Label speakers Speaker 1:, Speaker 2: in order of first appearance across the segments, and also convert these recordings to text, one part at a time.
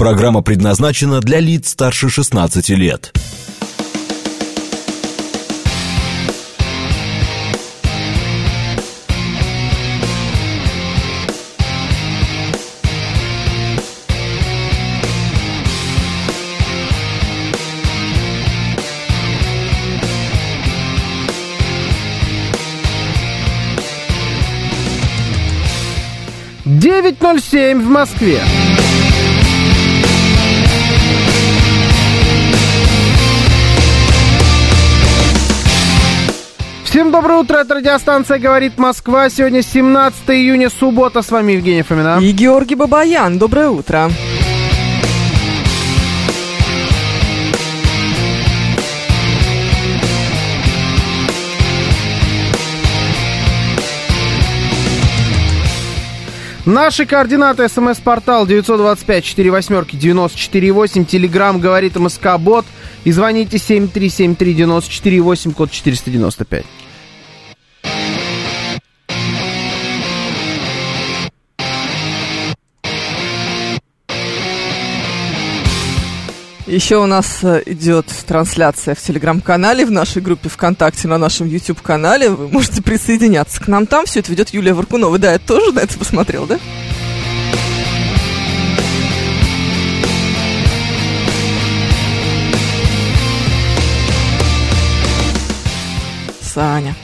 Speaker 1: Программа предназначена для лиц старше 16 лет.
Speaker 2: Девять ноль семь в Москве. Всем доброе утро, это радиостанция «Говорит Москва». Сегодня 17 июня, суббота. С вами Евгений Фомина.
Speaker 3: И Георгий Бабаян. Доброе утро.
Speaker 2: Наши координаты. СМС-портал 925-48-94-8. Телеграмм «Говорит МСК-бот». И звоните 7373-94-8, код 495.
Speaker 3: Еще у нас э, идет трансляция в телеграм-канале, в нашей группе ВКонтакте, на нашем YouTube-канале. Вы можете присоединяться к нам там. Все это ведет Юлия Варкунова. Да, я тоже на это посмотрел, да? Саня.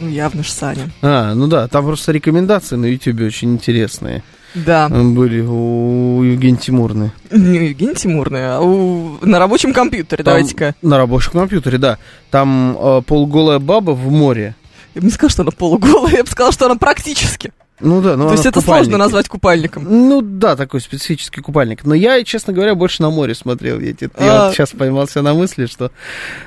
Speaker 3: Ну, явно ж Саня.
Speaker 2: А, ну да, там просто рекомендации на Ютубе очень интересные
Speaker 3: Да.
Speaker 2: были у Евгения Тимурны.
Speaker 3: Не Ну, Евгений Тимурная, а у... на рабочем компьютере,
Speaker 2: Там
Speaker 3: давайте-ка.
Speaker 2: На рабочем компьютере, да. Там э, полуголая баба в море.
Speaker 3: Я бы не сказала, что она полуголая, я бы сказала, что она практически.
Speaker 2: Ну да, ну
Speaker 3: То
Speaker 2: она
Speaker 3: есть
Speaker 2: в
Speaker 3: это
Speaker 2: купальнике.
Speaker 3: сложно назвать купальником.
Speaker 2: Ну да, такой специфический купальник. Но я, честно говоря, больше на море смотрел. Я, те- я
Speaker 3: А.
Speaker 2: вот сейчас поймался на мысли, что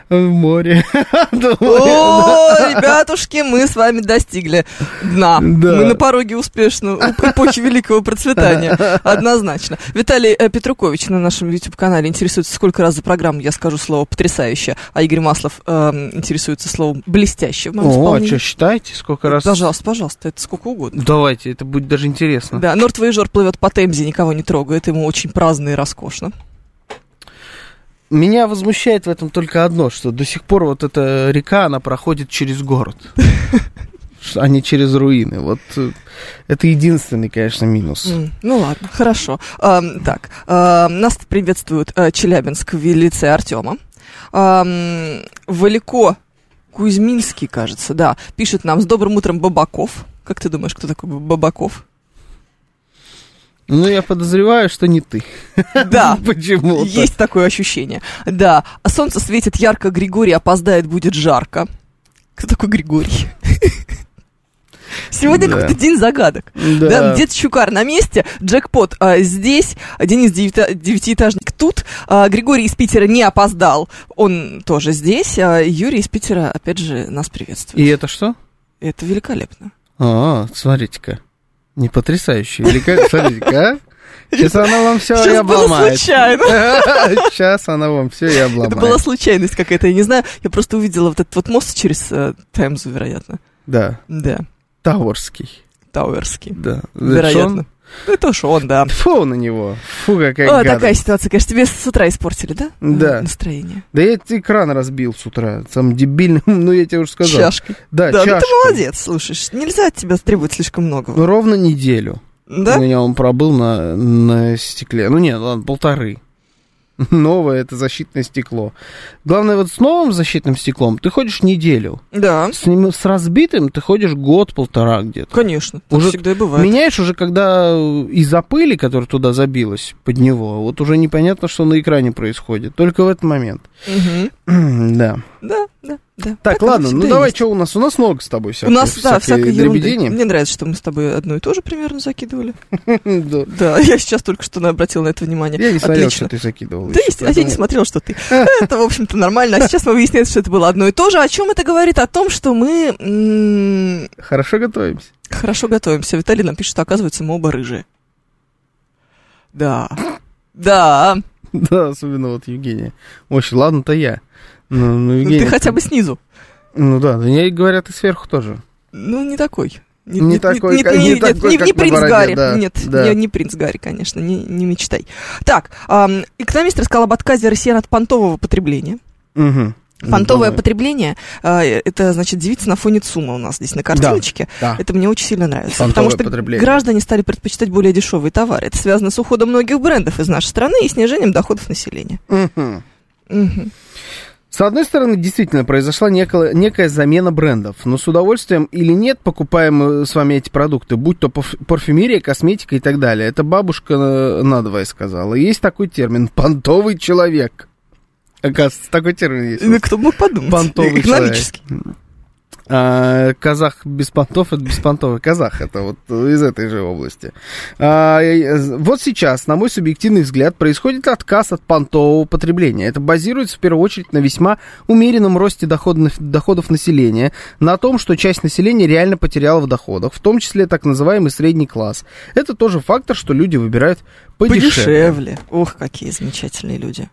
Speaker 2: в море. До моря,
Speaker 3: О, ребятушки, мы с вами достигли дна.
Speaker 2: Да.
Speaker 3: Мы на пороге успешно эп- эпохи великого процветания. Однозначно. Виталий э, Петрукович на нашем YouTube-канале интересуется, сколько раз за программу я скажу слово «потрясающе», а Игорь Маслов эм, интересуется словом «блестяще» в
Speaker 2: да.
Speaker 3: моем
Speaker 2: О, а
Speaker 3: исполнении.
Speaker 2: что, считайте, сколько раз...
Speaker 3: Пожалуйста, пожалуйста, это сколько угодно.
Speaker 2: Давайте, это будет даже интересно.
Speaker 3: Да, Норт Вейжор плывет по Темзе, никого не трогает, ему очень праздно и роскошно.
Speaker 2: Меня возмущает в этом только одно, что до сих пор вот эта река, она проходит через город. Что- а не через руины. Вот э, это единственный, конечно, минус.
Speaker 3: М, Ну ладно, хорошо. Ам, так, ам, нас приветствует э, Челябинск в лице Артема. Ам, Валико Кузьминский, кажется, да, пишет нам с добрым утром Бабаков. Как ты думаешь, кто такой Б- Бабаков?
Speaker 2: Ну, я подозреваю, что не ты.
Speaker 3: Да.
Speaker 2: Почему-то.
Speaker 3: А, Есть такое ощущение. Да. А солнце светит ярко, Григорий опоздает, будет жарко. Кто такой Григорий? Сегодня
Speaker 2: Да.
Speaker 3: какой-то день загадок. Да, Дед Щукар на месте, джекпот а, здесь, Денис Девята- Девятиэтажник тут, а, Григорий из Питера не опоздал, он тоже здесь, а, Юрий из Питера, опять же, нас приветствует.
Speaker 2: И это что?
Speaker 3: Это великолепно.
Speaker 2: А, смотрите-ка. Не потрясающе. Велика... Смотрите-ка, а. Сейчас она вам все и
Speaker 3: Сейчас было
Speaker 2: обломает.
Speaker 3: случайно.
Speaker 2: Сейчас она вам все и обломает.
Speaker 3: Это была случайность какая-то, я не знаю, я просто увидела вот этот вот мост через э, Темзу, вероятно.
Speaker 2: Да,
Speaker 3: Да,
Speaker 2: Тауэрский.
Speaker 3: Тауэрский.
Speaker 2: Да.
Speaker 3: Вероятно. Ну, это уж он, да.
Speaker 2: Это ж он. Фу на него. Фу, какая
Speaker 3: А,
Speaker 2: гадость.
Speaker 3: такая ситуация, конечно, тебе с утра испортили, да?
Speaker 2: Да.
Speaker 3: Настроение.
Speaker 2: Да я тебе экран разбил с утра. Сам дебильным, ну я тебе уже сказал.
Speaker 3: Чашкой.
Speaker 2: Да,
Speaker 3: Да, ну ты
Speaker 2: чашкой.
Speaker 3: молодец, слушаешь. Нельзя от тебя требовать слишком многого.
Speaker 2: Ну, ровно неделю. У
Speaker 3: Да?
Speaker 2: меня он пробыл на, на стекле. Ну, нет, ладно, полторы. Новое это защитное стекло. Главное, вот с новым защитным стеклом ты ходишь неделю.
Speaker 3: Да.
Speaker 2: С, ним- с разбитым ты ходишь год-полтора где-то.
Speaker 3: Конечно, так
Speaker 2: Уже
Speaker 3: всегда и бывает.
Speaker 2: Меняешь уже, когда из-за пыли, которая туда забилась под него, вот уже непонятно, что на экране происходит. Только в этот момент.
Speaker 3: Мгм.
Speaker 2: да.
Speaker 3: Да, да, да.
Speaker 2: Так,
Speaker 3: оно
Speaker 2: ладно, ну
Speaker 3: всегда
Speaker 2: давай,
Speaker 3: есть.
Speaker 2: что у нас? У нас много с тобой всякой,
Speaker 3: У нас, да, всякой ерунды.
Speaker 2: дребедени.
Speaker 3: Мне нравится, что мы с тобой одно и то же примерно закидывали.
Speaker 2: Да.
Speaker 3: Да, я сейчас только что на- обратила на это внимание.
Speaker 2: Э, Я не смотрел, что
Speaker 3: Отлично.
Speaker 2: ты закидывал.
Speaker 3: Да,
Speaker 2: ещё,
Speaker 3: есть, а я не
Speaker 2: поэтому-
Speaker 3: смотрела, что ты. Это, в общем-то, нормально. А сейчас выясняется, что это было одно и то же. О чем это говорит? О том, что мы м,
Speaker 2: Хорошо готовимся.
Speaker 3: хорошо готовимся. Виталий нам пишет, что, оказывается, мы оба рыжие. Да. Да.
Speaker 2: Да, особенно вот Евгения. Очень, ладно-то я. Ну, ну,
Speaker 3: Ну,
Speaker 2: Евгения-
Speaker 3: Ты хотя бы снизу.
Speaker 2: Ну да, да, мне говорят и сверху тоже.
Speaker 3: Ну, не такой. Не,
Speaker 2: Не
Speaker 3: не-
Speaker 2: такой,
Speaker 3: не-
Speaker 2: как-
Speaker 3: не-
Speaker 2: не
Speaker 3: нет,
Speaker 2: такой,
Speaker 3: не-
Speaker 2: как
Speaker 3: не
Speaker 2: на
Speaker 3: принц
Speaker 2: бороде,
Speaker 3: Гарри.
Speaker 2: да,
Speaker 3: нет,
Speaker 2: да.
Speaker 3: Не, не принц Гарри, конечно, не, не мечтай. Так, ам, экономист рассказал об отказе россиян от понтового потребления.
Speaker 2: Мгм.
Speaker 3: Понтовое
Speaker 2: Ну, Давай.
Speaker 3: потребление а, это значит девица на фоне ЦУМа у нас здесь на картиночке.
Speaker 2: Да.
Speaker 3: Это мне очень сильно нравится.
Speaker 2: Понтовое
Speaker 3: потому что
Speaker 2: потребление.
Speaker 3: граждане стали предпочитать более дешевые товары. Это связано с уходом многих брендов из нашей страны и снижением доходов населения.
Speaker 2: Мгм.
Speaker 3: Мгм.
Speaker 2: С одной стороны, действительно, произошла некая, некая замена брендов. Но с удовольствием или нет покупаем мы с вами эти продукты, будь то парф- парфюмерия, косметика и так далее. Это бабушка э, надвое сказала. Есть такой термин «понтовый человек». Оказывается, такой термин есть.
Speaker 3: Ну, Кто бы мог подумать?
Speaker 2: Понтовый
Speaker 3: Экономически.
Speaker 2: А, казах без понтов, это беспонтовый казах, это вот из этой же области. А, э, вот сейчас, на мой субъективный взгляд, происходит отказ от понтового потребления. Это базируется в первую очередь на весьма умеренном росте доходных- доходов населения, на том, что часть населения реально потеряла в доходах, в том числе так называемый средний класс. Это тоже фактор, что люди выбирают подешевле.
Speaker 3: Подешевле. Ох, какие замечательные люди.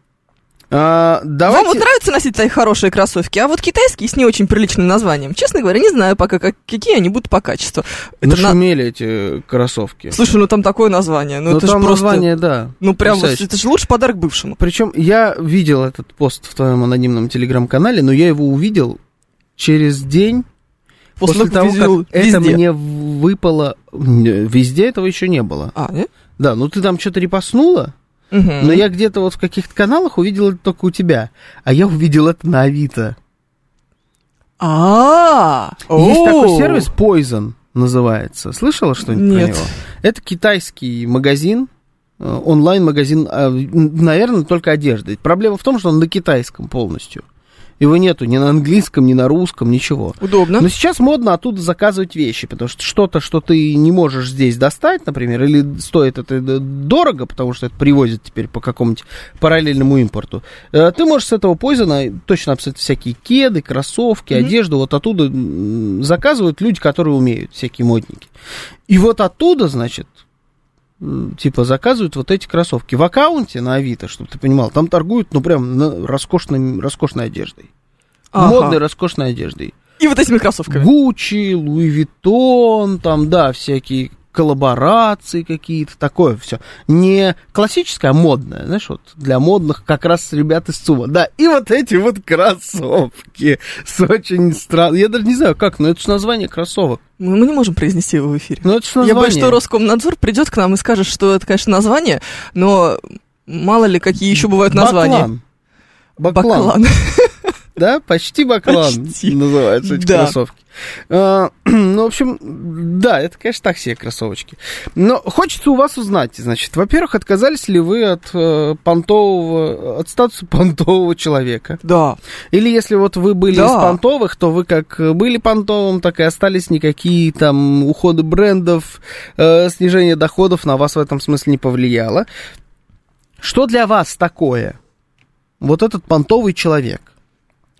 Speaker 2: А, давайте...
Speaker 3: Вам вот нравится носить такие хорошие кроссовки, а вот китайские с не очень приличным названием. Честно говоря, не знаю пока, как- какие они будут по качеству. Это на-
Speaker 2: Нашумели эти кроссовки.
Speaker 3: Слушай, ну там такое название. Ну,
Speaker 2: Но
Speaker 3: это
Speaker 2: там
Speaker 3: же просто...
Speaker 2: название, да.
Speaker 3: Ну прям, вот
Speaker 2: потрясающе.
Speaker 3: это же лучший подарок бывшему.
Speaker 2: Причем я видел этот пост в твоем анонимном телеграм-канале, но я его увидел через день после,
Speaker 3: как
Speaker 2: того,
Speaker 3: везел
Speaker 2: как это
Speaker 3: везде.
Speaker 2: мне выпало. М, Везде этого еще не было.
Speaker 3: А, нет?
Speaker 2: Да, ну ты там что-то репостнула,
Speaker 3: Мгм.
Speaker 2: но я где-то вот в каких-то каналах увидел это только у тебя, а я увидел это на Авито.
Speaker 3: А,
Speaker 2: Есть
Speaker 3: О!
Speaker 2: такой сервис Poison называется. Слышала что-нибудь про
Speaker 3: Нет.
Speaker 2: него? Это китайский магазин, э, онлайн-магазин, а, н- наверное, только одежды. Проблема в том, что он на китайском полностью. Его нету ни на английском, ни на русском, ничего.
Speaker 3: Удобно.
Speaker 2: Но сейчас модно оттуда заказывать вещи, потому что что-то, что ты не можешь здесь достать, например, или стоит это д- дорого, потому что это привозят теперь по какому-нибудь параллельному импорту, э, ты можешь с этого поизона точно абсолютно всякие кеды, кроссовки,
Speaker 3: Мгм.
Speaker 2: одежду, вот оттуда м, заказывают люди, которые умеют, всякие модники. И вот оттуда, значит, м, типа заказывают вот эти кроссовки. В аккаунте на Авито, чтобы ты понимал, там торгуют, ну, прям на- роскошным- роскошной одеждой.
Speaker 3: Ага.
Speaker 2: Модной роскошной одеждой.
Speaker 3: И вот этими кроссовками.
Speaker 2: Гуччи, Луи Виттон, там, да, всякие коллаборации какие-то, такое все. Не классическое, а модное, знаешь, вот для модных как раз ребят из ЦУМа. Да, и вот эти вот кроссовки с очень странным... Я даже не знаю, как, но это же название кроссовок.
Speaker 3: Мы, мы не можем произнести его в эфире.
Speaker 2: Ну, это же
Speaker 3: Я
Speaker 2: название.
Speaker 3: боюсь, что Роскомнадзор придет к нам и скажет, что это, конечно, название, но мало ли какие еще бывают названия.
Speaker 2: Баклан. Баклан. Да, почти баклан
Speaker 3: Почти.
Speaker 2: называются эти
Speaker 3: Да.
Speaker 2: кроссовки. А, Ну, в общем, да, это, конечно, так себе кроссовочки. Но хочется у вас узнать, значит, во-первых, отказались ли вы от э, понтового, от статуса понтового человека?
Speaker 3: Да.
Speaker 2: Или если вот вы были
Speaker 3: Да.
Speaker 2: из понтовых, то вы как были понтовым, так и остались никакие там уходы брендов, э, снижение доходов на вас в этом смысле не повлияло. Что для вас такое? Вот этот понтовый человек.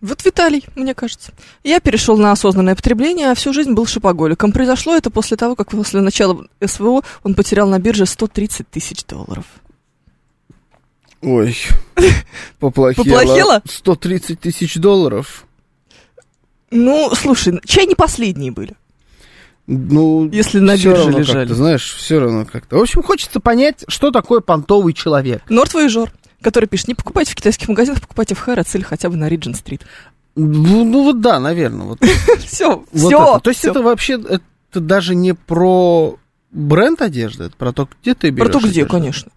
Speaker 3: Вот Виталий, мне кажется. Я перешел на осознанное потребление, а всю жизнь был шопоголиком. Произошло это после того, как после начала СВО он потерял на бирже 130 тысяч долларов.
Speaker 2: Ой, поплохело.
Speaker 3: Поплохело?
Speaker 2: 130 тысяч долларов.
Speaker 3: Ну, слушай, чай не последние были,
Speaker 2: Ну,
Speaker 3: если на
Speaker 2: всё
Speaker 3: бирже
Speaker 2: равно
Speaker 3: лежали.
Speaker 2: как-то, знаешь, все равно как-то. В общем, хочется понять, что такое понтовый человек.
Speaker 3: Нортвейжор, который пишет, не покупайте в китайских магазинах, покупайте в Хэротс или хотя бы на Риджин-стрит.
Speaker 2: Ну, ну вот да, наверное. Вот, вот
Speaker 3: Все,
Speaker 2: это.
Speaker 3: все.
Speaker 2: То есть это вообще, это даже не про бренд одежды, это про то, где ты берешь
Speaker 3: Про то, где,
Speaker 2: одежду.
Speaker 3: конечно.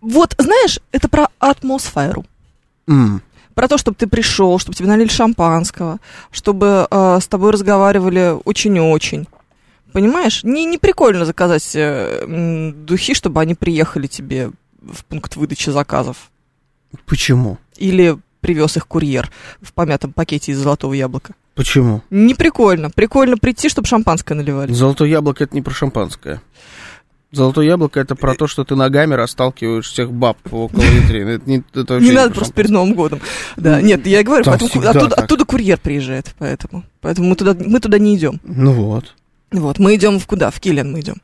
Speaker 3: Вот, знаешь, это про атмосферу.
Speaker 2: М.
Speaker 3: Про то, чтобы ты пришел, чтобы тебе налили шампанского, чтобы э, с тобой разговаривали очень-очень. Понимаешь? Не, не прикольно заказать э, м, духи, чтобы они приехали тебе в пункт выдачи заказов.
Speaker 2: Почему?
Speaker 3: Или привез их курьер в помятом пакете из золотого яблока.
Speaker 2: Почему?
Speaker 3: Не прикольно. Прикольно прийти, чтобы шампанское наливали.
Speaker 2: Золотое яблоко это не про шампанское. Золотое яблоко это про то, что ты ногами расталкиваешь всех баб около витрины. Это не, это Ну, вообще
Speaker 3: Не надо
Speaker 2: про шампанское.
Speaker 3: просто
Speaker 2: Ну,
Speaker 3: перед Новым годом. Да, нет, я и говорю,
Speaker 2: Там
Speaker 3: поэтому ку-
Speaker 2: всегда
Speaker 3: оттуда,
Speaker 2: так.
Speaker 3: оттуда курьер приезжает, поэтому. Поэтому мы туда, мы туда не идем.
Speaker 2: Ну вот.
Speaker 3: Вот, мы идем в куда? В Киллиан мы идем.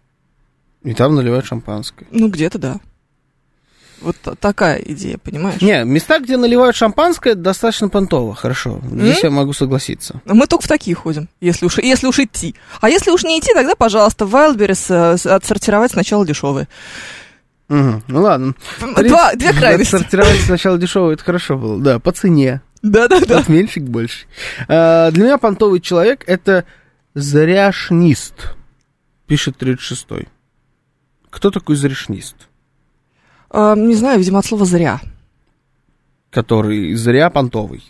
Speaker 2: И там наливают шампанское.
Speaker 3: Ну, где-то да. Вот та- такая идея, понимаешь?
Speaker 2: Не, места, где наливают шампанское, достаточно понтово, хорошо. Здесь я могу согласиться.
Speaker 3: Ну, Мы только в такие ходим, если уж, если уж идти. А если уж не идти, тогда, пожалуйста, Wildberries э, с- отсортировать сначала дешевые.
Speaker 2: Мгм. Ну ладно.
Speaker 3: Два, две крайности.
Speaker 2: Сортировать сначала дешевое, это хорошо было. Да, по цене.
Speaker 3: Да-да-да.
Speaker 2: От меньше к больше. А, Для меня понтовый человек это заряшнист, пишет 36-й. Кто такой заряшнист?
Speaker 3: Э, Не знаю, видимо, от слова зря.
Speaker 2: Который зря понтовый.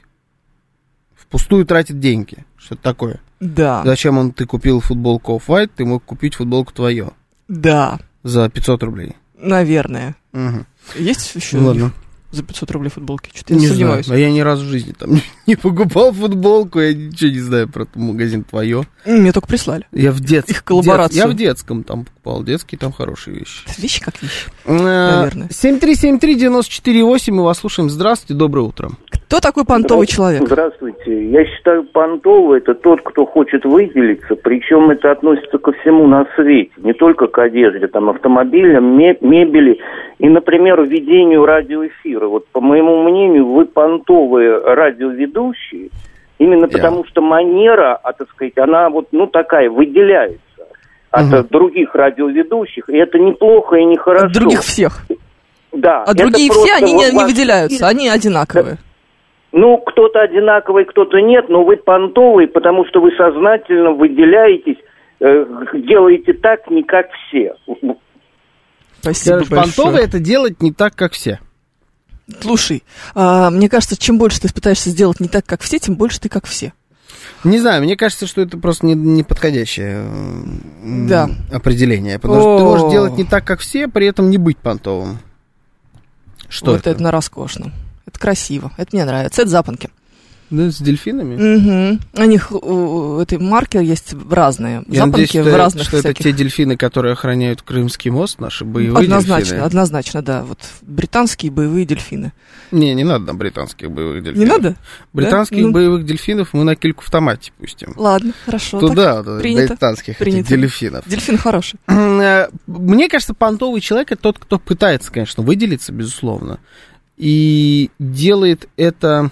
Speaker 2: Впустую тратит деньги. Что-то такое.
Speaker 3: Да,
Speaker 2: Зачем он ты купил футболку Off-White, ты мог купить футболку твою
Speaker 3: да,
Speaker 2: за 500 рублей.
Speaker 3: наверное.
Speaker 2: Мгм.
Speaker 3: Есть еще
Speaker 2: Ну ладно.
Speaker 3: за 500 рублей футболки? Что-то я
Speaker 2: Не знаю.
Speaker 3: сомневаюсь.
Speaker 2: А я ни разу в жизни там не покупал футболку. Я ничего не знаю про этот магазин твое.
Speaker 3: Мне только прислали.
Speaker 2: Я в детском.
Speaker 3: Их коллаборацию.
Speaker 2: я в детском там покупал. Детские там хорошие вещи. А,
Speaker 3: Это Вещи как вещи. Наверное.
Speaker 2: Наверное. 7373948, мы вас слушаем. Здравствуйте, доброе утро.
Speaker 3: Кто
Speaker 4: Ну,
Speaker 3: такой понтовый человек?
Speaker 4: Здравствуйте. Я считаю, понтовый – это тот, кто хочет выделиться, причем это относится ко всему на свете, не только к одежде, там, автомобилям, ме- мебели и, например, ведению радиоэфира. Вот, по моему мнению, вы понтовые радиоведущие, именно
Speaker 2: Я.
Speaker 4: потому что манера, а, так сказать, она вот, ну, такая, выделяется от
Speaker 2: Мгм.
Speaker 4: э, других радиоведущих, и это неплохо и нехорошо.
Speaker 3: От других всех.
Speaker 4: да,
Speaker 3: А
Speaker 4: это
Speaker 3: другие все,
Speaker 4: просто
Speaker 3: они
Speaker 4: вот
Speaker 3: не, не
Speaker 4: ваш
Speaker 3: выделяются, они одинаковые.
Speaker 4: ну, кто-то одинаковый, кто-то нет, но вы понтовый, потому что вы сознательно выделяетесь, э, делаете так, не как все.
Speaker 3: Спасибо
Speaker 2: Короче, Типа, понтовый
Speaker 3: большое.
Speaker 2: это делать не так, как все.
Speaker 3: Слушай, а, мне кажется, чем больше ты пытаешься сделать не так, как все, тем больше ты как все.
Speaker 2: Не знаю, мне кажется, что это просто не- неподходящее м,
Speaker 3: Да.
Speaker 2: определение. Потому что ты
Speaker 3: О.
Speaker 2: можешь делать не так, как все, при этом не быть понтовым. Что
Speaker 3: вот
Speaker 2: это?
Speaker 3: это? на роскошном. Это красиво, это мне нравится, это запонки.
Speaker 2: Ну, с дельфинами?
Speaker 3: Мгм. У них у, у этой марки есть разные
Speaker 2: Я надеюсь,
Speaker 3: запонки
Speaker 2: что,
Speaker 3: в разных
Speaker 2: что это
Speaker 3: всяких.
Speaker 2: те дельфины, которые охраняют Крымский мост, наши боевые
Speaker 3: однозначно,
Speaker 2: дельфины.
Speaker 3: однозначно, да. Вот британские боевые дельфины.
Speaker 2: Не, не надо нам британских боевых
Speaker 3: Не
Speaker 2: дельфинов.
Speaker 3: надо?
Speaker 2: Британских
Speaker 3: Ну.
Speaker 2: боевых дельфинов мы на кильку в томате пустим.
Speaker 3: Ладно, хорошо. так.
Speaker 2: Туда, вот,
Speaker 3: принято.
Speaker 2: британских этих
Speaker 3: Принято.
Speaker 2: дельфинов.
Speaker 3: Дельфин хороший.
Speaker 2: Э, Мне кажется, понтовый человек это тот, кто пытается, конечно, выделиться, безусловно, и делает это.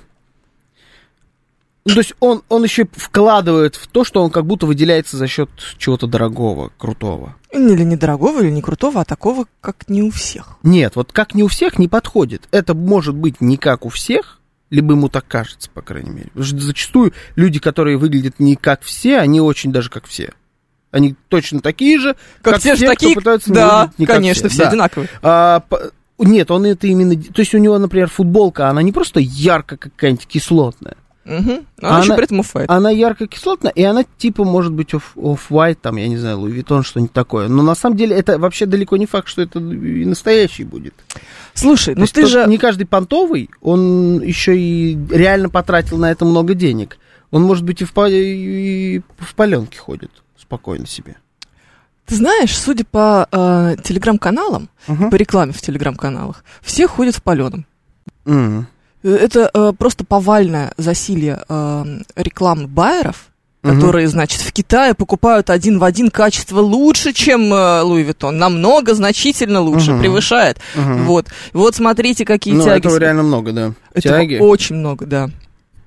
Speaker 2: Ну, то есть он, он еще вкладывает в то, что он как будто выделяется за счет чего-то дорогого, крутого.
Speaker 3: Или недорогого, или не крутого, а такого, как не у всех.
Speaker 2: Нет, вот как не у всех не подходит. Это может быть не как у всех, либо ему так кажется, по крайней мере. Потому что зачастую люди, которые выглядят не как все, они очень даже как все. Они точно такие же,
Speaker 3: Как,
Speaker 2: Как
Speaker 3: те же
Speaker 2: все, кто
Speaker 3: такие,
Speaker 2: пытаются не
Speaker 3: да,
Speaker 2: выглядеть не как
Speaker 3: конечно,
Speaker 2: все,
Speaker 3: все,
Speaker 2: да.
Speaker 3: одинаковые.
Speaker 2: А, п- нет, он это именно... де- То есть у него, например, футболка, она не просто ярко какая-нибудь кислотная.
Speaker 3: Мгм. А
Speaker 2: Она-
Speaker 3: еще при этом уфает.
Speaker 2: Она ярко-кислотная, и она типа может быть оф- off-white, там, я не знаю, Louis Vuitton, что-нибудь такое. Но на самом деле это вообще далеко не факт, что это и настоящий будет.
Speaker 3: Слушай,
Speaker 2: То
Speaker 3: ну
Speaker 2: есть
Speaker 3: ты
Speaker 2: тот-
Speaker 3: же...
Speaker 2: Не каждый понтовый, он еще и реально потратил на это много денег. Он, может быть, и в, па- и в паленке ходит спокойно себе.
Speaker 3: Ты знаешь, судя по э, телеграм-каналам,
Speaker 2: Мгм.
Speaker 3: по рекламе в телеграм-каналах, все ходят в паленом.
Speaker 2: Мгм.
Speaker 3: Э, Это э, просто повальное засилье э, рекламы байеров,
Speaker 2: Мгм.
Speaker 3: которые, значит, в Китае покупают один в один качество лучше, чем э, Луи Виттон. Намного, значительно лучше,
Speaker 2: Мгм.
Speaker 3: превышает.
Speaker 2: Мгм.
Speaker 3: Вот. Вот смотрите, какие
Speaker 2: Ну,
Speaker 3: тяги.
Speaker 2: этого реально много, да.
Speaker 3: Этого
Speaker 2: Тяги.
Speaker 3: очень много, да.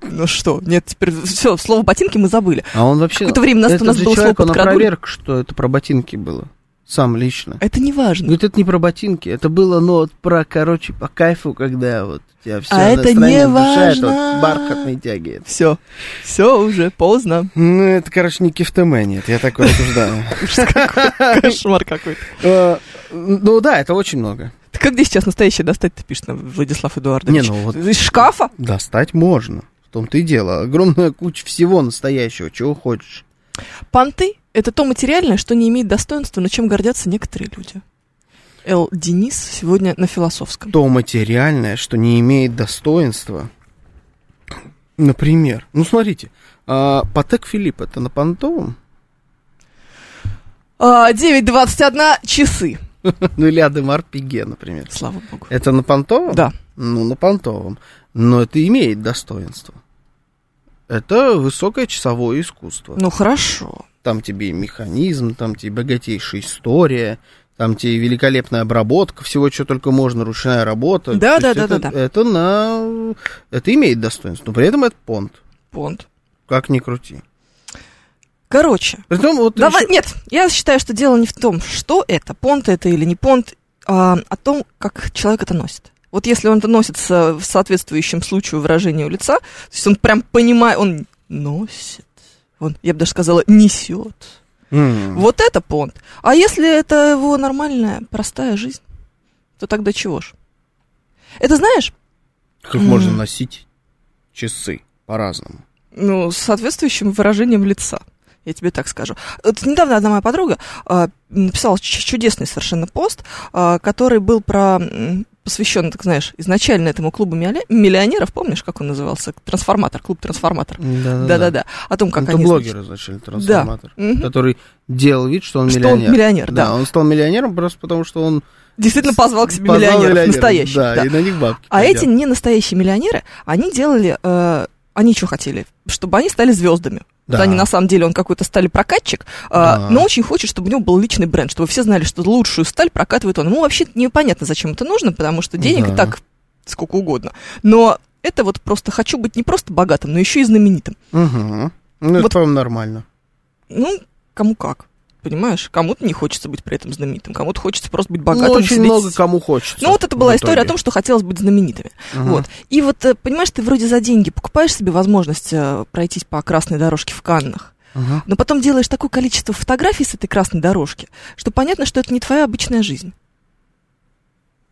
Speaker 3: Ну что, нет, теперь все, слово ботинки мы забыли.
Speaker 2: А он вообще...
Speaker 3: Какое-то время нас- у
Speaker 2: Этот
Speaker 3: нас
Speaker 2: же
Speaker 3: было слово
Speaker 2: человек, он
Speaker 3: подкрадуль.
Speaker 2: опроверг, что это про ботинки было. Сам лично.
Speaker 3: Это не важно.
Speaker 2: Говорит, это не про ботинки, это было, ну, вот про, короче, по кайфу, когда вот у тебя все
Speaker 3: А это не
Speaker 2: а это
Speaker 3: важно.
Speaker 2: вот бархатные тяги.
Speaker 3: Все. Все уже поздно.
Speaker 2: Ну, это, короче, не кифтемен, нет, я такое осуждаю.
Speaker 3: Кошмар какой.
Speaker 2: Э, Ну да, это очень много.
Speaker 3: Ты как где сейчас настоящее достать, ты пишешь нам, Владислав Эдуардович?
Speaker 2: Не, ну вот-
Speaker 3: Из шкафа?
Speaker 2: Достать можно. В том-то и дело. Огромная куча всего настоящего, чего хочешь.
Speaker 3: Понты — это то материальное, что не имеет достоинства, но чем гордятся некоторые люди. Эл Денис сегодня на философском.
Speaker 2: То материальное, что не имеет достоинства. Например, ну смотрите, а, Патек Филипп, это на понтовом?
Speaker 3: А, 9.21 часы.
Speaker 2: Ну или Адемар Пиге, например.
Speaker 3: Слава богу.
Speaker 2: Это на понтовом?
Speaker 3: Да.
Speaker 2: Ну, на понтовом. Но это имеет достоинство. Это высокое часовое искусство.
Speaker 3: Ну хорошо.
Speaker 2: Там тебе и механизм, там тебе богатейшая история, Там тебе великолепная обработка, всего, что только можно, ручная работа.
Speaker 3: Да,
Speaker 2: То есть
Speaker 3: да, да,
Speaker 2: это,
Speaker 3: да, да.
Speaker 2: Это на... Это имеет достоинство, но при этом это понт.
Speaker 3: понт.
Speaker 2: Как ни крути.
Speaker 3: Короче,
Speaker 2: Притом вот
Speaker 3: Давай,
Speaker 2: ещё-
Speaker 3: нет, я считаю, что дело не в том, что это, понт это или не понт, а о том, как человек это носит. Вот если он это носит с- в соответствующем случаю выражению лица, то есть он прям понимает, он носит, он, я бы даже сказала, несет.
Speaker 2: М.
Speaker 3: Вот это понт. А если это его нормальная, простая жизнь, то тогда чего ж? Это знаешь,
Speaker 2: Как можно
Speaker 3: М.
Speaker 2: носить часы по-разному.
Speaker 3: ну, с соответствующим выражением лица. Я тебе так скажу. Вот недавно одна моя подруга а, написала ч- чудесный совершенно пост, а, который был про м, посвящен, так знаешь, изначально этому клубу милле- миллионеров, помнишь, как он назывался? Трансформатор, клуб трансформатор. Да-да-да. О том, как
Speaker 2: Это
Speaker 3: они...
Speaker 2: блогер
Speaker 3: значит,
Speaker 2: изначально, трансформатор.
Speaker 3: мгм,
Speaker 2: Который делал вид, что он
Speaker 3: Что
Speaker 2: миллионер.
Speaker 3: он миллионер, да.
Speaker 2: Да, он стал миллионером просто потому, что он
Speaker 3: Действительно позвал к себе
Speaker 2: позвал
Speaker 3: миллионеров, настоящих.
Speaker 2: Да,
Speaker 3: да.
Speaker 2: и на них бабки.
Speaker 3: А
Speaker 2: хотят.
Speaker 3: эти не настоящие миллионеры, они делали, э, они что хотели? Чтобы они стали звездами. Вот
Speaker 2: Да.
Speaker 3: они на самом деле, он какой-то стали прокатчик, э,
Speaker 2: Да.
Speaker 3: но очень хочет, чтобы у него был личный бренд, чтобы все знали, что лучшую сталь прокатывает он. Ему вообще непонятно, зачем это нужно, потому что денег и
Speaker 2: Да.
Speaker 3: так сколько угодно. Но это вот просто хочу быть не просто богатым, но еще и знаменитым.
Speaker 2: Мгм. Ну, это,
Speaker 3: Вот-
Speaker 2: по-моему, нормально.
Speaker 3: Ну, кому как. Понимаешь, кому-то не хочется быть при этом знаменитым, кому-то хочется просто быть богатым.
Speaker 2: ну, очень
Speaker 3: сидеть-
Speaker 2: много кому хочется.
Speaker 3: Ну, вот это была
Speaker 2: в
Speaker 3: история о
Speaker 2: итоге.
Speaker 3: том, что хотелось быть знаменитыми.
Speaker 2: Мгм.
Speaker 3: Вот. И вот, э, понимаешь, ты вроде за деньги покупаешь себе возможность э, пройтись по красной дорожке в Каннах,
Speaker 2: Мгм.
Speaker 3: но потом делаешь такое количество фотографий с этой красной дорожки, что понятно, что это не твоя обычная жизнь.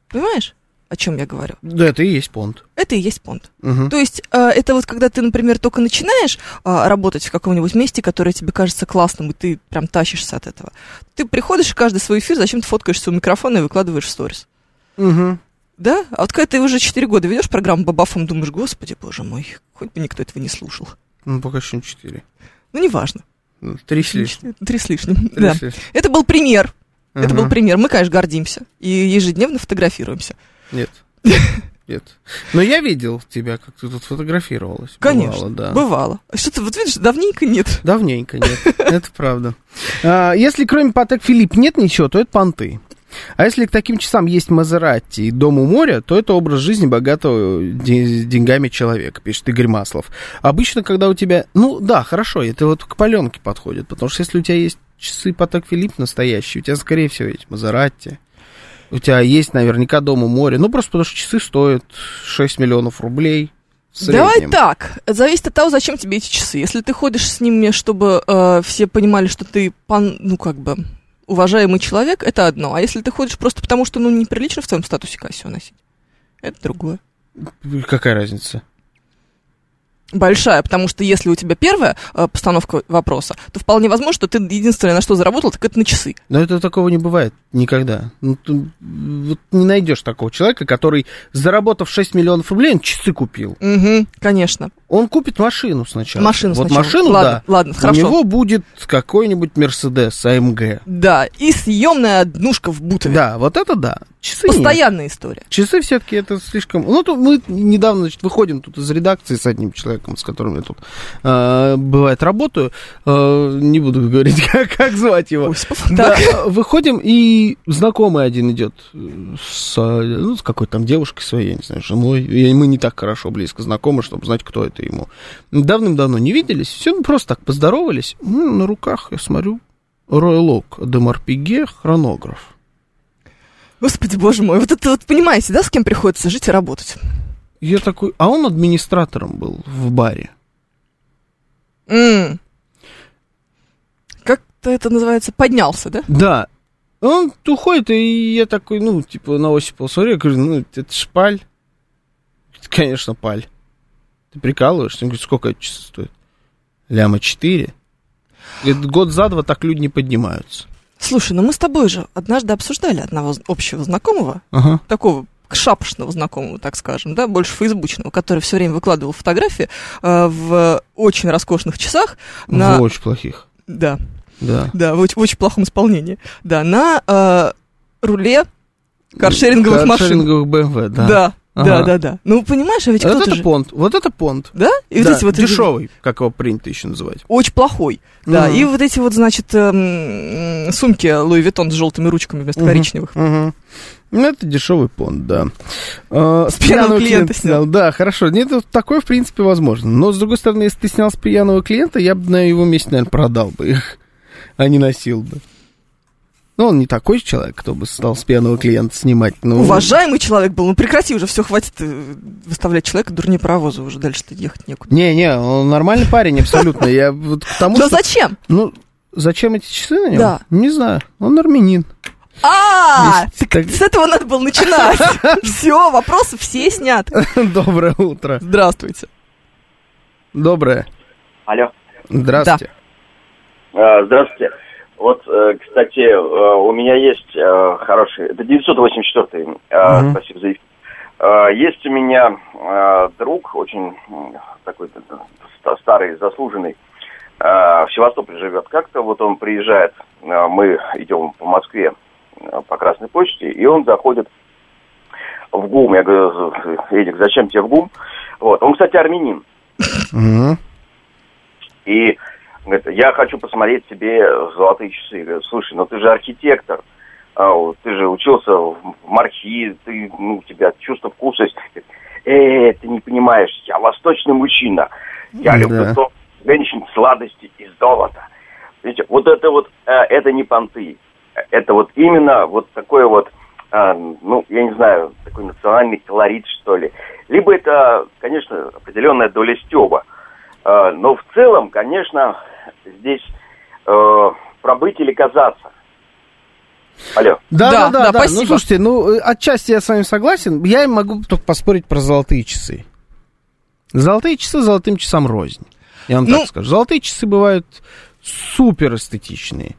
Speaker 3: Понимаешь, о чем я говорю?
Speaker 2: Да, это и есть понт.
Speaker 3: Это и есть понт.
Speaker 2: Мгм.
Speaker 3: То есть э, это вот когда ты, например, только начинаешь а, работать в каком-нибудь месте, которое тебе кажется классным, и ты прям тащишься от этого. Ты приходишь, и каждый свой эфир зачем-то фоткаешься у микрофона и выкладываешь в сторис.
Speaker 2: Мгм.
Speaker 3: Да? А вот когда ты уже 4 года ведешь программу Бабафом, думаешь, господи, боже мой, хоть бы никто этого не слушал.
Speaker 2: Ну, пока еще не четыре.
Speaker 3: Ну, неважно.
Speaker 2: Ну, Три с лишним.
Speaker 3: Три с лишним.
Speaker 2: Три
Speaker 3: Да.
Speaker 2: с лишним.
Speaker 3: Это был пример. Это
Speaker 2: Мгм.
Speaker 3: был пример. Мы, конечно, гордимся. И ежедневно фотографируемся.
Speaker 2: Нет. Нет. Но я видел тебя, как ты тут фотографировалась.
Speaker 3: Конечно.
Speaker 2: Бывало, да.
Speaker 3: Бывало. А Что-то, вот видишь, давненько нет.
Speaker 2: Давненько нет, это правда. А, Если кроме Патек Филипп нет ничего, то это понты. А если к таким часам есть Мазератти и дом у моря, то это образ жизни богатого де- деньгами человека, пишет Игорь Маслов. Обычно, когда у тебя... Ну да, хорошо, это вот к паленке подходит, потому что если у тебя есть часы Патек Филипп настоящие, у тебя, скорее всего, есть Мазератти, у тебя есть наверняка дом у моря, ну просто потому что часы стоят 6 миллионов рублей. в
Speaker 3: Давай
Speaker 2: среднем.
Speaker 3: так. Это Зависит от того, зачем тебе эти часы. Если ты ходишь с ними, чтобы э, все понимали, что ты, пан, ну, как бы, уважаемый человек, это одно. А если ты ходишь просто потому, что, ну, неприлично в твоем статусе кассию носить, это другое.
Speaker 2: Какая разница?
Speaker 3: большая, потому что если у тебя первая э, постановка вопроса, то вполне возможно, что ты единственное, на что заработал, так это на часы.
Speaker 2: Но это такого не бывает никогда. Ну, ты, м, вот не найдешь такого человека, который, заработав 6 миллионов рублей, он часы купил.
Speaker 3: Угу, конечно.
Speaker 2: Он купит машину сначала.
Speaker 3: Машину
Speaker 2: вот
Speaker 3: сначала.
Speaker 2: машину,
Speaker 3: ладно,
Speaker 2: да.
Speaker 3: Ладно, хорошо.
Speaker 2: У него будет какой-нибудь Мерседес А АМГ.
Speaker 3: Да, и съемная однушка в Бутове.
Speaker 2: Да, вот это да. Часы нет.
Speaker 3: Постоянная история.
Speaker 2: Часы все-таки это слишком... Ну, тут мы недавно, значит, выходим тут из редакции с одним человеком, с которым я тут, э, бывает, работаю. Э, не буду говорить, как, как звать его.
Speaker 3: Осипов.
Speaker 2: Да,
Speaker 3: Так.
Speaker 2: э, выходим, и знакомый один идет э, с, э, ну, с какой-то там девушкой своей, я не знаю, женой. И мы не так хорошо близко знакомы, чтобы знать, кто это ему. Давным-давно не виделись, все просто так поздоровались. М, на руках, я смотрю, Royal Oak, Демарпиге, хронограф.
Speaker 3: Господи, боже мой, вот это вот понимаете, да, с кем приходится жить и работать?
Speaker 2: Я такой, а он администратором был в баре.
Speaker 3: М. Как-то это называется, поднялся, да?
Speaker 2: Да. Он уходит, и я такой, ну, типа, на Осипова смотрю, я говорю, ну, это ж паль. Это, конечно, паль. Ты прикалываешься? Он говорит, сколько это часы стоит? Ляма 4. Говорит, год за два так люди не поднимаются.
Speaker 3: Слушай, ну мы с тобой же однажды обсуждали одного з- общего знакомого,
Speaker 2: Ага.
Speaker 3: такого шапошного знакомого, так скажем, да, больше фейсбучного, который все время выкладывал фотографии э, в очень роскошных часах, На-
Speaker 2: В очень плохих.
Speaker 3: да,
Speaker 2: Да.
Speaker 3: да, в оч- в очень, плохом исполнении, да, на э, руле каршеринговых машин.
Speaker 2: Каршеринговых BMW, да.
Speaker 3: Да, Да,
Speaker 2: Ага.
Speaker 3: да, да. Ну, понимаешь, а ведь
Speaker 2: Вот
Speaker 3: кто-то
Speaker 2: это
Speaker 3: же...
Speaker 2: понт, вот это понт.
Speaker 3: Да? И
Speaker 2: Да,
Speaker 3: вот эти вот...
Speaker 2: дешевый, как его принято еще называть.
Speaker 3: Очень плохой, да.
Speaker 2: Мгм.
Speaker 3: И вот эти вот, значит, эм, сумки Луи Виттон с желтыми ручками вместо
Speaker 2: Мгм.
Speaker 3: коричневых.
Speaker 2: Мгм. Ну, это дешевый понт, да. Э,
Speaker 3: С пьяного
Speaker 2: пьяного
Speaker 3: клиента снял.
Speaker 2: Да, хорошо. Нет, это такое, в принципе, возможно. Но, с другой стороны, если ты снял с пьяного клиента, я бы на его месте, наверное, продал бы их, а не носил бы. Ну, он не такой человек, кто бы стал с пьяного клиента снимать. Ну,
Speaker 3: Уважаемый человек был, ну прекрати уже, все, хватит э, выставлять человека дурнее паровоза, уже дальше-то ехать некуда.
Speaker 2: Не-не, он нормальный парень, абсолютно. Я вот к тому,
Speaker 3: Да
Speaker 2: что-
Speaker 3: зачем?
Speaker 2: Ну, зачем эти часы на нем?
Speaker 3: Да.
Speaker 2: Не знаю. Он армянин.
Speaker 3: А,
Speaker 2: Есть
Speaker 3: так
Speaker 2: так-
Speaker 3: с этого надо было начинать. Все, вопросы все сняты.
Speaker 2: Доброе утро.
Speaker 3: Здравствуйте.
Speaker 2: Доброе.
Speaker 5: Алло.
Speaker 2: Здравствуйте.
Speaker 5: Э, Здравствуйте. Вот, э, кстати, э, у меня есть э, хороший... Это 984-й. э,
Speaker 2: Мгм.
Speaker 5: Спасибо за эфир. Э, Есть у меня э, друг, очень м, такой э, ста- старый, заслуженный, э, в Севастополе живет. Как-то вот он приезжает, э, мы идем по Москве э, по Красной площади, и он заходит в ГУМ. Я говорю, Эдик, зачем тебе в ГУМ? Вот. Он, кстати, армянин.
Speaker 2: Мгм.
Speaker 5: И говорит, я хочу посмотреть тебе золотые часы. Я говорю, слушай, ну ты же архитектор, а, вот ты же учился в в мархи, ты, ну, у тебя чувство вкуса есть. Говорит, э, ты не понимаешь, я восточный мужчина. Я
Speaker 2: Да.
Speaker 5: люблю то- женщин, сладости и золото. Видите, вот это вот, э, это не понты. Это вот именно вот такое вот, э, ну, я не знаю, такой национальный колорит, что ли. Либо это, конечно, определенная доля стеба. Э, Но в целом, конечно, здесь э, пробыть или казаться. Алло.
Speaker 2: Да, да,
Speaker 3: Да,
Speaker 2: да,
Speaker 3: да,
Speaker 2: да. Ну,
Speaker 3: спасибо.
Speaker 2: слушайте, ну, э, отчасти я с вами согласен. Я им могу только поспорить про золотые часы. Золотые часы золотым часам рознь. Я вам
Speaker 3: Ну-
Speaker 2: так скажу. Золотые часы бывают супер эстетичные.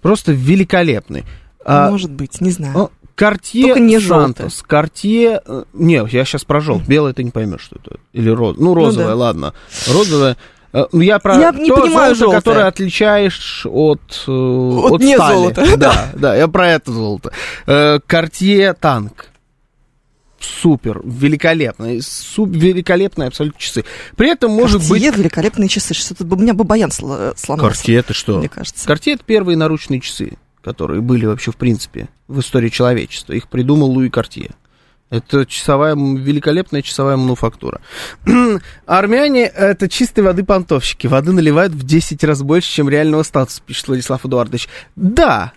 Speaker 2: Просто великолепные. А,
Speaker 3: Может быть, не знаю.
Speaker 2: О, Картье
Speaker 3: Только не
Speaker 2: Сантос, Картье... э, Не, я сейчас про желтый. Белый ты не поймешь, что это. Или роз... Ну, розовое,
Speaker 3: да.
Speaker 2: ладно. Розовое... э, Ну, я про
Speaker 3: Я не
Speaker 2: то золото,
Speaker 3: понимаю жёлтое.
Speaker 2: которое отличаешь от, э, от,
Speaker 3: не
Speaker 2: стали.
Speaker 3: золота.
Speaker 2: Да, да, я про это золото. Э, Картье танк. Супер, великолепные, суп, великолепные абсолютно часы. При этом может
Speaker 3: Cartier
Speaker 2: быть...
Speaker 3: великолепные часы, что-то у меня бабаян сло- сломался,
Speaker 2: Картье, ты что?
Speaker 3: мне кажется.
Speaker 2: Картье — это первые наручные часы, которые были вообще в принципе в истории человечества. Их придумал Луи Картье. Это часовая, м, великолепная часовая мануфактура. Армяне — это чистой воды понтовщики. Воды наливают в 10 раз больше, чем реального статуса, пишет Владислав Эдуардович. Да,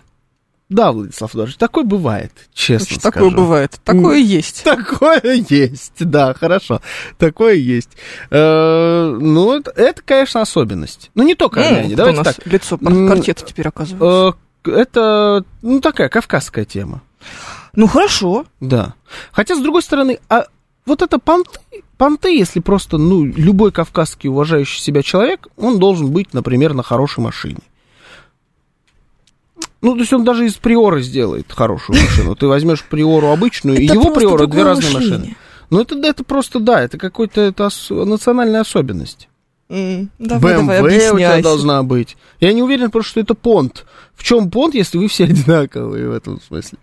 Speaker 2: да, Владислав Эдуардович, такое бывает, честно
Speaker 3: Что такое
Speaker 2: скажу.
Speaker 3: бывает? Такое есть.
Speaker 2: Такое есть, да, хорошо. Такое есть. Э, ну, это, это, конечно, особенность. Ну, не только армяне,
Speaker 3: М, кто у
Speaker 2: давайте
Speaker 3: нас
Speaker 2: так.
Speaker 3: лицо
Speaker 2: М,
Speaker 3: картета теперь оказывается.
Speaker 2: Э, к- Это, ну, такая кавказская тема. а,
Speaker 3: Ну хорошо.
Speaker 2: Да. Хотя, с другой стороны, а вот это понты, понты, если просто, ну, любой кавказский уважающий себя человек, он должен быть, например, на хорошей машине. Ну, то есть он даже из приора сделает хорошую машину. Ты возьмешь приору обычную, и
Speaker 3: Это
Speaker 2: его
Speaker 3: просто
Speaker 2: приору две
Speaker 3: другое
Speaker 2: разные
Speaker 3: мышление.
Speaker 2: машины. Ну, это, это просто, да, это какой-то это ос- национальная особенность.
Speaker 3: М, Давай, давай,
Speaker 2: BMW у тебя
Speaker 3: объясняйся.
Speaker 2: должна быть. Я не уверен, просто что это понт. В чем понт, если вы все одинаковые в этом смысле?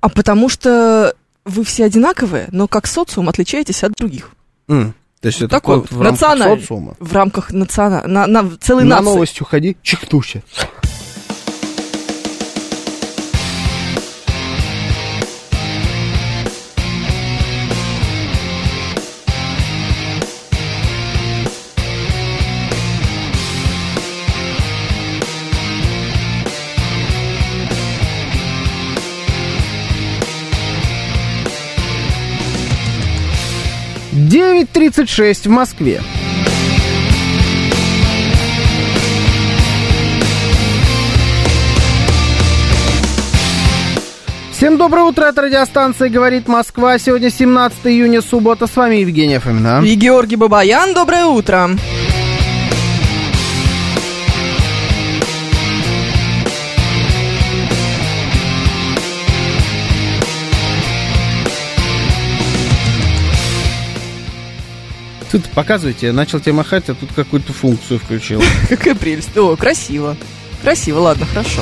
Speaker 3: А потому что вы все одинаковые, но как социум отличаетесь от других.
Speaker 2: То есть это
Speaker 3: Ну, Такой
Speaker 2: понт в рамках
Speaker 3: национальный.
Speaker 2: социума.
Speaker 3: В рамках национа... на, на целой
Speaker 2: На
Speaker 3: нации.
Speaker 2: новость уходи, чихнуся. Девять тридцать шесть в Москве. Всем доброе утро, это радиостанция «Говорит Москва». Сегодня 17 июня, суббота. С вами Евгения Фомина.
Speaker 3: И Георгий Бабаян, доброе утро.
Speaker 2: Тут показывайте, я начал тебе махать, а тут какую-то функцию включил.
Speaker 3: Какая прелесть. О, красиво. Красиво, ладно, хорошо.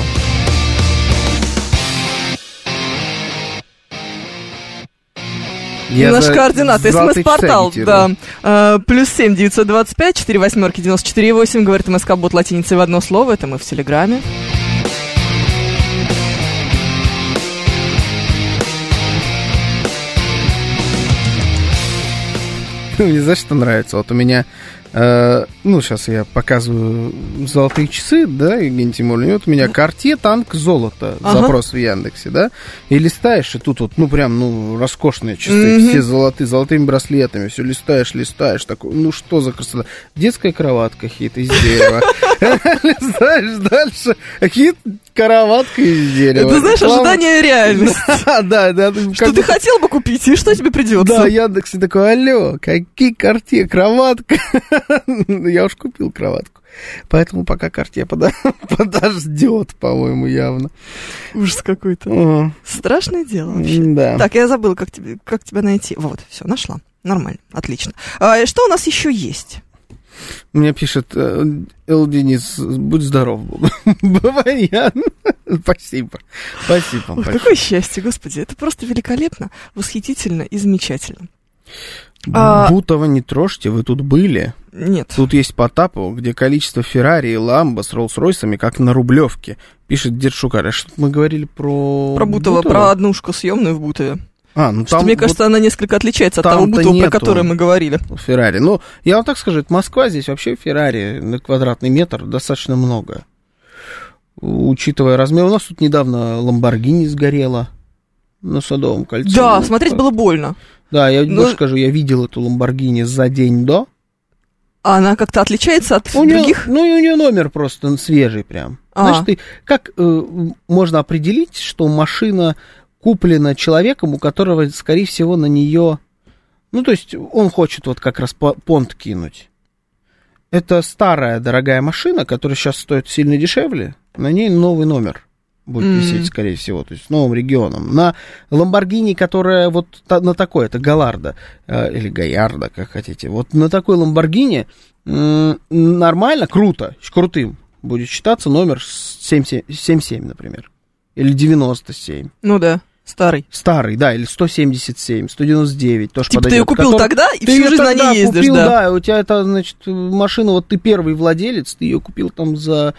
Speaker 2: Я
Speaker 3: Наши
Speaker 2: за-
Speaker 3: координаты.
Speaker 2: за три часа
Speaker 3: СМС-портал, да.
Speaker 2: агитирую.
Speaker 3: Э, Плюс семь девятьсот двадцать пять, четыре восьмерки, девяносто четыре восемь. Говорит МСК-бот латиницей в одно слово. Это мы в Телеграме.
Speaker 2: Мне знаешь, Ну, что нравится? Вот у меня, э, ну, сейчас я показываю золотые часы, да, Евгений Тимурович, и вот у меня карте танк золото,
Speaker 3: Ну. Ага.
Speaker 2: запрос в Яндексе, да, и листаешь, и тут вот, ну, прям, ну, роскошные часы,
Speaker 3: Мгм.
Speaker 2: все золотые, золотыми браслетами, все листаешь, листаешь, такой, ну, что за красота? Детская кроватка хит из дерева. Листаешь дальше, хит кроватка из дерева.
Speaker 3: Это, знаешь,
Speaker 2: Реклама.
Speaker 3: ожидание реальности.
Speaker 2: Да, да, да.
Speaker 3: Что ты хотел бы купить, и что тебе
Speaker 2: Да,
Speaker 3: придется?
Speaker 2: Яндекс и такой, алло, какие карте, кроватка. Ну, Я уж купил кроватку. Поэтому пока карте подождет, по-моему, явно.
Speaker 3: Ужас какой-то.
Speaker 2: О,
Speaker 3: Страшное дело вообще.
Speaker 2: Да.
Speaker 3: Так, я забыла, как, тебе, как тебя найти. Вот, все, нашла. Нормально, отлично. А, и что у нас еще есть?
Speaker 2: Мне пишет э, Эл Денис, будь здоров, Боб. Бывай, я. Спасибо. Спасибо.
Speaker 3: Ох,
Speaker 2: Ну, большое.
Speaker 3: какое счастье, господи. Это просто великолепно, восхитительно и замечательно. А-
Speaker 2: Бутова не трожьте, вы тут были.
Speaker 3: Нет.
Speaker 2: Тут есть Потапов, где количество Феррари и Ламбо с Роллс-Ройсами, как на Рублевке. Пишет Дершукар. А что мы говорили про...
Speaker 3: Про Бутова, про однушку съемную в Бутове.
Speaker 2: А, ну
Speaker 3: Что,
Speaker 2: там
Speaker 3: мне
Speaker 2: вот
Speaker 3: кажется, она несколько отличается от того
Speaker 2: там-то
Speaker 3: Бутова, про
Speaker 2: нету.
Speaker 3: который мы говорили.
Speaker 2: Феррари. Ну, я вам так скажу, это Москва, здесь вообще Феррари на квадратный метр достаточно много. Учитывая размер, у нас тут недавно Ламборгини сгорела на Садовом кольце.
Speaker 3: Да,
Speaker 2: Ну,
Speaker 3: смотреть было больно.
Speaker 2: Да, я
Speaker 3: Ну-
Speaker 2: больше скажу, я видел эту Ламборгини за день до.
Speaker 3: А она как-то отличается от
Speaker 2: У неё-
Speaker 3: других?
Speaker 2: ну, и у нее номер просто свежий прям.
Speaker 3: А.
Speaker 2: Знаешь, ты, как э, можно определить, что машина куплена человеком, у которого, скорее всего, на нее... Ну, то есть он хочет вот как раз по- понт кинуть. Это старая дорогая машина, которая сейчас стоит сильно дешевле. На ней новый номер будет
Speaker 3: М.
Speaker 2: висеть, скорее всего, то есть с новым регионом. На Ламборгини, которая вот та- на такой, это Галарда, э, или Гаярда, как хотите, вот на такой Ламборгини м, нормально, круто, щ- крутым будет считаться номер с- 77 77, например, или 97.
Speaker 3: Ну да, старый.
Speaker 2: Старый, да, или 177, 199, тоже
Speaker 3: Типа ты ее
Speaker 2: подойдет,
Speaker 3: купил
Speaker 2: который-
Speaker 3: тогда, и
Speaker 2: ты
Speaker 3: всю
Speaker 2: её
Speaker 3: жизнь на
Speaker 2: тогда
Speaker 3: ней ездишь,
Speaker 2: купил,
Speaker 3: да.
Speaker 2: да. у тебя это, значит, машина, вот ты первый владелец, ты ее купил там за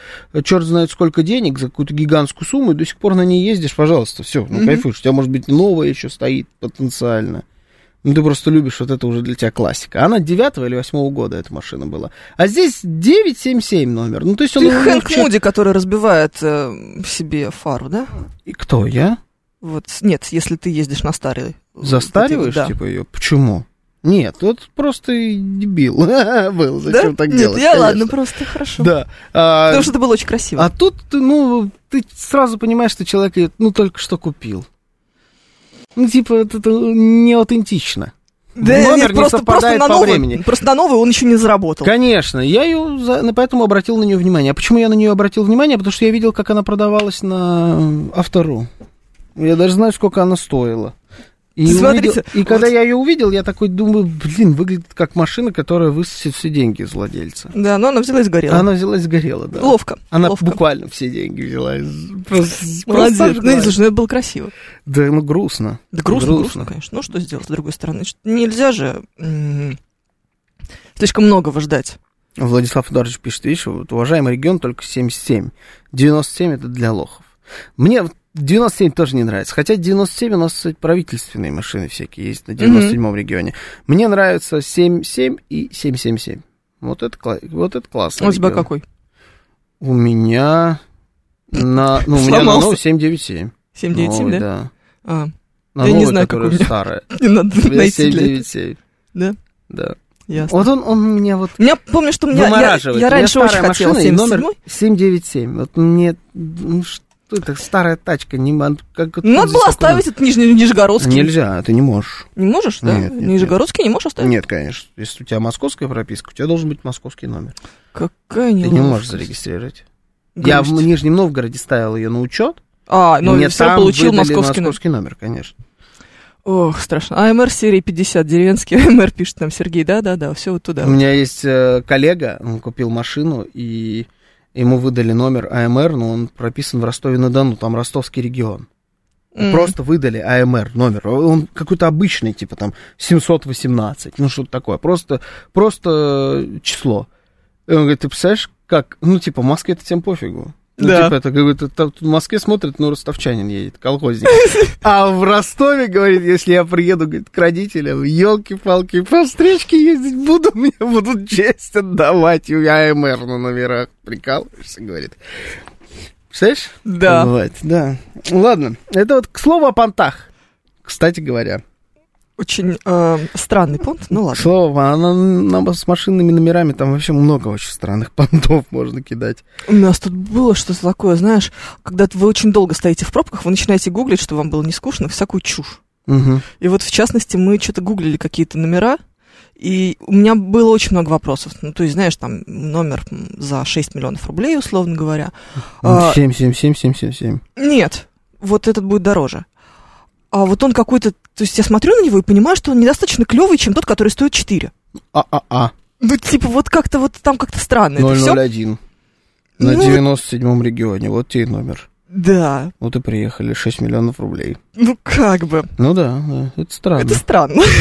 Speaker 2: черт знает сколько денег, за какую-то гигантскую сумму, и до сих пор на ней ездишь, пожалуйста, все, ну
Speaker 3: Мгм.
Speaker 2: кайфуешь, у тебя, может быть, новая еще стоит потенциально. Ну, ты просто любишь, вот это уже для тебя классика. Она девятого или восьмого года эта машина была. А здесь 977 номер. Ну, то есть он...
Speaker 3: Ты
Speaker 2: его
Speaker 3: Хэнк
Speaker 2: легче-
Speaker 3: Муди, который разбивает э, себе фару, да?
Speaker 2: И Кто, я?
Speaker 3: Вот, нет, если ты ездишь на старый. э,
Speaker 2: Застариваешь,
Speaker 3: вот эти вот,
Speaker 2: типа, ее? Почему? Нет, вот просто и дебил был.
Speaker 3: да.
Speaker 2: Зачем
Speaker 3: Да?
Speaker 2: так
Speaker 3: Нет,
Speaker 2: делать?
Speaker 3: я
Speaker 2: конечно.
Speaker 3: ладно, просто хорошо.
Speaker 2: Да. А,
Speaker 3: Потому что это было очень красиво.
Speaker 2: а тут, ты, ну, ты сразу понимаешь, что человек, её, ну, только что купил. Ну, типа, это, это не аутентично. номер не совпадает
Speaker 3: на
Speaker 2: по
Speaker 3: новый,
Speaker 2: времени.
Speaker 3: Просто на новый он еще не заработал.
Speaker 2: Конечно, я ее, поэтому обратил на нее внимание. А почему я на нее обратил внимание? Потому что я видел, как она продавалась на автору. Я даже знаю, сколько она стоила. И,
Speaker 3: Смотрите,
Speaker 2: увидел- и когда
Speaker 3: вот-
Speaker 2: я ее увидел, я такой думаю, блин, выглядит как машина, которая высосет все деньги из владельца.
Speaker 3: Да, но она взяла и сгорела.
Speaker 2: Она взяла и сгорела, да.
Speaker 3: Ловко.
Speaker 2: Она
Speaker 3: ловко.
Speaker 2: буквально все деньги взяла. и Просто,
Speaker 3: Молодец.
Speaker 2: просто
Speaker 3: ну, и
Speaker 2: сожгла.
Speaker 3: слушай, ну, это было красиво.
Speaker 2: Да, ну грустно.
Speaker 3: Да грустно, грустно, конечно. Ну, что сделать, с другой стороны? Что- Нельзя же м, слишком многого ждать.
Speaker 2: Владислав Ударович пишет, видишь, вот, уважаемый регион только 77. 97 это для лохов. Мне вот 97 тоже не нравится. Хотя 97 у нас кстати, правительственные машины всякие есть на 97-м регионе. Мне нравятся 77 и 777. Вот это, кла- вот это классно.
Speaker 3: А у тебя какой?
Speaker 2: У меня на, ну, у меня на
Speaker 3: Сломался.
Speaker 2: новый 797.
Speaker 3: 797,
Speaker 2: Новый,
Speaker 3: да? А,
Speaker 2: На
Speaker 3: Я не
Speaker 2: новый,
Speaker 3: знаю, как
Speaker 2: которая
Speaker 3: у меня.
Speaker 2: старая.
Speaker 3: не надо
Speaker 2: У меня
Speaker 3: найти для этого.
Speaker 2: 797.
Speaker 3: Да?
Speaker 2: Да.
Speaker 3: Ясно.
Speaker 2: Вот он, он меня вот
Speaker 3: У меня, помню, что у меня, Ну, я,
Speaker 2: вымораживает.
Speaker 3: я
Speaker 2: У меня
Speaker 3: раньше очень
Speaker 2: старая
Speaker 3: хотела
Speaker 2: машина и
Speaker 3: 77
Speaker 2: номер 797. Вот мне, ну, что это, старая тачка, не ман- как это
Speaker 3: Надо
Speaker 2: здесь
Speaker 3: было
Speaker 2: такое?
Speaker 3: оставить этот Нижний, Нижегородский.
Speaker 2: Нельзя, а ты не можешь.
Speaker 3: Не можешь, да?
Speaker 2: Нет, нет, нет.
Speaker 3: Нижегородский не можешь оставить?
Speaker 2: Нет, конечно. Если у тебя московская прописка, у тебя должен быть московский номер.
Speaker 3: Какая
Speaker 2: Ты не можешь зарегистрировать. Я в Нижнем Новгороде ставил ее на учет.
Speaker 3: А, ну
Speaker 2: и мне
Speaker 3: я все
Speaker 2: там
Speaker 3: равно получил
Speaker 2: выдали
Speaker 3: московский номер.
Speaker 2: московский номер, конечно.
Speaker 3: Ох, страшно. АМР серии 50, деревенский АМР, пишет нам Сергей. Да-да-да, все вот туда.
Speaker 2: У меня есть э, коллега, он купил машину, и А ему выдали номер АМР, но он прописан в Ростове-на-Дону, там ростовский регион.
Speaker 3: Мгм.
Speaker 2: Просто выдали АМР номер. Он какой-то обычный, типа там 718, ну что-то такое. Просто, просто число. И он говорит, ты представляешь, как? Ну, типа, в Москве это всем пофигу. Ну,
Speaker 3: Да.
Speaker 2: типа, это говорит, это в Москве смотрит, ну, ростовчанин едет, колхозник. А в Ростове, говорит, если я приеду, говорит, к родителям, елки-палки, по встречке ездить буду, мне будут честь отдавать. И АМР на номерах прикалываешься, говорит. Представляешь?
Speaker 3: Да.
Speaker 2: Бывает, да. Ладно, это вот к слову о понтах. Кстати говоря,
Speaker 3: Очень э, странный понт, ну
Speaker 2: к
Speaker 3: ладно.
Speaker 2: слову, она нам с машинными номерами там вообще много очень странных понтов можно кидать.
Speaker 3: У нас тут было что-то такое, знаешь, когда вы очень долго стоите в пробках, вы начинаете гуглить, что вам было не скучно, всякую чушь.
Speaker 2: Мгм.
Speaker 3: И вот, в частности, мы что-то гуглили какие-то номера, и у меня было очень много вопросов. Ну, то есть, знаешь, там номер м, за 6 миллионов рублей, условно говоря. А,
Speaker 2: Ну, Семь, семь, семь, семь, семь, семь.
Speaker 3: Нет, вот этот будет дороже. А вот он какой-то... То есть я смотрю на него и понимаю, что он недостаточно клевый, чем тот, который стоит 4.
Speaker 2: А, А-а-а.
Speaker 3: Ну, типа, вот как-то вот там как-то странно Ну, это все.
Speaker 2: 001. На
Speaker 3: Ну,
Speaker 2: 97-м регионе. Вот тебе и номер.
Speaker 3: Да,
Speaker 2: Вот и приехали. 6 миллионов рублей.
Speaker 3: ну как бы.
Speaker 2: Ну да, да. Это странно.
Speaker 3: Это странно.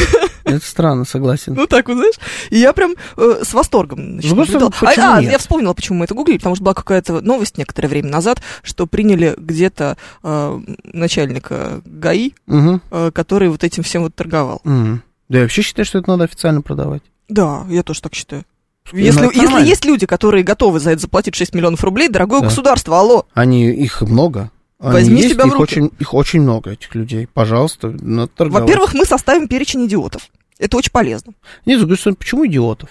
Speaker 2: Это странно, согласен.
Speaker 3: Ну так вот, знаешь. И я прям э, с восторгом значит,
Speaker 2: Ну, просто
Speaker 3: наблюдала.
Speaker 2: почему
Speaker 3: а, а,
Speaker 2: нет?
Speaker 3: я вспомнила, почему мы это гуглили, потому что была какая-то новость некоторое время назад, что приняли где-то э, начальника ГАИ,
Speaker 2: Мгм.
Speaker 3: э, который вот этим всем вот торговал.
Speaker 2: Мгм. Да я вообще считаю, что это надо официально продавать.
Speaker 3: Да, я тоже так считаю.
Speaker 2: Ну,
Speaker 3: Если,
Speaker 2: это
Speaker 3: если
Speaker 2: нормально.
Speaker 3: есть люди, которые готовы за это заплатить 6 миллионов рублей, дорогое
Speaker 2: Да.
Speaker 3: государство, алло,
Speaker 2: Они, их много. Они
Speaker 3: Возьми
Speaker 2: есть,
Speaker 3: себя в
Speaker 2: их
Speaker 3: руки.
Speaker 2: Очень, их очень много, этих людей. Пожалуйста, надо торговать.
Speaker 3: во-первых, мы составим перечень идиотов. Это очень полезно.
Speaker 2: Нет, говорю, что почему идиотов?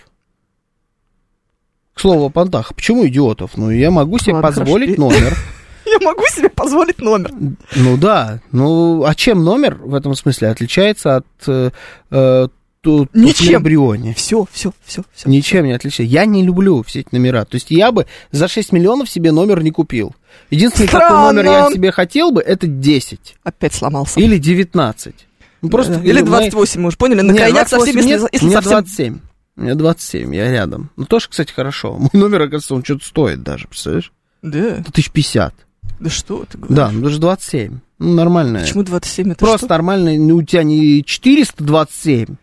Speaker 2: К слову о понтах, почему идиотов? Ну, я могу себе
Speaker 3: Ладно,
Speaker 2: позволить
Speaker 3: хорошо.
Speaker 2: номер.
Speaker 3: Я могу себе позволить номер.
Speaker 2: Ну да, ну а чем номер в этом смысле отличается от э, э, ту-
Speaker 3: Ничем.
Speaker 2: туфли-бриони?
Speaker 3: Все, все, все, все.
Speaker 2: Ничем не отличается. Я не люблю все эти номера. То есть я бы за 6 миллионов себе номер не купил. Единственный, какой
Speaker 3: Странно.
Speaker 2: номер я себе хотел бы, это 10
Speaker 3: Опять сломался.
Speaker 2: или 19. Ну, просто,
Speaker 3: Да. Или
Speaker 2: ну, мои-
Speaker 3: 28, мы уже поняли, на
Speaker 2: Не,
Speaker 3: крайняк совсем,
Speaker 2: 28
Speaker 3: если,
Speaker 2: нет,
Speaker 3: если
Speaker 2: у меня
Speaker 3: совсем
Speaker 2: 27. У меня 27, я рядом. Ну, тоже, кстати, хорошо. Мой номер, оказывается, он что-то стоит даже, представляешь?
Speaker 3: Да,
Speaker 2: Это 1050.
Speaker 3: да что ты говоришь?
Speaker 2: Да, ну даже 27. Ну, нормально.
Speaker 3: Почему 27 это
Speaker 2: Просто
Speaker 3: что?
Speaker 2: нормально, ну, у тебя не 427.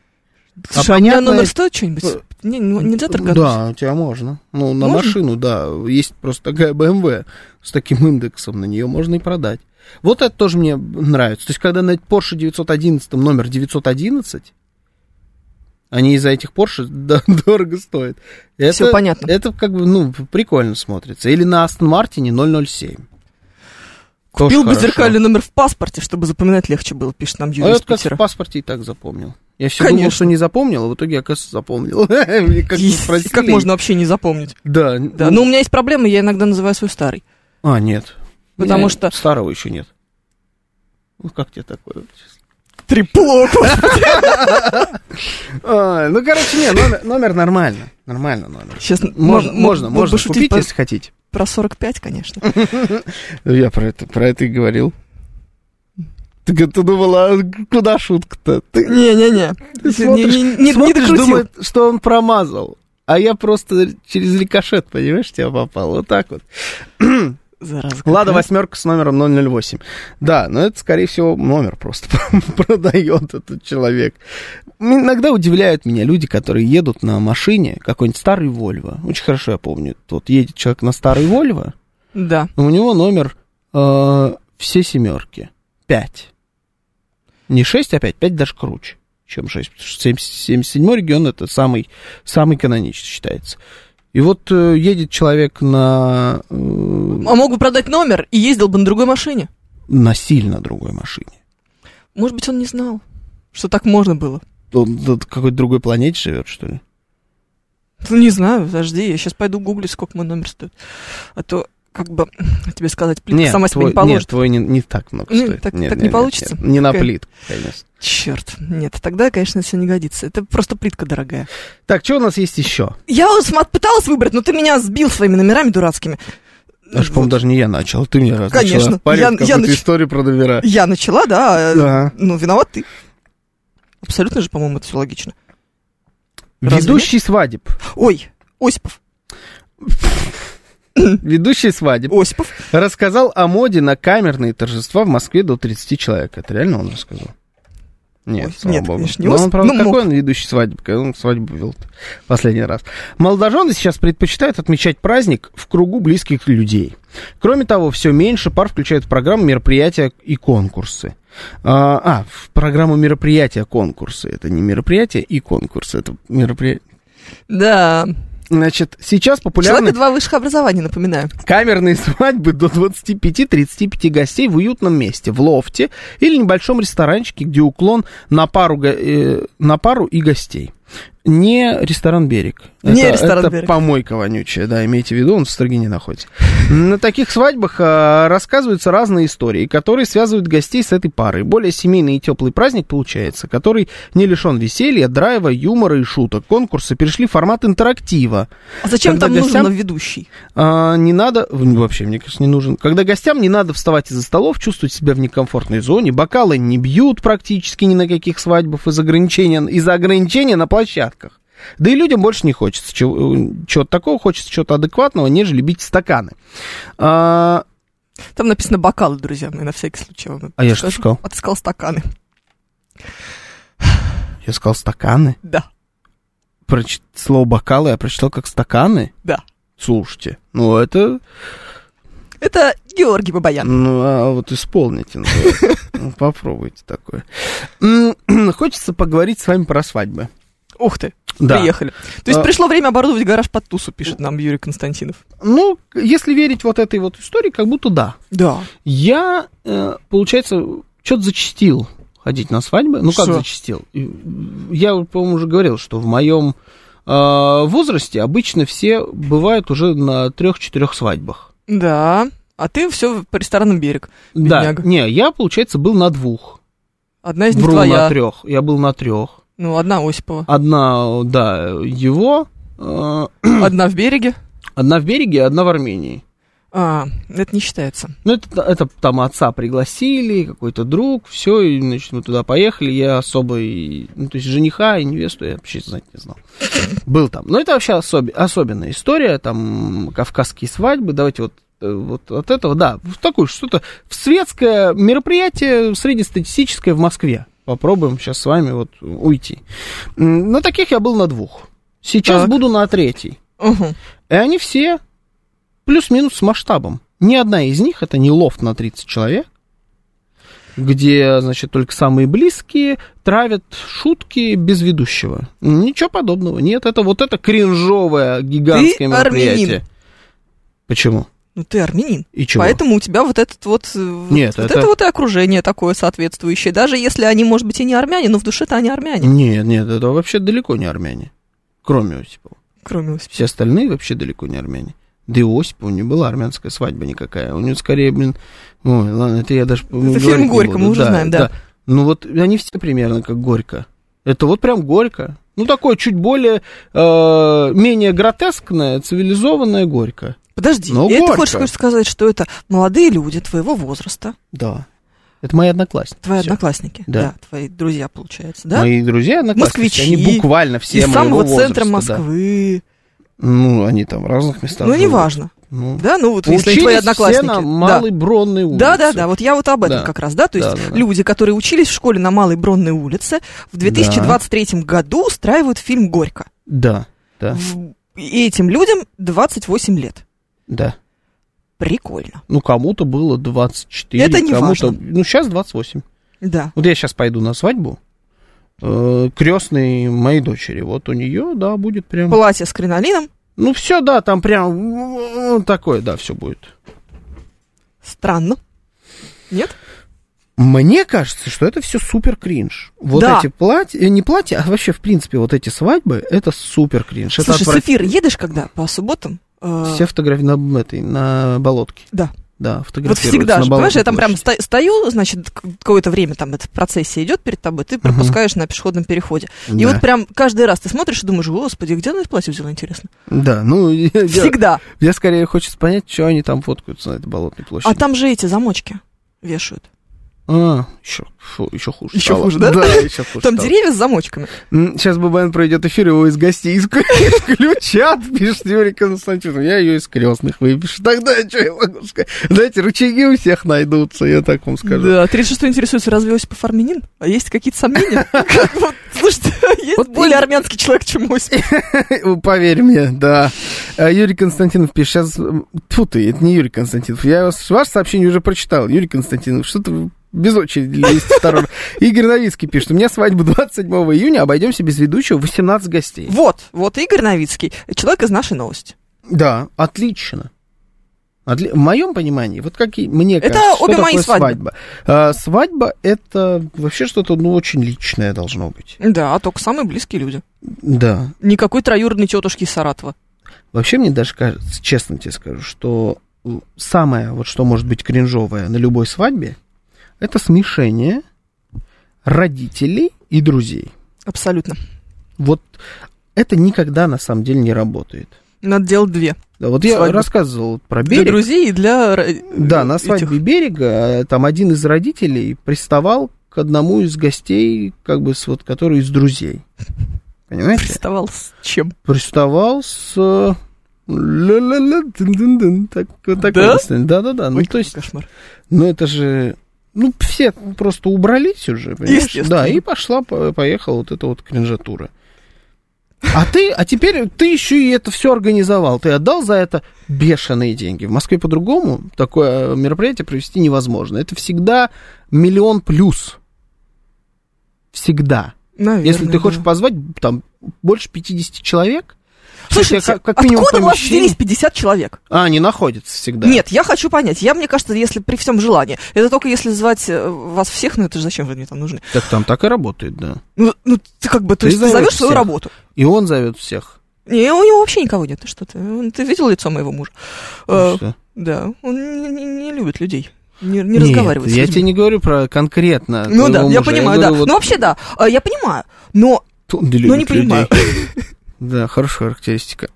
Speaker 3: Слушай,
Speaker 2: а
Speaker 3: а у меня
Speaker 2: понятно-
Speaker 3: номер стоит что-нибудь? Не, ну, нельзя торговать.
Speaker 2: Э, Да, у тебя можно. Ну, на
Speaker 3: Можно?
Speaker 2: машину, да. Есть просто такая BMW с таким индексом, на нее можно и продать. Вот это тоже мне нравится. То есть, когда на Porsche 911 номер 911, они из-за этих Porsche да, дорого стоят. Это,
Speaker 3: Всё понятно.
Speaker 2: Это как бы, ну, прикольно смотрится. Или на Aston Martin 007. Тоже
Speaker 3: Купил бы
Speaker 2: хорошо.
Speaker 3: зеркальный номер в паспорте, чтобы запоминать легче было, пишет нам
Speaker 2: А
Speaker 3: Юрий
Speaker 2: я
Speaker 3: из
Speaker 2: вот как в
Speaker 3: Питера.
Speaker 2: паспорте и так запомнил. Я все думал,
Speaker 3: Конечно.
Speaker 2: что не запомнил, а в итоге, оказывается, запомнил. Мне как-то
Speaker 3: Есть. Как
Speaker 2: спросили.
Speaker 3: можно вообще не запомнить?
Speaker 2: Да,
Speaker 3: Да, но у меня есть проблема, я иногда называю свой старый.
Speaker 2: А, нет.
Speaker 3: Потому
Speaker 2: Нет,
Speaker 3: что-
Speaker 2: Старого еще нет. Ну, как тебе такое?
Speaker 3: Трепло.
Speaker 2: А, ну, короче, нет, номер, номер нормально. Нормально номер.
Speaker 3: Сейчас
Speaker 2: Можно,
Speaker 3: м- м-
Speaker 2: можно,
Speaker 3: мог бы
Speaker 2: можно
Speaker 3: шутить
Speaker 2: купить,
Speaker 3: про-
Speaker 2: если хотите.
Speaker 3: про 45, конечно.
Speaker 2: Я про это, про это и говорил. Ты, г- ты думала, а куда шутка-то? Ты
Speaker 3: Не-не-не.
Speaker 2: Ты
Speaker 3: Не-
Speaker 2: смотришь,
Speaker 3: не- не- не
Speaker 2: смотришь
Speaker 3: докрутил.
Speaker 2: думает, что он промазал. А я просто через рикошет, понимаешь, тебя попал. Вот так вот.
Speaker 3: Зараза. какая.
Speaker 2: Лада восьмерка с номером 008. Да, но это, скорее всего, номер просто продает этот человек. Иногда удивляют меня люди, которые едут на машине какой-нибудь старый Вольво. Очень хорошо я помню. Вот едет человек на старый Вольво,
Speaker 3: Да.
Speaker 2: у него номер э, все семерки. Пять. Не шесть, а пять. Пять даже круче, чем шесть. Потому что семь- 77 регион это самый, самый каноничный считается. И вот э, едет человек на... э,
Speaker 3: А мог бы продать номер и ездил бы на другой машине.
Speaker 2: насильно другой машине.
Speaker 3: Может быть, он не знал, что так можно было.
Speaker 2: Он на какой-то другой планете живет, что ли?
Speaker 3: Ну, не знаю, подожди, я сейчас пойду гуглить, сколько мой номер стоит. А то, как бы, тебе сказать, плитка сама себя
Speaker 2: твой,
Speaker 3: не положит.
Speaker 2: нет, твой не, не так много
Speaker 3: Ну,
Speaker 2: стоит.
Speaker 3: так-
Speaker 2: Нет,
Speaker 3: так
Speaker 2: нет,
Speaker 3: не
Speaker 2: нет,
Speaker 3: получится.
Speaker 2: нет. Не на
Speaker 3: Какая-
Speaker 2: плитку, конечно.
Speaker 3: Черт, нет, тогда, конечно, все не годится. Это просто плитка дорогая.
Speaker 2: Так, что у нас есть еще?
Speaker 3: Я вот см- пыталась выбрать, но ты меня сбил своими номерами дурацкими.
Speaker 2: Аж, по-моему,
Speaker 3: Вот.
Speaker 2: даже не я начал, а ты мне раз
Speaker 3: Конечно.
Speaker 2: начала впаривать
Speaker 3: Я- я
Speaker 2: Ну, какую-то
Speaker 3: нач-
Speaker 2: историю про номера.
Speaker 3: Я начала, да, э,
Speaker 2: Да.
Speaker 3: ну, виноват ты. Абсолютно же, по-моему, это все логично. Разве
Speaker 2: Ведущий свадеб.
Speaker 3: Ой, Осипов.
Speaker 2: ведущий свадеб,
Speaker 3: Осипов.
Speaker 2: рассказал о моде на камерные торжества в Москве до 30 человек. Это реально он рассказал? Нет,
Speaker 3: Ой,
Speaker 2: слава
Speaker 3: нет,
Speaker 2: богу.
Speaker 3: конечно, не
Speaker 2: Но
Speaker 3: успел.
Speaker 2: он, правда,
Speaker 3: Ну,
Speaker 2: какой
Speaker 3: мог.
Speaker 2: он ведущий свадьбы? Когда Он свадьбу вел последний раз. Молодожены сейчас предпочитают отмечать праздник в кругу близких людей. Кроме того, все меньше пар включают в программу мероприятия и конкурсы. А, а, в программу мероприятия конкурсы. Это не мероприятие и конкурсы, это мероприятие.
Speaker 3: Да.
Speaker 2: Значит, сейчас популярны...
Speaker 3: Человека два высших образования, напоминаю.
Speaker 2: Камерные свадьбы до 25-35 гостей в уютном месте, в лофте или небольшом ресторанчике, где уклон на пару, го- э, на пару и гостей. Не ресторан «Берег».
Speaker 3: Не
Speaker 2: это,
Speaker 3: ресторан
Speaker 2: это
Speaker 3: «Берег».
Speaker 2: помойка вонючая, да, имейте в виду, он в Строгине находится. На таких свадьбах э, рассказываются разные истории, которые связывают гостей с этой парой. Более семейный и теплый праздник получается, который не лишен веселья, драйва, юмора и шуток. Конкурсы перешли в формат интерактива.
Speaker 3: А зачем
Speaker 2: Когда
Speaker 3: там
Speaker 2: гостям-
Speaker 3: нужен ведущий?
Speaker 2: А, не надо, в- вообще, мне кажется, не нужен. Когда гостям не надо вставать из-за столов, чувствовать себя в некомфортной зоне, бокалы не бьют практически ни на каких свадьбах из-за ограничения, из-за ограничения на площадках. Да и людям больше не хочется э, чего-то такого, хочется чего-то адекватного, нежели бить стаканы. А,
Speaker 3: Там написано бокалы, друзья мои, на всякий случай. вам
Speaker 2: А я что
Speaker 3: скажу.
Speaker 2: сказал?
Speaker 3: А ты сказал стаканы.
Speaker 2: я сказал стаканы.
Speaker 3: Да.
Speaker 2: Прочит- Слово бокалы я прочитал как стаканы.
Speaker 3: Да.
Speaker 2: Слушайте, ну это
Speaker 3: Это Георгий Бабаян.
Speaker 2: Ну, а вот исполните. называется. Ну, Попробуйте такое. М, Хочется поговорить с вами про свадьбы.
Speaker 3: Ух ты,
Speaker 2: Да.
Speaker 3: приехали. То есть
Speaker 2: А-
Speaker 3: пришло время оборудовать гараж под тусу, пишет нам Юрий Константинов.
Speaker 2: Ну, если верить вот этой вот истории, как будто да.
Speaker 3: Да.
Speaker 2: Я, э, получается, что-то зачастил ходить на свадьбы. Ну, как
Speaker 3: Что?
Speaker 2: зачастил? И, м, Я, по-моему, уже говорил, что в моем возрасте обычно все бывают уже на трех-четырех свадьбах.
Speaker 3: Да. А ты все по ресторанам берег. Бедняга.
Speaker 2: Да, не, я, получается, был на двух.
Speaker 3: Одна из них
Speaker 2: Вру,
Speaker 3: твоя.
Speaker 2: на трех. Я был на трех.
Speaker 3: Ну, одна Осипова.
Speaker 2: Одна, да, его, э,
Speaker 3: Одна в береге.
Speaker 2: одна в береге, одна в Армении.
Speaker 3: А, это не считается.
Speaker 2: Ну, это, это там отца пригласили, какой-то друг, все, и, значит, мы туда поехали, я особо, и- ну, то есть жениха и невесту я вообще знать не знал. Был там. Но это вообще особи- особенная история, там, кавказские свадьбы, давайте вот э, вот от этого, да, в такое что-то, в светское мероприятие среднестатистическое в Москве. Попробуем сейчас с вами вот уйти. М, На таких я был на двух. Сейчас
Speaker 3: Так.
Speaker 2: буду на третий.
Speaker 3: Угу.
Speaker 2: И они все плюс-минус с масштабом. Ни одна из них это не лофт на 30 человек, где, значит, только самые близкие травят шутки без ведущего. Ничего подобного. Нет, это вот это кринжовое гигантское
Speaker 3: Ты
Speaker 2: мероприятие.
Speaker 3: армянин.
Speaker 2: Почему?
Speaker 3: Ну, ты армянин.
Speaker 2: И чего?
Speaker 3: Поэтому у тебя вот этот вот... э, вот-
Speaker 2: Нет,
Speaker 3: вот
Speaker 2: это-
Speaker 3: это... вот и окружение такое соответствующее. Даже если они, может быть, и не армяне, но в душе-то они армяне.
Speaker 2: Нет, нет, это вообще далеко не армяне. Кроме типа, Осипова.
Speaker 3: Кроме Осипова.
Speaker 2: Все остальные вообще далеко не армяне. Да и у Осипова не была армянская свадьба никакая. У него скорее, блин... Ой, ладно, это я даже...
Speaker 3: фильм «Горько», мы уже знаем, да.
Speaker 2: Ну вот они все примерно как «Горько». Это вот прям «Горько». Ну такое чуть более... э, менее гротескное, цивилизованное «Горько».
Speaker 3: Подожди,
Speaker 2: Но
Speaker 3: и
Speaker 2: горько.
Speaker 3: ты хочешь, хочешь сказать, что это молодые люди твоего возраста,
Speaker 2: Да. Это мои одноклассники.
Speaker 3: твои
Speaker 2: Всё.
Speaker 3: одноклассники,
Speaker 2: Да.
Speaker 3: да. твои друзья, получается, да?
Speaker 2: Мои друзья одноклассники.
Speaker 3: Москвичи.
Speaker 2: Они буквально все
Speaker 3: Из
Speaker 2: моего
Speaker 3: самого
Speaker 2: возраста,
Speaker 3: центра
Speaker 2: да.
Speaker 3: Москвы.
Speaker 2: Ну, они там в разных местах
Speaker 3: Ну,
Speaker 2: живут.
Speaker 3: неважно,
Speaker 2: Ну,
Speaker 3: да? Ну, вот если
Speaker 2: Учились
Speaker 3: они
Speaker 2: все
Speaker 3: твои одноклассники.
Speaker 2: на
Speaker 3: Да.
Speaker 2: Малой Бронной улице.
Speaker 3: Да, да, да, вот я вот об этом
Speaker 2: Да.
Speaker 3: как раз, да, то есть
Speaker 2: Да, да, да.
Speaker 3: люди, которые учились в школе на Малой Бронной улице, в 2023 году устраивают фильм «Горько».
Speaker 2: Да, да,
Speaker 3: В- И этим людям 28 лет.
Speaker 2: да.
Speaker 3: Прикольно.
Speaker 2: Ну, кому-то было 24,
Speaker 3: Это не
Speaker 2: кому-то...
Speaker 3: важно.
Speaker 2: Ну, сейчас 28.
Speaker 3: Да.
Speaker 2: Вот я сейчас пойду на свадьбу. крестный моей дочери. Вот у нее, да, будет прям...
Speaker 3: Платье с кринолином.
Speaker 2: Ну, все, да, там прям такое, да, все будет.
Speaker 3: Странно. Нет?
Speaker 2: Мне кажется, что это все супер кринж. Вот
Speaker 3: Да.
Speaker 2: эти платья, э, не платья, а вообще, в принципе, вот эти свадьбы, это супер кринж. Это
Speaker 3: Слушай,
Speaker 2: отвратительно.
Speaker 3: Сефир, едешь когда? По субботам? Э,
Speaker 2: Все фотографии на этой, на болотке.
Speaker 3: Да.
Speaker 2: Да,
Speaker 3: Вот
Speaker 2: фотографируются
Speaker 3: всегда
Speaker 2: на
Speaker 3: же, понимаешь, я там прям
Speaker 2: Болотной
Speaker 3: ста- стою, значит, к- какое-то время там эта процессия идет перед тобой, ты пропускаешь на пешеходном переходе.
Speaker 2: площади.
Speaker 3: И
Speaker 2: Да.
Speaker 3: вот прям каждый раз ты смотришь и думаешь, господи, где она это платье взяла, интересно?
Speaker 2: Да, ну, я, я-
Speaker 3: Всегда. А
Speaker 2: я скорее хочется понять, что они там фоткаются на этой болотной площади.
Speaker 3: А там же эти замочки вешают.
Speaker 2: А, еще, фу, еще хуже.
Speaker 3: Еще
Speaker 2: стало.
Speaker 3: хуже, да?
Speaker 2: Да, еще хуже.
Speaker 3: Там
Speaker 2: стало.
Speaker 3: деревья с замочками.
Speaker 2: М, Сейчас ББН пройдет эфир, его из гостей иск- исключат, пишет Юрий Константинович. Я ее из крестных выпишу. Тогда что я могу сказать? Знаете, рычаги у всех найдутся, я так вам скажу.
Speaker 3: Да, 36 интересуется, разве Осипов армянин? А есть какие-то сомнения? Как вот, Слушайте, есть
Speaker 2: Вот
Speaker 3: более армянский человек, чем Осипов.
Speaker 2: Э, Поверь мне, да. А, Юрий Константинов пишет, сейчас... Тьфу ты, это не Юрий Константинов. Я вас- ваше сообщение уже прочитал. Юрий Константинов, что-то вы без очереди лезете в сторону. Игорь Новицкий пишет, у меня свадьба 27 июня, обойдемся без ведущего, 18 гостей.
Speaker 3: Вот, вот Игорь Новицкий, человек из нашей новости.
Speaker 2: Да, отлично. Отли- В моем понимании, вот как и мне
Speaker 3: Это
Speaker 2: кажется, что
Speaker 3: обе
Speaker 2: такое
Speaker 3: мои свадьбы.
Speaker 2: свадьба. А, свадьба это вообще что-то ну очень личное должно быть.
Speaker 3: Да, только самые близкие люди.
Speaker 2: Да.
Speaker 3: Никакой троюродной тетушки из Саратова.
Speaker 2: Вообще мне даже кажется, честно тебе скажу, что м, самое вот что может быть кринжовое на любой свадьбе, это смешение родителей и друзей.
Speaker 3: Абсолютно.
Speaker 2: Вот это никогда на самом деле не работает.
Speaker 3: Надо делать две.
Speaker 2: Да, вот я
Speaker 3: Свадьба.
Speaker 2: рассказывал про
Speaker 3: Для
Speaker 2: берег.
Speaker 3: друзей и для... ро-
Speaker 2: Да, на
Speaker 3: этих.
Speaker 2: свадьбе берега э, там один из родителей приставал к одному из гостей, как бы с вот который из друзей. Понимаете?
Speaker 3: Приставал с чем?
Speaker 2: Приставал с э, ля-ля-ля, дын-дын-дын, так, вот такой
Speaker 3: Да?
Speaker 2: вот, Да-да-да. Ну,
Speaker 3: Ой,
Speaker 2: то есть,
Speaker 3: Кошмар.
Speaker 2: ну это же, ну, все просто убрались уже, понимаешь?
Speaker 3: Естественно.
Speaker 2: Да, и пошла, по- поехала вот эта вот кринжатура. А ты, а теперь ты еще и это все организовал. Ты отдал за это бешеные деньги. В Москве по-другому такое мероприятие провести невозможно. Это всегда миллион плюс. Всегда.
Speaker 3: Наверное,
Speaker 2: Если ты
Speaker 3: да.
Speaker 2: хочешь позвать там больше 50 человек,
Speaker 3: Слушайте,
Speaker 2: как- как минимум
Speaker 3: откуда у вас
Speaker 2: помещение.
Speaker 3: взялись 50 человек?
Speaker 2: а они находятся всегда.
Speaker 3: Нет, я хочу понять. Я, мне кажется, если при всем желании. Это только если звать э, вас всех, ну это же зачем вы мне там нужны?
Speaker 2: Так там так и работает, да.
Speaker 3: Ну, ну, ты как бы, то
Speaker 2: Ты
Speaker 3: есть ты
Speaker 2: зовёшь
Speaker 3: зовешь свою
Speaker 2: всех.
Speaker 3: работу.
Speaker 2: И он зовет всех.
Speaker 3: Не, у него вообще никого нет. Ты что ты? Ну, Ты видел лицо моего мужа? Э,
Speaker 2: Что?
Speaker 3: да, он не, не- не любит людей. Не, не
Speaker 2: Нет,
Speaker 3: разговаривает с
Speaker 2: Я
Speaker 3: людьми.
Speaker 2: тебе не говорю про конкретно.
Speaker 3: Ну да,
Speaker 2: твоего
Speaker 3: я
Speaker 2: мужа.
Speaker 3: понимаю, да.
Speaker 2: говорю, вот
Speaker 3: Ну вообще да, Э, я понимаю, но
Speaker 2: он не
Speaker 3: ну, не
Speaker 2: любит людей.
Speaker 3: понимаю.
Speaker 2: Да, хорошая характеристика.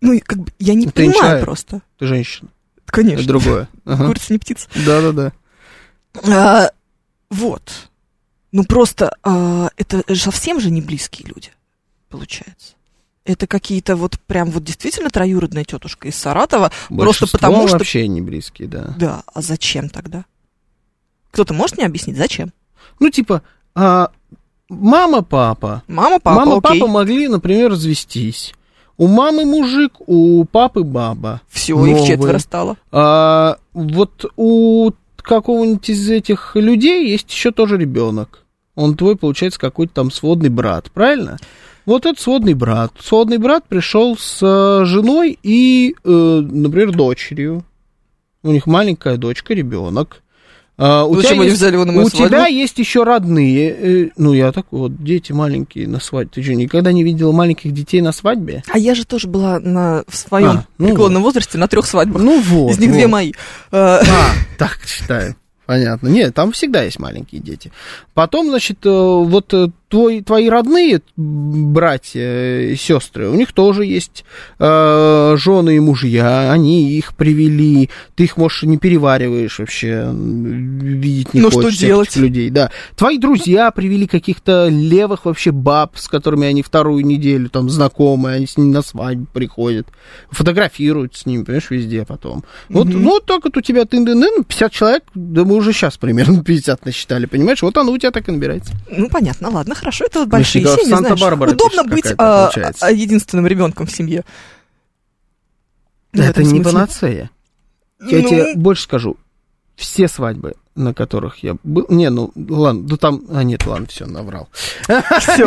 Speaker 3: ну, как бы, я не
Speaker 2: Ты
Speaker 3: понимаю
Speaker 2: человек.
Speaker 3: просто.
Speaker 2: Ты женщина. Это
Speaker 3: Конечно.
Speaker 2: другое. Ага.
Speaker 3: Курица не птица.
Speaker 2: Да-да-да.
Speaker 3: А, вот. Ну просто а, это же совсем же не близкие люди, получается. Это какие-то вот прям вот действительно троюродная тетушка из Саратова. Просто
Speaker 2: Большинство
Speaker 3: потому что...
Speaker 2: вообще не близкие, да.
Speaker 3: Да, а зачем тогда? Кто-то может мне объяснить, зачем?
Speaker 2: Ну, типа, а, мама, папа.
Speaker 3: Мама, папа,
Speaker 2: мама,
Speaker 3: окей.
Speaker 2: папа могли, например, развестись. У мамы мужик, у папы баба.
Speaker 3: Все,
Speaker 2: новые.
Speaker 3: их четверо стало.
Speaker 2: А, вот у какого-нибудь из этих людей есть еще тоже ребенок. Он твой, получается, какой-то там сводный брат, правильно? Вот этот сводный брат. Сводный брат пришел с э, женой и, э, например, дочерью. У них маленькая дочка, ребенок. А, у
Speaker 3: Зачем
Speaker 2: тебя
Speaker 3: они
Speaker 2: есть-
Speaker 3: взяли его на мою
Speaker 2: у
Speaker 3: свадьбу?
Speaker 2: тебя есть еще родные. э, ну, я такой, вот дети маленькие на свадьбе. Ты что, никогда не видела маленьких детей на свадьбе?
Speaker 3: А я же тоже была на, в своем
Speaker 2: А, ну
Speaker 3: преклонном возрасте на трех свадьбах.
Speaker 2: Ну вот.
Speaker 3: Из них две
Speaker 2: вот.
Speaker 3: мои. А,
Speaker 2: А, так считаю. Понятно. Нет, там всегда есть маленькие дети. Потом, значит, э, вот э, твой, твои родные м, братья и сестры, у них тоже есть э, жены и мужья, они их привели, ты их, может, не перевариваешь вообще, м, видеть не
Speaker 3: Ну,
Speaker 2: хочешь
Speaker 3: что
Speaker 2: всех
Speaker 3: делать?
Speaker 2: этих людей, да. Твои друзья привели каких-то левых вообще баб, с которыми они вторую неделю там знакомые, они с ними на свадьбу приходят, фотографируют с ними, понимаешь, везде потом. Вот, ну, вот так вот у тебя тын 50 человек, да мы уже сейчас примерно 50 насчитали, понимаешь? Вот оно у тебя так и набирается.
Speaker 3: Ну, понятно, ладно, хорошо, это вот большие
Speaker 2: Нифига,
Speaker 3: семьи, знаешь.
Speaker 2: Санта-Барбара
Speaker 3: Удобно
Speaker 2: пишет
Speaker 3: быть
Speaker 2: какая-то,
Speaker 3: а,
Speaker 2: получается.
Speaker 3: а, единственным ребенком в семье. В
Speaker 2: это
Speaker 3: этом
Speaker 2: не
Speaker 3: смысле.
Speaker 2: панацея. Я
Speaker 3: Ну,
Speaker 2: тебе больше скажу. Все свадьбы, на которых я был... Не, ну, ладно, да там... А, нет, ладно, все, наврал.
Speaker 3: Ну, всё,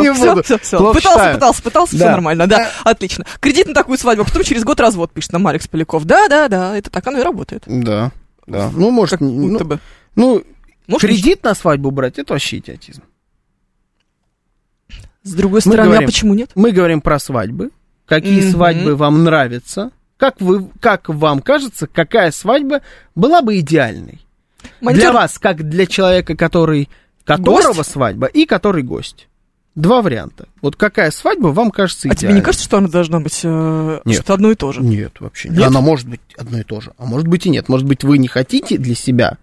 Speaker 2: не
Speaker 3: всё,
Speaker 2: буду.
Speaker 3: всё, всё.
Speaker 2: Плохо
Speaker 3: Пытался,
Speaker 2: читаю.
Speaker 3: пытался, пытался, все
Speaker 2: Да.
Speaker 3: нормально, да, отлично. Кредит на такую свадьбу, а потом через год развод, пишет нам Алекс Поляков. Да, да, да, это так оно и работает.
Speaker 2: Да, да. Ну, может,
Speaker 3: Как
Speaker 2: ну,
Speaker 3: будто бы.
Speaker 2: ну,
Speaker 3: Может,
Speaker 2: кредит на свадьбу брать, это вообще идиотизм.
Speaker 3: С другой
Speaker 2: Мы
Speaker 3: стороны, а
Speaker 2: говорим.
Speaker 3: почему нет?
Speaker 2: Мы говорим про свадьбы. Какие
Speaker 3: Мгм.
Speaker 2: свадьбы вам нравятся? Как, вы, как вам кажется, какая свадьба была бы идеальной?
Speaker 3: Монтёр-
Speaker 2: Для вас, как для человека, который, которого
Speaker 3: Гость?
Speaker 2: свадьба и который гость. Два варианта. Вот какая свадьба вам кажется
Speaker 3: а тебе не
Speaker 2: идеальной?
Speaker 3: кажется, что оно должно быть э,
Speaker 2: Нет.
Speaker 3: что-то одно и то же?
Speaker 2: Нет, вообще нет.
Speaker 3: Нет?
Speaker 2: Она может быть одно и то же, а может быть и нет. Может быть, вы не хотите для себя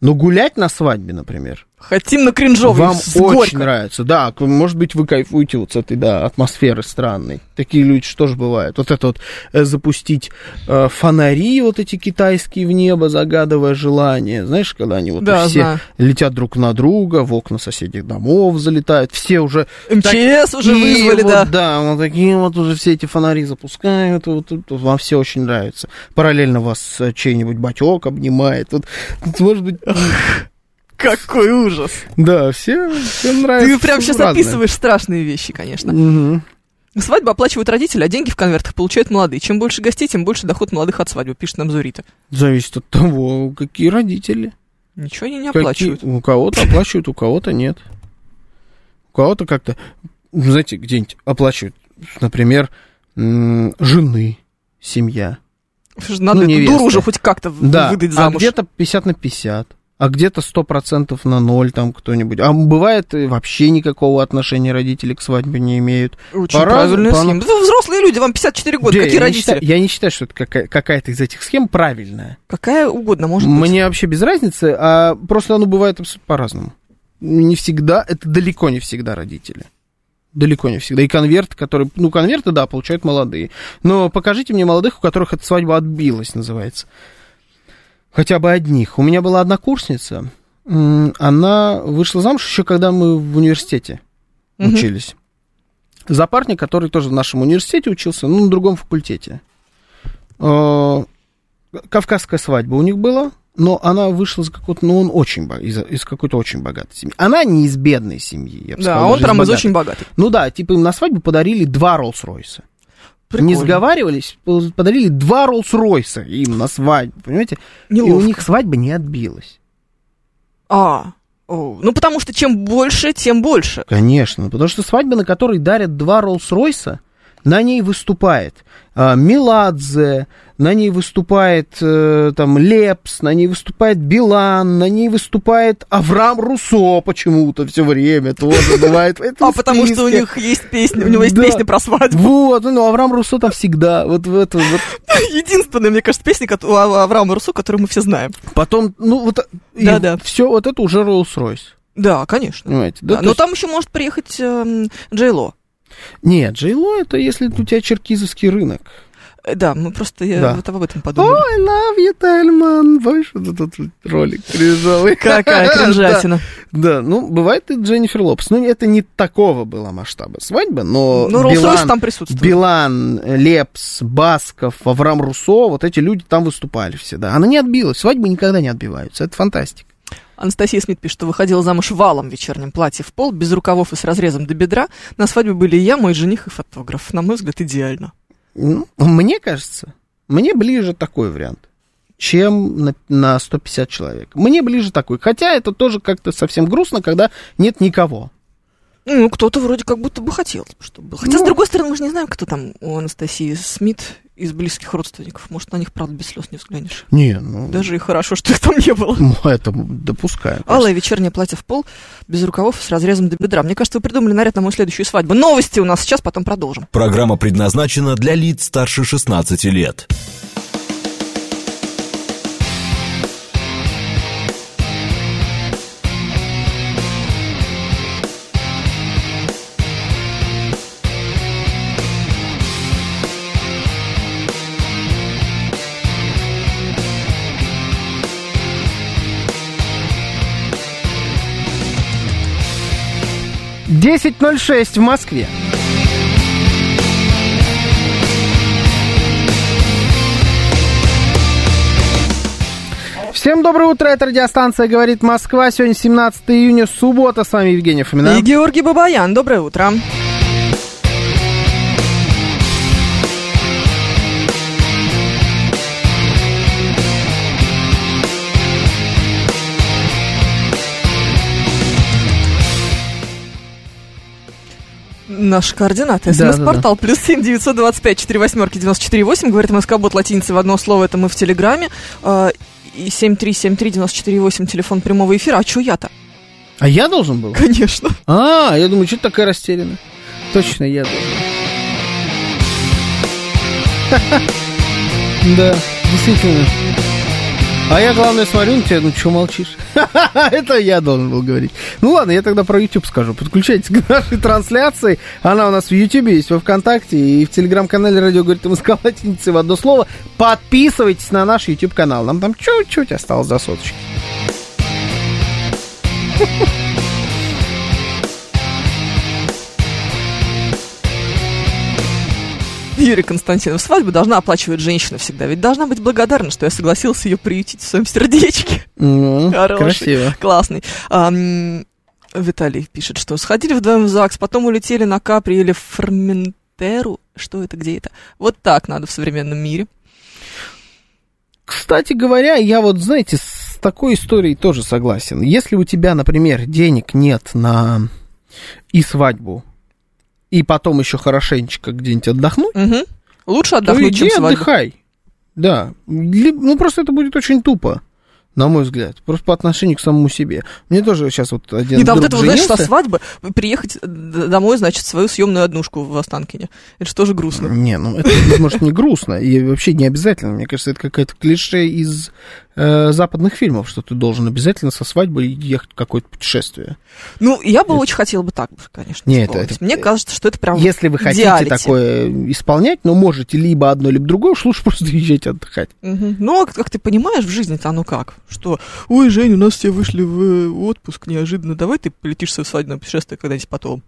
Speaker 2: Но гулять на свадьбе, например,
Speaker 3: Хотим на кринжовый,
Speaker 2: вам
Speaker 3: с
Speaker 2: очень
Speaker 3: горько.
Speaker 2: нравится. Да, к- может быть, вы кайфуете вот с этой, да, атмосферы странной. Такие люди что же бывают. Вот это вот э, запустить э, фонари вот эти китайские в небо, загадывая желание. Знаешь, когда они вот
Speaker 3: Да,
Speaker 2: все
Speaker 3: знаю.
Speaker 2: летят друг на друга, в окна соседних домов залетают, все уже
Speaker 3: МЧС уже
Speaker 2: такие
Speaker 3: вызвали,
Speaker 2: вот,
Speaker 3: да.
Speaker 2: Да, вот такие вот уже все эти фонари запускают, вот, тут вот вам все очень нравится. Параллельно вас э, чей-нибудь батек обнимает. Вот, вот, может быть,
Speaker 3: Какой ужас.
Speaker 2: да, все, всем нравится.
Speaker 3: Ты прям сейчас
Speaker 2: разное.
Speaker 3: описываешь страшные вещи, конечно.
Speaker 2: Мгм.
Speaker 3: Свадьбу оплачивают родители, а деньги в конвертах получают молодые. Чем больше гостей, тем больше доход молодых от свадьбы, пишет нам Зурита.
Speaker 2: Зависит от того, какие родители.
Speaker 3: Ничего они не
Speaker 2: Какие-
Speaker 3: оплачивают.
Speaker 2: у кого-то оплачивают, у кого-то нет. У кого-то как-то, ну, знаете, где-нибудь оплачивают, например, м, жены, семья.
Speaker 3: Слушай, Надо
Speaker 2: Ну,
Speaker 3: эту
Speaker 2: невеста.
Speaker 3: дуру уже хоть как-то в-
Speaker 2: Да,
Speaker 3: Ну, выдать
Speaker 2: а
Speaker 3: замуж.
Speaker 2: где-то 50 на 50, а где-то 100% на ноль там кто-нибудь. А бывает и вообще никакого отношения родители к свадьбе не имеют.
Speaker 3: Очень
Speaker 2: По-разному,
Speaker 3: правильная
Speaker 2: по-
Speaker 3: схема. Да Вы взрослые люди, вам 54 года,
Speaker 2: Да,
Speaker 3: какие
Speaker 2: я не
Speaker 3: родители?
Speaker 2: считаю- я не считаю, что это какая- какая-то из этих схем правильная.
Speaker 3: Какая угодно может быть.
Speaker 2: Мне вообще без разницы, а просто оно бывает абсолютно по-разному. Не всегда, это далеко не всегда родители. Далеко не всегда. И конверт, который... Ну, конверты, да, получают молодые. Но покажите мне молодых, у которых эта свадьба отбилась, называется. Хотя бы одних. У меня была однокурсница. м, Она вышла замуж еще когда мы в университете
Speaker 3: Мгм.
Speaker 2: учились. Запарник, который тоже в нашем университете учился, ну, на другом факультете. Э, Кавказская свадьба у них была, но она вышла из какого-то, ну, он очень, бо- из, из какой-то очень богатой семьи. Она не из бедной семьи, я бы
Speaker 3: Да,
Speaker 2: сказал,
Speaker 3: а он
Speaker 2: даже
Speaker 3: прям из
Speaker 2: богатой.
Speaker 3: очень богатых.
Speaker 2: Ну да, типа им на свадьбу подарили два Роллс-Ройса. Не сговаривались, п- подарили два Роллс-Ройса им на свадьбу, понимаете? И у них свадьба не отбилась.
Speaker 3: А, о, ну потому что чем больше, тем больше.
Speaker 2: Конечно, Ну, потому что свадьба, на которой дарят два Роллс-Ройса, на ней выступает а, Меладзе, на ней выступает э, там Лепс, на ней выступает Билан, на ней выступает Авраам Руссо почему-то все время тоже бывает. в этом
Speaker 3: А потому что у
Speaker 2: списке.
Speaker 3: них есть песня, у него есть
Speaker 2: Да.
Speaker 3: песня про свадьбу.
Speaker 2: Вот, ну Авраам Руссо там всегда, вот в этом, вот
Speaker 3: Единственная, мне кажется, песня кот- у Ав- Авраама Русу, которую мы все знаем.
Speaker 2: Потом, ну вот,
Speaker 3: Да-да.
Speaker 2: все вот это уже Rolls-Royce,
Speaker 3: Да, конечно.
Speaker 2: понимаете? Ну, Да,
Speaker 3: Да,
Speaker 2: то
Speaker 3: но
Speaker 2: есть-
Speaker 3: там еще может приехать эм, Джей Ло.
Speaker 2: Нет, Джейло это если у тебя черкизовский рынок.
Speaker 3: Э, Да, мы просто э,
Speaker 2: Да.
Speaker 3: вот об этом
Speaker 2: О,
Speaker 3: подумали.
Speaker 2: I love you, Тельман. Помнишь, вот этот вот ролик кринжовый?
Speaker 3: Какая кринжатина.
Speaker 2: Да, да, ну, бывает и Дженнифер Лопс. Ну, это не такого была масштаба свадьба, но
Speaker 3: Ну, Роллс-Ройс
Speaker 2: Билан,
Speaker 3: там присутствует.
Speaker 2: Билан, Лепс, Басков, Авраам Руссо, вот эти люди там выступали все, да. Она не отбилась, свадьбы никогда не отбиваются, это фантастика.
Speaker 3: Анастасия Смит пишет, что выходила замуж валом в вечернем платье в пол, без рукавов и с разрезом до бедра. На свадьбе были и я, мой жених и фотограф. На мой взгляд, идеально.
Speaker 2: Ну, мне кажется, мне ближе такой вариант, чем на, на 150 человек. Мне ближе такой. Хотя это тоже как-то совсем грустно, когда нет никого.
Speaker 3: Ну, кто-то вроде как будто бы хотел, чтобы было. Хотя,
Speaker 2: Ну.
Speaker 3: с другой стороны, мы же не знаем, кто там у Анастасии Смит из близких родственников. Может, на них, правда, без слез не взглянешь.
Speaker 2: Не, ну,
Speaker 3: Даже и хорошо, что их там не было.
Speaker 2: ну, это допускаю.
Speaker 3: Алое вечернее платье в пол, без рукавов, с разрезом до бедра. Мне кажется, вы придумали наряд на мою следующую свадьбу. Новости у нас сейчас, потом продолжим.
Speaker 1: Программа предназначена для лиц старше 16 лет.
Speaker 2: 10.06 в Москве. Всем доброе утро, это радиостанция «Говорит Москва». Сегодня 17 июня, суббота. С вами Евгений Фомина.
Speaker 3: И Георгий Бабаян, доброе утро. Наши координаты.
Speaker 2: Да, да,
Speaker 3: СМС-портал плюс семь девятьсот двадцать пять четыре восьмерки девяносто четыре восемь. Говорит Москобот латиница в одно слово. Это мы в Телеграме. Э, И семь три семь три девяносто четыре восемь. Телефон прямого эфира. А чё я-то?
Speaker 2: А я должен был?
Speaker 3: Конечно.
Speaker 2: А, я думаю, что ты такая растерянная? Точно, я должен. Да, действительно. А я, главное, смотрю на тебя, ну что молчишь? Это я должен был говорить. Ну ладно, я тогда про YouTube скажу. Подключайтесь к нашей трансляции. Она у нас в YouTube есть, во Вконтакте и в телеграм-канале «Радио говорит Москва» латиницей в одно слово. Подписывайтесь на наш YouTube-канал. Нам там чуть-чуть осталось до соточки.
Speaker 3: Юрий Константинов, свадьбу должна оплачивать женщина всегда. Ведь должна быть благодарна, что я согласился ее приютить в своем сердечке.
Speaker 2: Ну,
Speaker 3: Хороший.
Speaker 2: красиво.
Speaker 3: Классный. Ам, Виталий пишет, что сходили вдвоем в ЗАГС, потом улетели на Капри или в Ферментеру. Что это, где это? Вот так надо в современном мире.
Speaker 2: Кстати говоря, я вот, знаете, с такой историей тоже согласен. Если у тебя, например, денег нет на и свадьбу, и потом еще хорошенечко где-нибудь отдохнуть,
Speaker 3: Мгм. Лучше
Speaker 2: то
Speaker 3: отдохнуть,
Speaker 2: иди
Speaker 3: чем свадьба.
Speaker 2: отдыхай. Да. Ли- Ну, просто это будет очень тупо, на мой взгляд. Просто по отношению к самому себе. Мне тоже сейчас вот один
Speaker 3: И там вот
Speaker 2: друг
Speaker 3: это, вот, знаешь,
Speaker 2: женился.
Speaker 3: со свадьбы приехать д- домой, значит, в свою съемную однушку в Останкине. Это же тоже грустно.
Speaker 2: Не, ну это, может, не грустно и вообще не обязательно. Мне кажется, это какая-то клише из э, западных фильмов, что ты должен обязательно со свадьбой ехать в какое-то путешествие.
Speaker 3: Ну, я бы очень хотела бы так, конечно.
Speaker 2: Не, это-
Speaker 3: исполнить.
Speaker 2: это-
Speaker 3: Мне кажется, что это прям...
Speaker 2: Если вы хотите
Speaker 3: идеалити.
Speaker 2: такое исполнять, но можете либо одно, либо другое, уж лучше просто езжать отдыхать.
Speaker 3: Мгм. Ну, а как ты понимаешь, в жизни-то оно как? Что, ой, Жень, у нас все вышли в э, отпуск неожиданно, давай ты полетишь в свое свадебное путешествие когда-нибудь потом.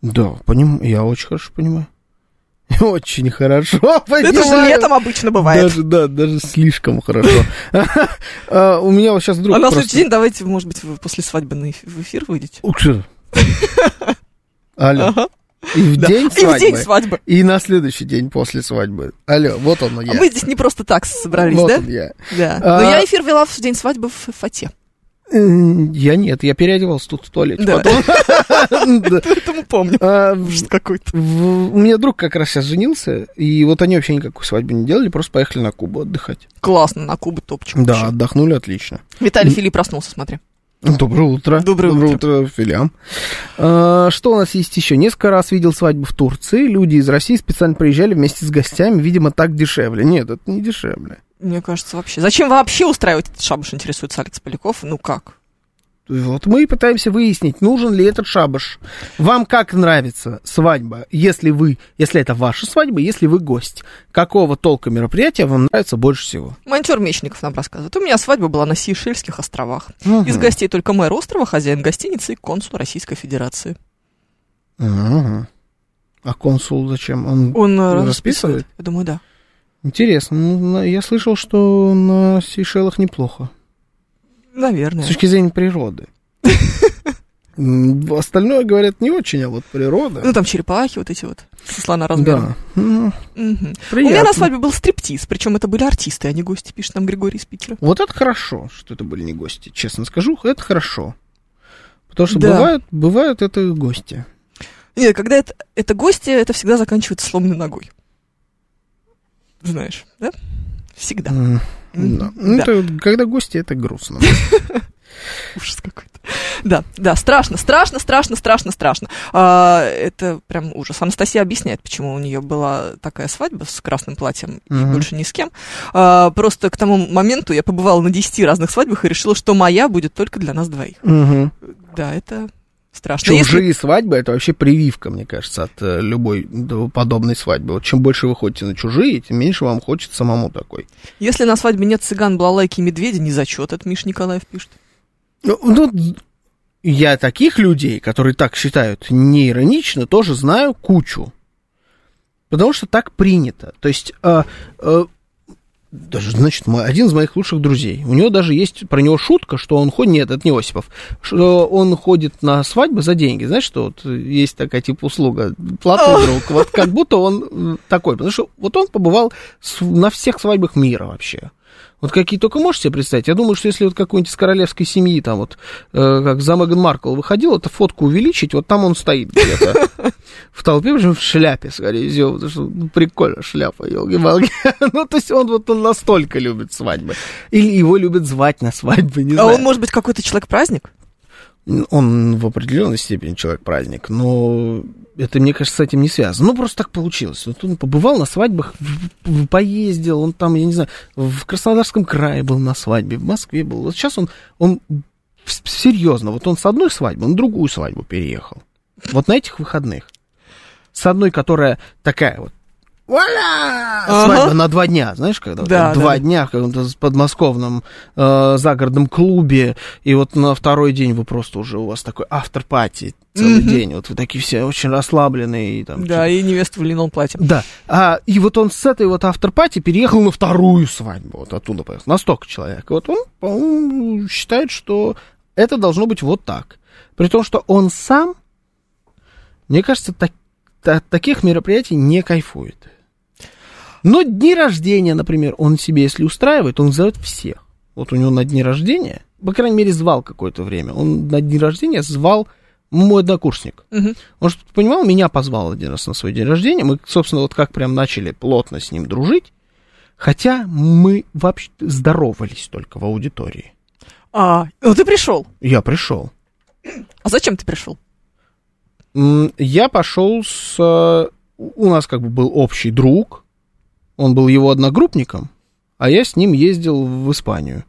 Speaker 2: Да, поним... я очень хорошо понимаю. Очень хорошо понимаю.
Speaker 3: Это же летом обычно бывает.
Speaker 2: Даже, да, даже слишком хорошо. А, У меня вот сейчас вдруг
Speaker 3: а на
Speaker 2: просто-
Speaker 3: следующий день давайте, может быть, вы после свадьбы на эф- в эфир выйдете.
Speaker 2: Ух ты. Алло.
Speaker 3: Ага.
Speaker 2: И в
Speaker 3: Да.
Speaker 2: день
Speaker 3: И в день
Speaker 2: свадьбы.
Speaker 3: свадьбы.
Speaker 2: И на следующий день после свадьбы. Алло, вот он
Speaker 3: А
Speaker 2: я.
Speaker 3: мы здесь не просто так собрались,
Speaker 2: Вот
Speaker 3: да?
Speaker 2: он я.
Speaker 3: Да.
Speaker 2: А-
Speaker 3: Но я эфир вела в день свадьбы в Фате.
Speaker 2: М, Э, Я нет, я переодевался тут в туалете.
Speaker 3: Да.
Speaker 2: потом. Да.
Speaker 3: Поэтому помню.
Speaker 2: А,
Speaker 3: Ужас какой-то.
Speaker 2: в- У меня друг как раз сейчас женился, и вот они вообще никакую свадьбу не делали, просто поехали на Кубу отдыхать.
Speaker 3: Классно, на Кубу топчик.
Speaker 2: Да,
Speaker 3: вообще.
Speaker 2: отдохнули отлично.
Speaker 3: Виталий Филипп проснулся, смотри.
Speaker 2: Доброе утро.
Speaker 3: Доброе
Speaker 2: утро, Филиам. А, Что у нас есть еще? Несколько раз видел свадьбу в Турции. Люди из России специально приезжали вместе с гостями. Видимо, так дешевле. Нет, это не дешевле.
Speaker 3: Мне кажется, вообще. Зачем вообще устраивать этот шабаш, интересуется Алекс Поляков. Ну как?
Speaker 2: Вот мы и пытаемся выяснить, нужен ли этот шабаш. Вам как нравится свадьба, если вы, если это ваша свадьба, если вы гость? Какого толка мероприятия вам нравится больше всего?
Speaker 3: Монтер Мечников нам рассказывает. У меня свадьба была на Сейшельских островах. Из
Speaker 2: Мгм.
Speaker 3: гостей только мэр острова, хозяин гостиницы и консул Российской Федерации.
Speaker 2: Мгм. А консул зачем? Он...
Speaker 3: Он э,
Speaker 2: Расписывает?
Speaker 3: расписывает? Я думаю, да.
Speaker 2: Интересно, ну, на- я слышал, что на Сейшелах неплохо.
Speaker 3: Наверное.
Speaker 2: С точки зрения природы. М, Остальное, говорят, не очень, а вот природа.
Speaker 3: Ну, там черепахи вот эти вот, со слона размером.
Speaker 2: Да. М,
Speaker 3: Мгм. У меня на
Speaker 2: Приятно.
Speaker 3: свадьбе был стриптиз, причем это были артисты, а не гости, пишет нам Григорий из Питера.
Speaker 2: Вот это хорошо, что это были не гости, честно скажу, это хорошо. Потому что
Speaker 3: Да.
Speaker 2: бывают, бывают это и гости.
Speaker 3: Нет, когда это, это гости, это всегда заканчивается сломанной ногой. Знаешь, да? Всегда.
Speaker 2: М, да. Ну,
Speaker 3: Да.
Speaker 2: это когда гости, это грустно.
Speaker 3: Ужас какой-то. Да, да, страшно, страшно, страшно, страшно, страшно. А, это прям ужас. Анастасия объясняет, почему у нее была такая свадьба с красным платьем и
Speaker 2: Мгм.
Speaker 3: больше ни с кем. А, просто к тому моменту я побывала на 10 разных свадьбах и решила, что моя будет только для нас двоих.
Speaker 2: Мгм.
Speaker 3: Да, это страшно. Ну, Если-
Speaker 2: Чужие свадьбы это вообще прививка, мне кажется, от э, любой д- подобной свадьбы. Вот чем больше вы ходите на чужие, тем меньше вам хочется самому такой.
Speaker 3: Если на свадьбе нет цыган, балалайки и медведя, не зачет, это Миша Николаев пишет.
Speaker 2: Ну, ну, я таких людей, которые так считают неиронично, тоже знаю кучу. Потому что так принято. То есть, э, э, даже, значит, мой- один из моих лучших друзей. У него даже есть про него шутка, что он ходит... Нет, это не Осипов. Что он ходит на свадьбы за деньги. Знаешь, что вот есть такая типа услуга. Платный друг. Вот как будто он м, такой. Потому что вот он побывал с- на всех свадьбах мира вообще. Вот какие только можешь себе представить. Я думаю, что если вот какой-нибудь из королевской семьи, там вот, э, как за Меган Маркл выходил, это фотку увеличить, вот там он стоит где-то. В толпе, причем в шляпе, скорее всего, потому что ну, прикольно шляпа, елки-балки. Ну, то есть он вот он настолько любит свадьбы. Или его любят звать на свадьбы, не
Speaker 3: А он
Speaker 2: знаю.
Speaker 3: может быть какой-то человек-праздник?
Speaker 2: он в определенной степени человек-праздник, но это, мне кажется, с этим не связано. Ну, просто так получилось. Вот он побывал на свадьбах, в- в- поездил, он там, я не знаю, в Краснодарском крае был на свадьбе, в Москве был. Вот сейчас он, он с- серьезно, вот он с одной свадьбы на другую свадьбу переехал. Вот на этих выходных. С одной, которая такая вот, Вуаля!
Speaker 3: Ага.
Speaker 2: Свадьба на два дня, знаешь, когда вот
Speaker 3: Да,
Speaker 2: два
Speaker 3: да.
Speaker 2: дня в каком-то э, подмосковном э, загородном клубе, и вот на второй день вы просто уже у вас такой автор-пати целый
Speaker 3: Мгм.
Speaker 2: день, вот вы такие все очень расслабленные и там. типа
Speaker 3: Да, и невесту в льняном платье.
Speaker 2: что-то. Да. А, и вот он с этой вот автор-пати переехал на вторую свадьбу, вот оттуда поехал, на столько человек. И Вот он, по-моему, считает, что это должно быть вот так. При том, что он сам, мне кажется, так- от таких мероприятий не кайфует. Но дни рождения, например, он себе, если устраивает, он зовет всех. Вот у него на дни рождения, по крайней мере, звал какое-то время. Он на дни рождения звал мой однокурсник.
Speaker 3: Мгм.
Speaker 2: Он, чтобы ты понимал, меня позвал один раз на свой день рождения. Мы, собственно, вот как прям начали плотно с ним дружить. Хотя мы вообще здоровались только в аудитории.
Speaker 3: А, ну ты пришел.
Speaker 2: Я пришел.
Speaker 3: А зачем ты пришел?
Speaker 2: М, Я пошел с... э, У нас как бы был общий друг. Он был его одногруппником. А я с ним ездил в Испанию.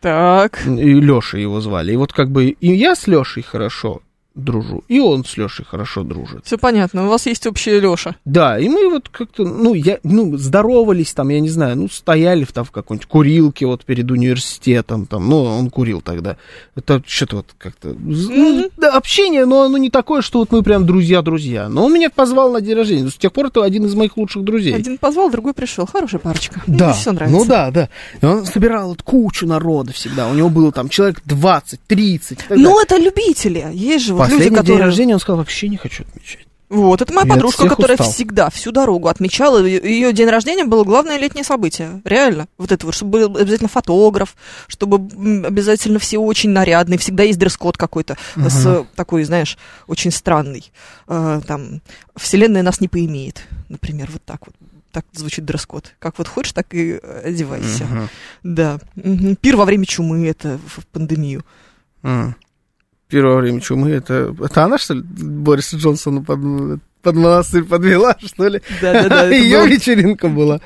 Speaker 3: Так.
Speaker 2: И Леша его звали. И вот как бы и я с Лешей хорошо дружу, и он с Лешей хорошо дружит.
Speaker 3: Все понятно, у вас есть общая Леша.
Speaker 2: Да, и мы вот как-то, ну, я, ну, здоровались там, я не знаю, ну, стояли в- там в какой-нибудь курилке вот перед университетом, там, ну, он курил тогда. Это что-то вот как-то... ну,
Speaker 3: Мгм.
Speaker 2: да, общение, но оно не такое, что вот мы прям друзья-друзья. Но он меня позвал на день рождения. С тех пор это один из моих лучших друзей.
Speaker 3: Один позвал, другой пришел. Хорошая парочка.
Speaker 2: Да.
Speaker 3: Мне все нравится.
Speaker 2: Ну да, да. И он собирал вот кучу народа всегда. У него было там человек 20, 30. и так далее.
Speaker 3: Ну, это любители. Есть же вот
Speaker 2: Последний
Speaker 3: люди, которые...
Speaker 2: день рождения он сказал, вообще не хочу отмечать.
Speaker 3: Вот, это моя
Speaker 2: Я от
Speaker 3: подружка,
Speaker 2: всех
Speaker 3: которая
Speaker 2: устал.
Speaker 3: всегда, всю дорогу отмечала. Ее день рождения было главное летнее событие. Реально. Вот это вот, чтобы был обязательно фотограф, чтобы м, обязательно все очень нарядные. Всегда есть дресс-код какой-то с э, такой, знаешь, очень странный. Э, Там, вселенная нас не поимеет, например, вот так вот. Так звучит дресс-код. Как вот хочешь, так и э, одевайся.
Speaker 2: Мгм.
Speaker 3: Да. Мгм. Пир во время чумы, это в в пандемию.
Speaker 2: М. Первое время чумы, это, это она, что ли, Бориса Джонсона под, под монастырь подвела, что ли?
Speaker 3: Да-да-да. это
Speaker 2: Ее
Speaker 3: было.
Speaker 2: вечеринка была.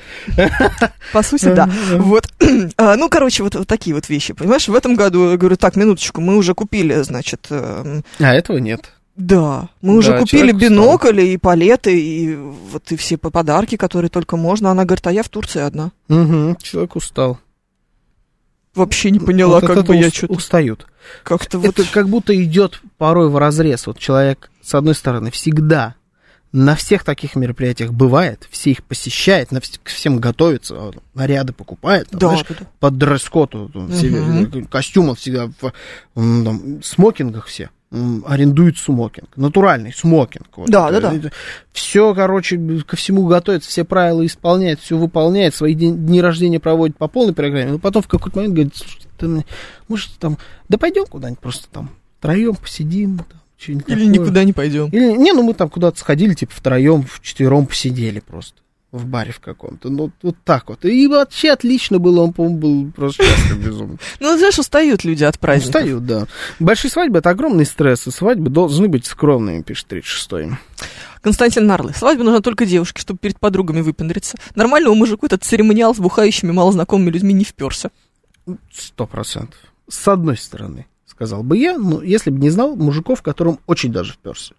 Speaker 3: По сути, да.
Speaker 2: Мгм.
Speaker 3: Вот. А, Ну, короче, вот, вот такие вот вещи, понимаешь? В этом году, я говорю, так, минуточку, мы уже купили, значит, эм,
Speaker 2: А этого нет.
Speaker 3: да, мы уже
Speaker 2: Да,
Speaker 3: купили
Speaker 2: человек устал.
Speaker 3: бинокли и палеты, и вот и все по- подарки, которые только можно. Она говорит, а я в Турции одна.
Speaker 2: Мгм. Человек устал.
Speaker 3: Вообще не поняла,
Speaker 2: Вот от
Speaker 3: как бы
Speaker 2: этого
Speaker 3: я
Speaker 2: уст-
Speaker 3: что-то
Speaker 2: Устают.
Speaker 3: как-то вот...
Speaker 2: Это как будто идет порой в разрез. Вот человек, с одной стороны, всегда на всех таких мероприятиях бывает, все их посещает, на вс- к всем готовится, а, наряды покупает, там,
Speaker 3: Да,
Speaker 2: знаешь,
Speaker 3: да, да.
Speaker 2: под дресс-код, вот, он все,
Speaker 3: Мгм.
Speaker 2: э, костюмах всегда, в м, там, смокингах все, м, арендует смокинг, натуральный смокинг. вот
Speaker 3: Да,
Speaker 2: это,
Speaker 3: да, да.
Speaker 2: Все, короче, ко всему готовится, все правила исполняет, все выполняет, свои день- дни рождения проводит по полной программе, но потом в какой-то момент говорит, слушай, ты, мне- может, там, да пойдем куда-нибудь просто там, втроем посидим, там, что-нибудь
Speaker 3: Или
Speaker 2: такое».
Speaker 3: никуда не пойдем.
Speaker 2: Или, не, ну мы там куда-то сходили, типа втроем, вчетвером посидели просто. В баре в каком-то. Ну, вот так вот. И вообще отлично было, он, по-моему, был просто счастлив безумно.
Speaker 3: Ну, знаешь, устают люди от праздника.
Speaker 2: Устают, да. Большие свадьбы это огромный стресс, и свадьбы должны быть скромными, пишет 36
Speaker 3: Константин Нарлы. Свадьба нужна только девушке, чтобы перед подругами выпендриться. Нормальному мужику этот церемониал с бухающими малознакомыми людьми не вперся.
Speaker 2: Сто процентов. С одной стороны, сказал бы я, но если бы не знал мужиков, которым очень даже вперся.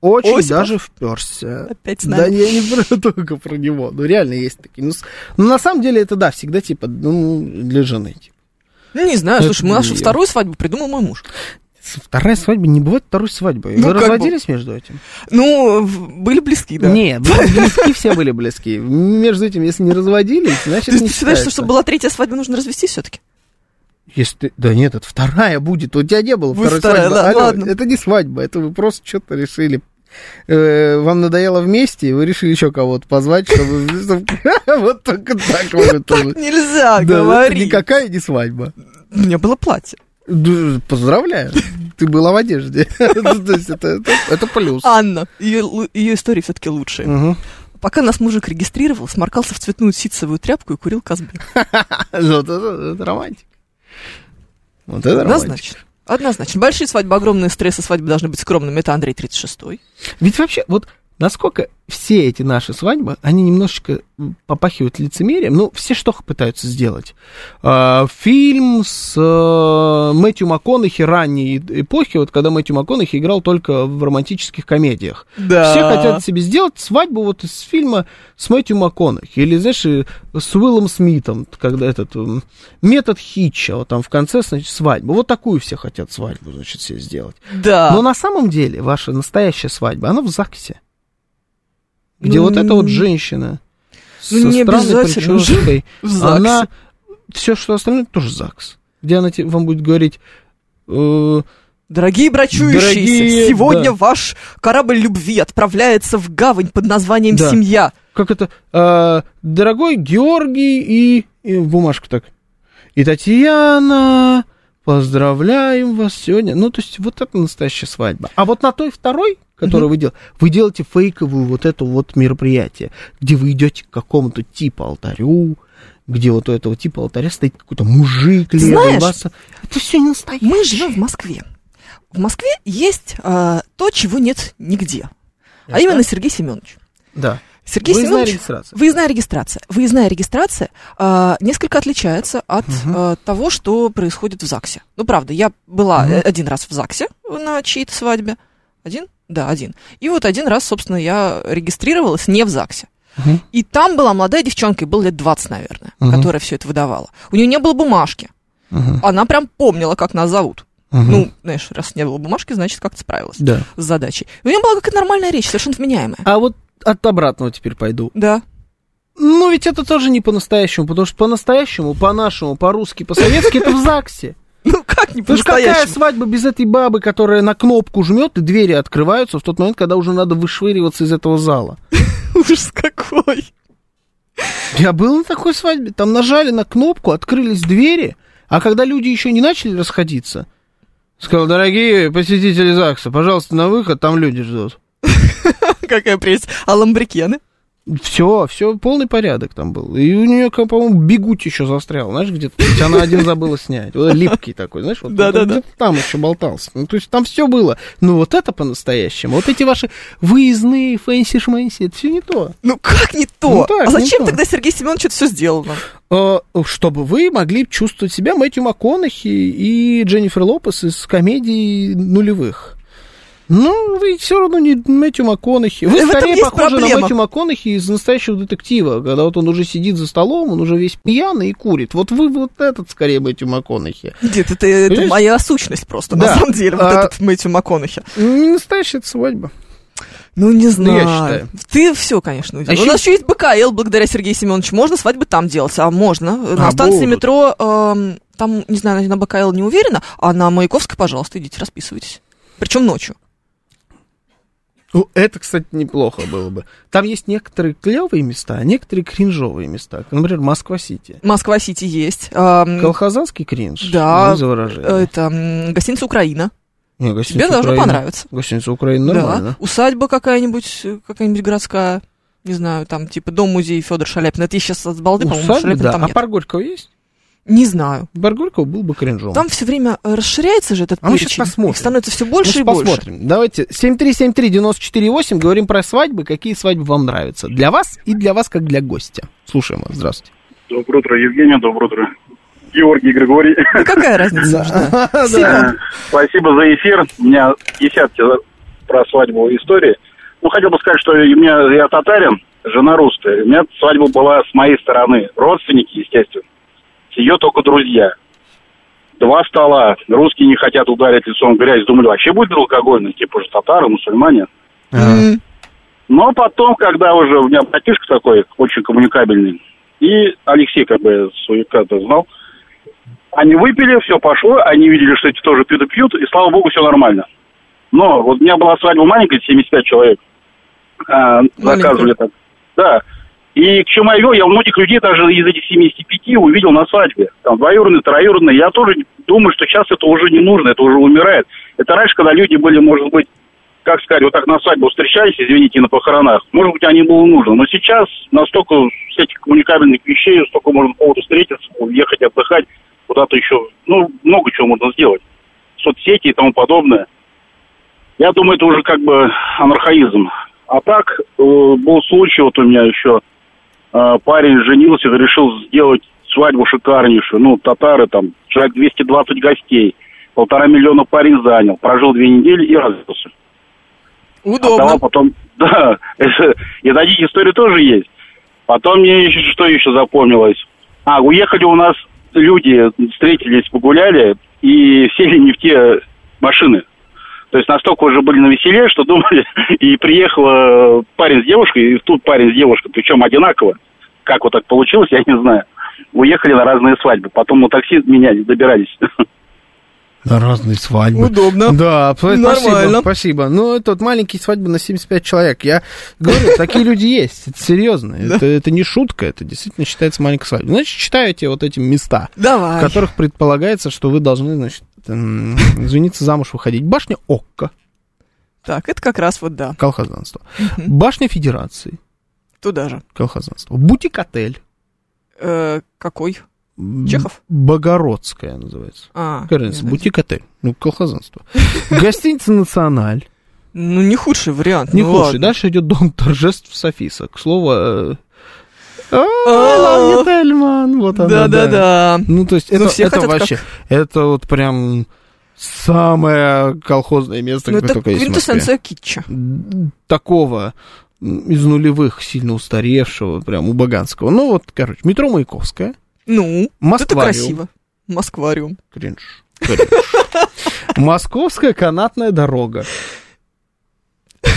Speaker 2: Очень
Speaker 3: Осипов?
Speaker 2: даже вперся.
Speaker 3: Опять с
Speaker 2: Да
Speaker 3: нами.
Speaker 2: я не про, только про него. Ну, реально есть такие. Ну, с- ну, на самом деле, это да, всегда типа, ну, для жены. типа.
Speaker 3: Ну, не знаю,
Speaker 2: Это
Speaker 3: слушай, мы нашу
Speaker 2: я.
Speaker 3: вторую свадьбу придумал мой муж.
Speaker 2: С- Вторая свадьба не бывает второй свадьбы.
Speaker 3: Ну,
Speaker 2: Вы
Speaker 3: как бы.
Speaker 2: разводились между этим?
Speaker 3: Ну, в- были близки, да.
Speaker 2: Нет, были близки все были близки. Между этим, если не разводились,
Speaker 3: То
Speaker 2: значит
Speaker 3: есть
Speaker 2: не
Speaker 3: ты считаешь, что
Speaker 2: считается.
Speaker 3: чтобы была третья свадьба, нужно развестись все-таки?
Speaker 2: Если ты- Да нет, это вторая будет. У тебя не было
Speaker 3: Будет
Speaker 2: второй
Speaker 3: вторая,
Speaker 2: свадьбы.
Speaker 3: да,
Speaker 2: Алло,
Speaker 3: ладно.
Speaker 2: Это не свадьба, это вы просто что-то решили. Э, Вам надоело вместе, и вы решили еще кого-то позвать, чтобы... чтобы- Вот только так вот это вот.
Speaker 3: Нельзя,
Speaker 2: Да, это
Speaker 3: говори.
Speaker 2: никакая не свадьба.
Speaker 3: У меня было платье.
Speaker 2: Да, Поздравляю, ты была в одежде. Ну, То есть это- это это плюс.
Speaker 3: Анна, ее, лу- ее истории все-таки лучшие.
Speaker 2: Мгм.
Speaker 3: Пока нас мужик регистрировал, сморкался в цветную ситцевую тряпку и курил казбек.
Speaker 2: Вот это это романтик. Вот это романтик.
Speaker 3: Однозначно. Однозначно. Большие свадьбы, огромные стрессы свадьбы должны быть скромными. Это Андрей 36-й.
Speaker 2: Ведь вообще, вот насколько все эти наши свадьбы, они немножечко попахивают лицемерием. Ну, все что пытаются сделать? А, Фильм с э, Мэтью МакКонахи ранней эпохи, вот когда Мэтью МакКонахи играл только в романтических комедиях.
Speaker 3: Да.
Speaker 2: Все хотят себе сделать свадьбу вот из фильма с Мэтью МакКонахи. Или, знаешь, и с Уиллом Смитом, когда этот м, метод Хитча, вот там в конце, значит, свадьба. Вот такую все хотят свадьбу, значит, все сделать.
Speaker 3: Да.
Speaker 2: Но на самом деле ваша настоящая свадьба, она в ЗАГСе. Где вот эта вот женщина
Speaker 3: ну,
Speaker 2: со
Speaker 3: не
Speaker 2: странной
Speaker 3: обязательно же
Speaker 2: прической,
Speaker 3: в ЗАГСе.
Speaker 2: она все, что остальное, тоже ЗАГС. Где она те- вам будет говорить, э,
Speaker 3: Дорогие брачующиеся,
Speaker 2: Дорогие,
Speaker 3: сегодня
Speaker 2: да.
Speaker 3: ваш корабль любви отправляется в гавань под названием
Speaker 2: Да.
Speaker 3: «Семья».
Speaker 2: как это, э, дорогой Георгий и, и бумажку так. И Татьяна, поздравляем вас сегодня. Ну, то есть, вот это настоящая свадьба. А вот на той второй, которую вы делаете, вы делаете фейковую вот это вот мероприятие, где вы идете к какому-то типа алтарю, где вот у этого типа алтаря стоит какой-то мужик, левый,
Speaker 3: Знаешь,
Speaker 2: баса. Это все не настоящее.
Speaker 3: Мы живем в Москве. В Москве есть а, то, чего нет нигде. А
Speaker 2: Ясно.
Speaker 3: именно Сергей Семенович.
Speaker 2: Да.
Speaker 3: Сергей
Speaker 2: Выездная
Speaker 3: Семенович,
Speaker 2: регистрация.
Speaker 3: Выездная регистрация. Выездная регистрация а, несколько отличается от а, того, что происходит в ЗАГСе. Ну, правда, я была э, один раз в ЗАГСе на чьей-то свадьбе. Один? Да, один. И вот один раз, собственно, я регистрировалась не в ЗАГСе.
Speaker 2: Мгм.
Speaker 3: И там была молодая девчонка, ей было лет 20, наверное,
Speaker 2: Мгм.
Speaker 3: которая все это выдавала. У нее не было бумажки.
Speaker 2: Мгм.
Speaker 3: Она прям помнила, как нас зовут.
Speaker 2: Мгм.
Speaker 3: Ну, знаешь, раз не было бумажки, значит, как-то справилась
Speaker 2: да.
Speaker 3: с задачей. И у нее была какая-то нормальная речь, совершенно вменяемая.
Speaker 2: А вот от обратного теперь пойду.
Speaker 3: Да.
Speaker 2: Ну, ведь это тоже не по-настоящему, потому что по-настоящему, по-нашему, по-русски, по-советски это в ЗАГСе.
Speaker 3: Ну, как не
Speaker 2: Потому что какая
Speaker 3: по-настоящему?
Speaker 2: свадьба без этой бабы, которая на кнопку жмет, и двери открываются в тот момент, когда уже надо вышвыриваться из этого зала.
Speaker 3: Ужас какой.
Speaker 2: Я был на такой свадьбе, там нажали на кнопку, открылись двери, а когда люди еще не начали расходиться, сказал, дорогие посетители ЗАГСа, пожалуйста, на выход, там люди ждут.
Speaker 3: Какая прелесть. А ламбрикены?
Speaker 2: Все, все, полный порядок там был. И у нее, как, по-моему, бегуть еще застрял, знаешь, где-то. То есть она один забыла снять. Вот липкий такой, знаешь, вот,
Speaker 3: Да-да-да.
Speaker 2: он где-то там еще болтался. Ну, то есть там все было. Но вот это по-настоящему. Вот эти ваши выездные фэнси-шмэнси, это все не то.
Speaker 3: Ну как не то?
Speaker 2: Ну так,
Speaker 3: а
Speaker 2: не
Speaker 3: зачем
Speaker 2: то.
Speaker 3: тогда Сергей Семенович это все сделал нам?
Speaker 2: Э, Чтобы вы могли чувствовать себя Мэтью МакКонахи и Дженнифер Лопес из комедии нулевых. Ну, вы все равно не Мэтью МакКонахи.
Speaker 3: В
Speaker 2: Вы
Speaker 3: этом
Speaker 2: скорее
Speaker 3: есть
Speaker 2: похожи
Speaker 3: проблема.
Speaker 2: на Мэтью МакКонахи из настоящего детектива, когда вот он уже сидит за столом, он уже весь пьяный и курит. Вот вы вот этот скорее Мэтью МакКонахи.
Speaker 3: Нет, это, это
Speaker 2: Понимаешь?
Speaker 3: моя сущность просто, на
Speaker 2: Да.
Speaker 3: самом деле, вот
Speaker 2: А-
Speaker 3: этот Мэтью МакКонахи.
Speaker 2: Не настоящая это свадьба.
Speaker 3: Ну, не знаю.
Speaker 2: я считаю.
Speaker 3: Ты все, конечно, удивил.
Speaker 2: А
Speaker 3: У
Speaker 2: еще
Speaker 3: нас еще есть БКЛ благодаря Сергею Семеновичу. Можно свадьбы там делать, а можно. На
Speaker 2: А,
Speaker 3: станции
Speaker 2: будут.
Speaker 3: метро, эм, там, не знаю, на БКЛ не уверена, а на Маяковской, пожалуйста, идите, расписывайтесь. Причем ночью.
Speaker 2: Ну, это, кстати, неплохо было бы. Там есть некоторые клевые места, а некоторые кринжовые места. Например, Москва-Сити.
Speaker 3: Москва-Сити есть. эм,
Speaker 2: Колхозанский кринж.
Speaker 3: Да.
Speaker 2: ну, за выражение.
Speaker 3: это м, гостиница Украина.
Speaker 2: Не, гостиница
Speaker 3: Тебе должно
Speaker 2: Украина.
Speaker 3: понравиться.
Speaker 2: Гостиница Украина нормально.
Speaker 3: Да. Усадьба какая-нибудь, э, какая-нибудь городская. Не знаю, там типа дом-музей Федор Шаляпин. Это я сейчас с балды, по-моему,
Speaker 2: Усадьба,
Speaker 3: Шаляпина
Speaker 2: да.
Speaker 3: там
Speaker 2: а
Speaker 3: нет.
Speaker 2: парк Горького есть?
Speaker 3: Не знаю.
Speaker 2: Парк Горького был бы кринжом.
Speaker 3: Там все время э, расширяется же этот
Speaker 2: А мы щас
Speaker 3: перечень.
Speaker 2: посмотрим.
Speaker 3: Их становится все
Speaker 2: Ну,
Speaker 3: больше
Speaker 2: сейчас
Speaker 3: и больше.
Speaker 2: посмотрим. Давайте 7373948, говорим про свадьбы, какие свадьбы вам нравятся. Для вас и для вас, как для гостя. Слушаем вас, здравствуйте.
Speaker 6: Доброе утро, Евгения, доброе утро. Георгий Григорий. Э,
Speaker 3: Ну, какая разница? уже, да? Семен,
Speaker 6: Спасибо за эфир. У меня десятки про свадьбу истории. Ну, хотел бы сказать, что у меня, я татарин, жена русская. У меня свадьба была с моей стороны. Родственники, естественно. С ее только друзья. Два стола. Русские не хотят ударить лицом в грязь. Думали, вообще будет алкогольный, типа же татары, мусульмане.
Speaker 2: А,
Speaker 3: м,
Speaker 6: Но потом, когда уже у меня братишка такой, очень коммуникабельный, и Алексей как бы свояка-то знал, они выпили, все пошло, они видели, что эти тоже пьют и пьют, и слава богу, все нормально. Но вот у меня была свадьба маленькая, 75 человек, а, заказывали так. Да. И к чему я вел, я у многих людей даже из этих 75 увидел на свадьбе. Там двоюродные, троюродные. Я тоже думаю, что сейчас это уже не нужно, это уже умирает. Это раньше, когда люди были, может быть, как сказать, вот так на свадьбу встречались, извините, на похоронах, может быть, они было нужно. Но сейчас настолько всяких коммуникабельных вещей, столько можно поводу встретиться, уехать, отдыхать, куда-то еще, ну, много чего можно сделать. С соцсети и тому подобное. Я думаю, это уже как бы анархаизм. А так, э, был случай вот у меня еще, э, парень женился, решил сделать свадьбу шикарнейшую. Ну, татары там, человек 220 гостей, полтора миллиона парень занял, прожил две недели и развелся. Отдавал
Speaker 2: А,
Speaker 3: Удобно.
Speaker 6: потом, да, и таких историй тоже есть. Потом мне еще, что еще запомнилось? А, уехали у нас люди, встретились, погуляли и сели не в те машины. То есть настолько уже были на веселе, что думали, и приехал э, парень с девушкой, и тут парень с девушкой, причем одинаково. Как вот так получилось, я не знаю. Уехали на разные свадьбы, потом на такси меня добирались.
Speaker 2: На разные свадьбы.
Speaker 3: Удобно.
Speaker 2: Да, абсолютно. спасибо,
Speaker 3: Нормально.
Speaker 2: спасибо. Ну, это вот маленькие свадьбы на 75 человек. Я говорю, такие люди есть, это серьезно. Это, это не шутка, это действительно считается маленькой свадьбой. Значит, читайте вот эти места, в
Speaker 3: Давай.
Speaker 2: которых предполагается, что вы должны, значит, эм, извиниться, замуж выходить. Башня Окко,
Speaker 3: Так, это как раз вот да.
Speaker 2: колхозанство.
Speaker 3: Мгм.
Speaker 2: Башня Федерации,
Speaker 3: Туда же.
Speaker 2: колхозанство. Бутик-отель.
Speaker 3: Э, какой?
Speaker 2: М,
Speaker 3: Чехов?
Speaker 2: Богородская называется.
Speaker 3: А,
Speaker 2: Какая разница,
Speaker 3: я-
Speaker 2: бутик-отель. Ну, колхозанство. Гостиница «Националь».
Speaker 3: Ну, не худший вариант.
Speaker 2: Не
Speaker 3: ну,
Speaker 2: худший.
Speaker 3: ладно.
Speaker 2: Дальше идет дом торжеств Софиса. К слову, э, «I
Speaker 3: А.
Speaker 2: love you, Тельман. Вот она,
Speaker 3: Да-да-да.
Speaker 2: Ну, то есть, это,
Speaker 3: все
Speaker 2: это
Speaker 3: хотят
Speaker 2: вообще, это вот прям самое колхозное место,
Speaker 3: Ну,
Speaker 2: какое
Speaker 3: это
Speaker 2: только есть в Москве.
Speaker 3: квинтэссенция китча.
Speaker 2: М, Такого м, из нулевых, сильно устаревшего, прям у Баганского. Ну, вот, короче, метро Маяковская,
Speaker 3: Ну, вот это
Speaker 2: Москва.
Speaker 3: красиво. Москвариум.
Speaker 2: Кринж. кринж. Московская канатная дорога.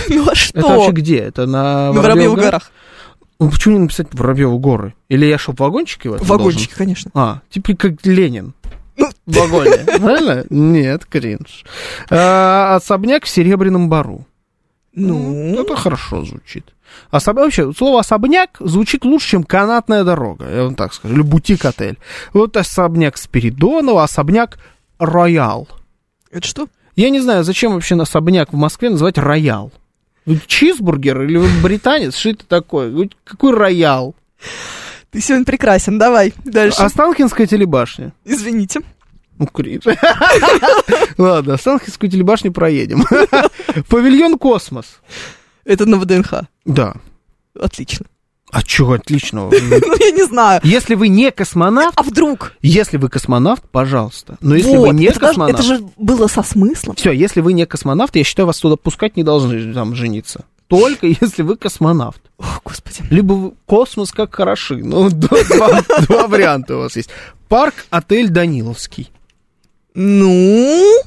Speaker 3: Ну, а
Speaker 2: Это вообще
Speaker 3: что?
Speaker 2: где? Это на
Speaker 3: На Воробьевых
Speaker 2: горах?
Speaker 3: горах.
Speaker 2: Ну, почему не написать Воробьевы горы? Или я что, в вагончике в этом
Speaker 3: Вагончики, конечно.
Speaker 2: должен? А, типа как Ленин.
Speaker 3: Ну.
Speaker 2: В вагоне, правильно? Нет, кринж. А, особняк в Серебряном Бару.
Speaker 3: Ну,
Speaker 2: Это хорошо звучит. Особ- Вообще, слово особняк звучит лучше, чем канатная дорога, я вам так скажу, или бутик-отель. Вот особняк Спиридонова, особняк Роял.
Speaker 3: это что?
Speaker 2: Я не знаю, зачем вообще на особняк в Москве называть роял. Вы чизбургер или вы британец? Что это такое? Вы Какой роял?
Speaker 3: Ты сегодня прекрасен, давай дальше.
Speaker 2: А Останкинская телебашня.
Speaker 3: Извините.
Speaker 2: Ну, кринж. Ладно, Останкинскую телебашню проедем. Павильон «Космос».
Speaker 3: Это на ВДНХ.
Speaker 2: Да.
Speaker 3: Отлично.
Speaker 2: А чего отличного?
Speaker 3: Ну, я не знаю.
Speaker 2: Если вы не космонавт,
Speaker 3: А вдруг?
Speaker 2: если вы космонавт, пожалуйста. Но если
Speaker 3: вот,
Speaker 2: вы не
Speaker 3: это, даже- это
Speaker 2: космонавт,
Speaker 3: же было со смыслом.
Speaker 2: все, если вы не космонавт, я считаю, вас туда пускать не должны там жениться. Только если вы космонавт.
Speaker 3: О, господи.
Speaker 2: Либо в космос как хороши. Ну, два, два- два варианта у вас есть. Парк отель Даниловский.
Speaker 3: Ну,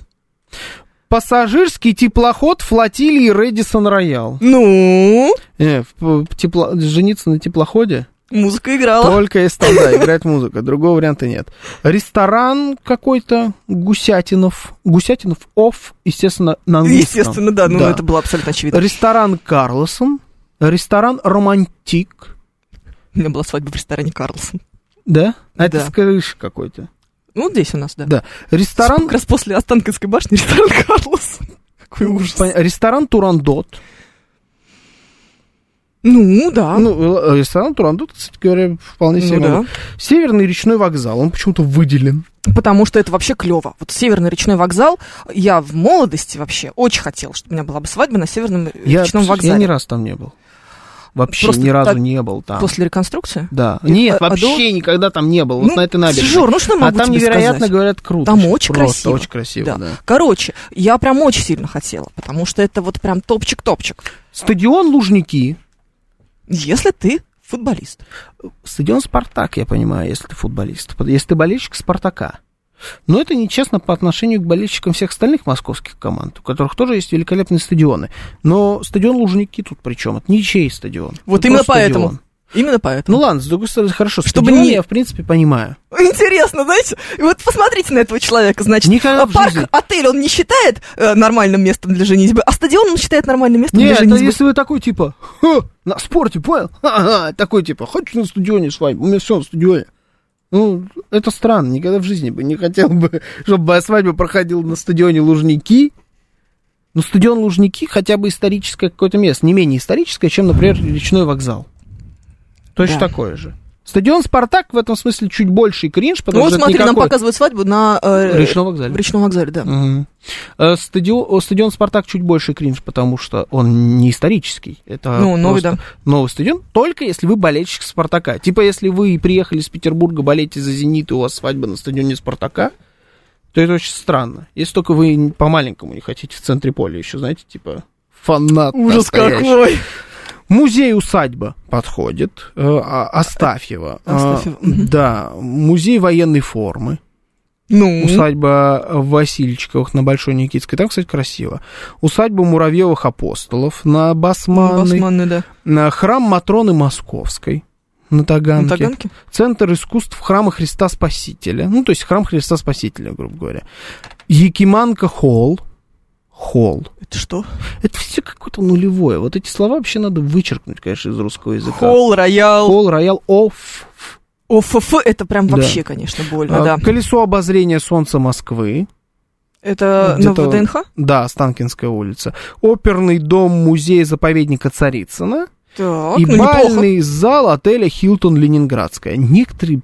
Speaker 2: Пассажирский теплоход флотилии Редисон Роял.
Speaker 3: ну,
Speaker 2: Э, в- в тепло- Жениться на теплоходе?
Speaker 3: музыка играла.
Speaker 2: Только если да, играет музыка. Другого варианта нет. Ресторан какой-то Гусятинов. Гусятинов оф, естественно, на английском.
Speaker 3: Естественно, да, ну это было абсолютно очевидно.
Speaker 2: Ресторан Карлсон. Ресторан Романтик.
Speaker 3: У меня была свадьба в ресторане Карлсон.
Speaker 2: Да? А Это
Speaker 3: Да.
Speaker 2: с крыши какой-то.
Speaker 3: Ну, здесь у нас, да.
Speaker 2: Да. Ресторан...
Speaker 3: Как раз после Останкинской башни ресторан Карлсон. Какой ужас.
Speaker 2: Пон- Ресторан Турандот.
Speaker 3: Ну, да.
Speaker 2: Ну, э, ресторан Турандот, кстати говоря, вполне
Speaker 3: Ну
Speaker 2: себе.
Speaker 3: да.
Speaker 2: могу. Северный речной вокзал. Он почему-то выделен.
Speaker 3: Потому что это вообще клево. Вот Северный речной вокзал, я в молодости вообще очень хотел, чтобы у меня была бы свадьба на Северном
Speaker 2: Я,
Speaker 3: речном
Speaker 2: я
Speaker 3: вокзале.
Speaker 2: ни раз там не был. Вообще
Speaker 3: Просто
Speaker 2: ни разу
Speaker 3: так-
Speaker 2: не был там.
Speaker 3: После реконструкции?
Speaker 2: Да.
Speaker 3: И-
Speaker 2: Нет,
Speaker 3: а- а
Speaker 2: вообще никогда там не был. вот
Speaker 3: Ну,
Speaker 2: на этой набережной.
Speaker 3: Жор, ну что я
Speaker 2: а
Speaker 3: могу
Speaker 2: там
Speaker 3: тебе
Speaker 2: невероятно
Speaker 3: сказать?
Speaker 2: говорят круто.
Speaker 3: Там
Speaker 2: Сейчас
Speaker 3: очень
Speaker 2: Просто
Speaker 3: красиво.
Speaker 2: Очень красиво, да.
Speaker 3: Типа, Да. Короче, я прям очень сильно хотела, потому что это вот прям топчик-топчик.
Speaker 2: Стадион Лужники.
Speaker 3: Если ты футболист.
Speaker 2: Стадион Спартак, я понимаю, если ты футболист. Если ты болельщик Спартака. Но это нечестно по отношению к болельщикам всех остальных московских команд, у которых тоже есть великолепные стадионы. Но стадион Лужники тут причем? Это ничей стадион.
Speaker 3: Вот
Speaker 2: Это
Speaker 3: именно
Speaker 2: просто
Speaker 3: поэтому.
Speaker 2: стадион.
Speaker 3: Именно
Speaker 2: Ну
Speaker 3: поэтому.
Speaker 2: ладно, с другой стороны, хорошо.
Speaker 3: Чтобы
Speaker 2: стадион
Speaker 3: не-
Speaker 2: я, в принципе, понимаю.
Speaker 3: Интересно, знаете? И вот посмотрите на этого человека, значит.
Speaker 2: Никогда
Speaker 3: а
Speaker 2: в
Speaker 3: парк,
Speaker 2: жизни.
Speaker 3: отель он не считает э, нормальным местом для женитьбы, а стадион он считает нормальным местом
Speaker 2: Нет,
Speaker 3: для
Speaker 2: это
Speaker 3: женитьбы.
Speaker 2: если вы такой типа, «Ха, на спорте, понял? Ха-ха, такой типа, хочешь на стадионе с вами? У меня все на стадионе. Ну, это странно, никогда в жизни бы не хотел бы, чтобы моя свадьба проходила на стадионе Лужники. Но стадион Лужники хотя бы историческое какое-то место, не менее историческое, чем, например, речной вокзал. Точно
Speaker 3: Да.
Speaker 2: такое же. Стадион «Спартак» в этом смысле чуть больше кринж, потому
Speaker 3: Ну, вот
Speaker 2: что это
Speaker 3: смотри, нам
Speaker 2: никакой-
Speaker 3: показывают свадьбу на э,
Speaker 2: Речном вокзале.
Speaker 3: в речном вокзале, да.
Speaker 2: Мгм. Э, стадион, о, стадион «Спартак» чуть больше кринж, потому что он не исторический. Это
Speaker 3: Ну, новый,
Speaker 2: просто новый стадион, только если вы болельщик «Спартака». Типа, если вы приехали из Петербурга, болеете за «Зенит», и у вас свадьба на стадионе «Спартака», то это очень странно. Если только вы н- по-маленькому не хотите в центре поля еще, знаете, типа фанат
Speaker 3: Ужас
Speaker 2: настоящий.
Speaker 3: какой!
Speaker 2: Музей-усадьба подходит. Э, а- Астафьева. Э,
Speaker 3: Астафьева, мгм.
Speaker 2: Да. Музей военной формы.
Speaker 3: Ну,
Speaker 2: Усадьба Васильчиковых на Большой Никитской. Там, кстати, красиво. Усадьба Муравьевых апостолов на Басманной.
Speaker 3: басманы, да.
Speaker 2: На Храм Матроны Московской на Таганке.
Speaker 3: На Таганке?
Speaker 2: Центр искусств Храма Христа Спасителя. Ну, то есть Храм Христа Спасителя, грубо говоря. Якиманка Холл. Холл.
Speaker 3: Это что?
Speaker 2: Это все какое-то нулевое. Вот эти слова вообще надо вычеркнуть, конечно, из русского языка.
Speaker 3: Холл, роял.
Speaker 2: Холл, роял, оф.
Speaker 3: ОФФ, это прям
Speaker 2: Да.
Speaker 3: вообще, конечно, больно,
Speaker 2: А,
Speaker 3: да.
Speaker 2: Колесо обозрения солнца Москвы.
Speaker 3: Это ну, на
Speaker 2: где-то-
Speaker 3: ВДНХ?
Speaker 2: Да, Останкинская улица. Оперный дом музея-заповедника Царицына.
Speaker 3: Так,
Speaker 2: и
Speaker 3: ну неплохо.
Speaker 2: бальный зал отеля «Хилтон Ленинградская». Некоторые,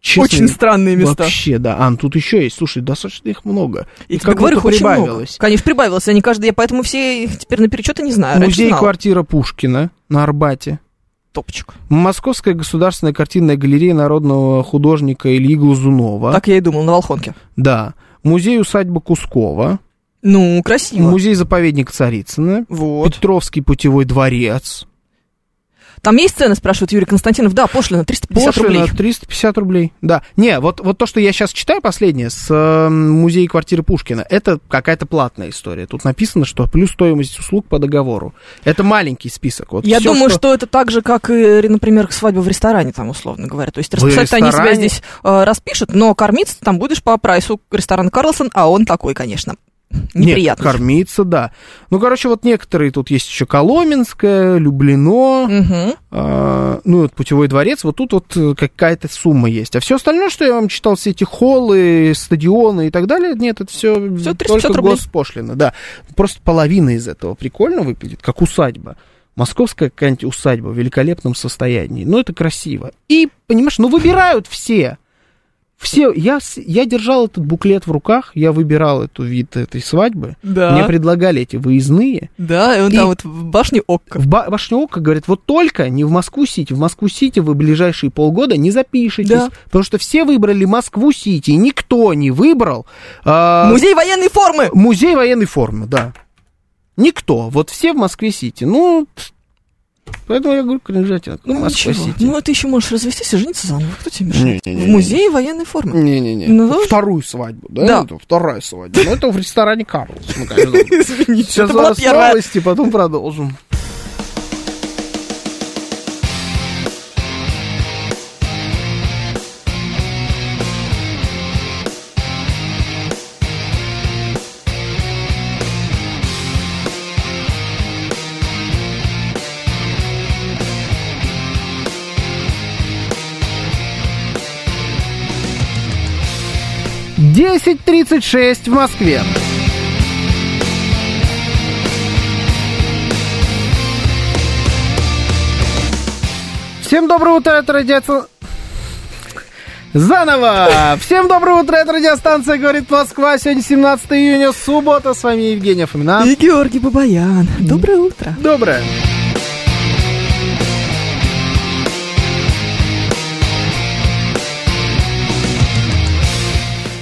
Speaker 2: честно,
Speaker 3: Очень странные места.
Speaker 2: Вообще, да. Ан, тут еще есть. Слушай, достаточно их много.
Speaker 3: Я
Speaker 2: И
Speaker 3: тебе
Speaker 2: как
Speaker 3: говорю, их
Speaker 2: будто
Speaker 3: очень много.
Speaker 2: прибавилось.
Speaker 3: Конечно, прибавилось. Они каждый, я поэтому все их теперь наперечет и не знаю. А, Раньше знала.
Speaker 2: Музей-квартира Пушкина на Арбате.
Speaker 3: Топчик.
Speaker 2: Московская государственная картинная галерея народного художника Ильи Глазунова.
Speaker 3: Так я и думал, на Волхонке.
Speaker 2: Да. Музей-усадьба Кускова.
Speaker 3: Ну, красиво.
Speaker 2: Музей-заповедник Царицына.
Speaker 3: Вот.
Speaker 2: Петровский путевой дворец.
Speaker 3: Там есть цены, спрашивает Юрий Константинов? Да, пошлина 350
Speaker 2: Пошлина
Speaker 3: рублей.
Speaker 2: 350 рублей. Да. Не, вот, вот то, что я сейчас читаю последнее с э, музея квартиры Пушкина, это какая-то платная история. Тут написано, что плюс стоимость услуг по договору. Это маленький список. Вот
Speaker 3: Я
Speaker 2: всё,
Speaker 3: думаю, что... это так же, как и, например, свадьба в ресторане, там, условно говоря. То есть
Speaker 2: В
Speaker 3: расписать-то они себя
Speaker 2: ресторане?
Speaker 3: здесь э, распишут, но кормиться там будешь по прайсу ресторан Карлсон, а он такой, конечно,
Speaker 2: Нет,
Speaker 3: неприятный.
Speaker 2: кормиться, да. Ну, короче, вот некоторые тут есть еще Коломенское, Люблино,
Speaker 3: Мгм.
Speaker 2: а, ну, вот Путевой дворец. Вот тут вот э, какая-то сумма есть. А все остальное, что я вам читал, все эти холлы, стадионы и так далее, нет, это все,
Speaker 3: 350
Speaker 2: только
Speaker 3: рублей.
Speaker 2: госпошлина, да. Просто половина из этого прикольно выглядит, как усадьба. Московская какая-нибудь усадьба в великолепном состоянии. Ну, это красиво. И, понимаешь, ну, выбирают все. Все, я, с- я держал этот буклет в руках, я выбирал эту вид этой свадьбы.
Speaker 3: Да.
Speaker 2: Мне предлагали эти выездные.
Speaker 3: Да, и он
Speaker 2: И-
Speaker 3: там вот в башне Окко.
Speaker 2: В ба- башню Ока говорят, вот только не в Москву-Сити. В Москву-Сити вы ближайшие полгода не запишетесь.
Speaker 3: Да.
Speaker 2: Потому что все выбрали Москву-Сити, и никто не выбрал а,
Speaker 3: Музей военной формы!
Speaker 2: музей военной формы, да. Никто. Вот все в Москве-Сити. Ну, т- поэтому я говорю, кринжатина.
Speaker 3: Ну, ничего.
Speaker 2: Москва-Сити.
Speaker 3: Ну, ты еще можешь развестись и жениться заново. Кто тебе мешает? В
Speaker 2: Не-не-не.
Speaker 3: музее военной формы.
Speaker 2: Не-не-не.
Speaker 3: Ну, да.
Speaker 2: Вторую свадьбу, да?
Speaker 3: Да.
Speaker 2: Это вторая свадьба. Но это в ресторане Карлс. Ну, конечно.
Speaker 3: Извините,
Speaker 2: Сейчас
Speaker 3: это была
Speaker 2: зараз
Speaker 3: первая.
Speaker 2: новости, потом продолжим. Десять тридцать шесть в Москве. Всем доброе утро, это радиостанция... Заново! Всем доброе утро, это радиостанция «Говорит Москва». Сегодня 17 июня, суббота. С вами Евгения Фомина.
Speaker 3: И Георгий Бабаян. Доброе утро.
Speaker 2: Доброе.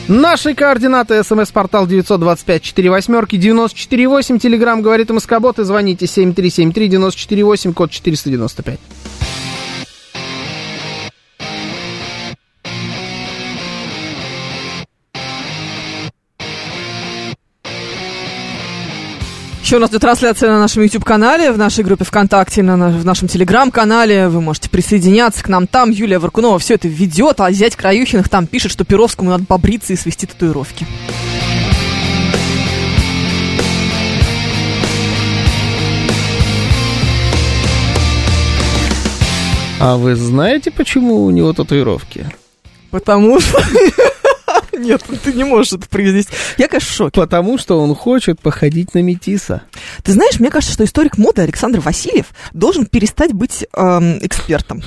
Speaker 2: Наши координаты. СМС-портал 925-48-94-8. Телеграмм говорит Москобот. И звоните 7373-94-8, код 495.
Speaker 3: Еще у нас идет трансляция на нашем YouTube-канале, в нашей группе ВКонтакте, на наш- в нашем Телеграм-канале. Вы можете присоединяться к нам там. Юлия Варкунова все это ведет, а зять Краюхиных там пишет, что Перовскому надо побриться и свести татуировки.
Speaker 2: А вы знаете, почему у него татуировки?
Speaker 3: Потому что... Нет, ну ты не можешь это произнести. Я, конечно, в шоке.
Speaker 2: Потому что он хочет походить на метиса.
Speaker 3: Ты знаешь, мне кажется, что историк моды Александр Васильев должен перестать быть эм, экспертом.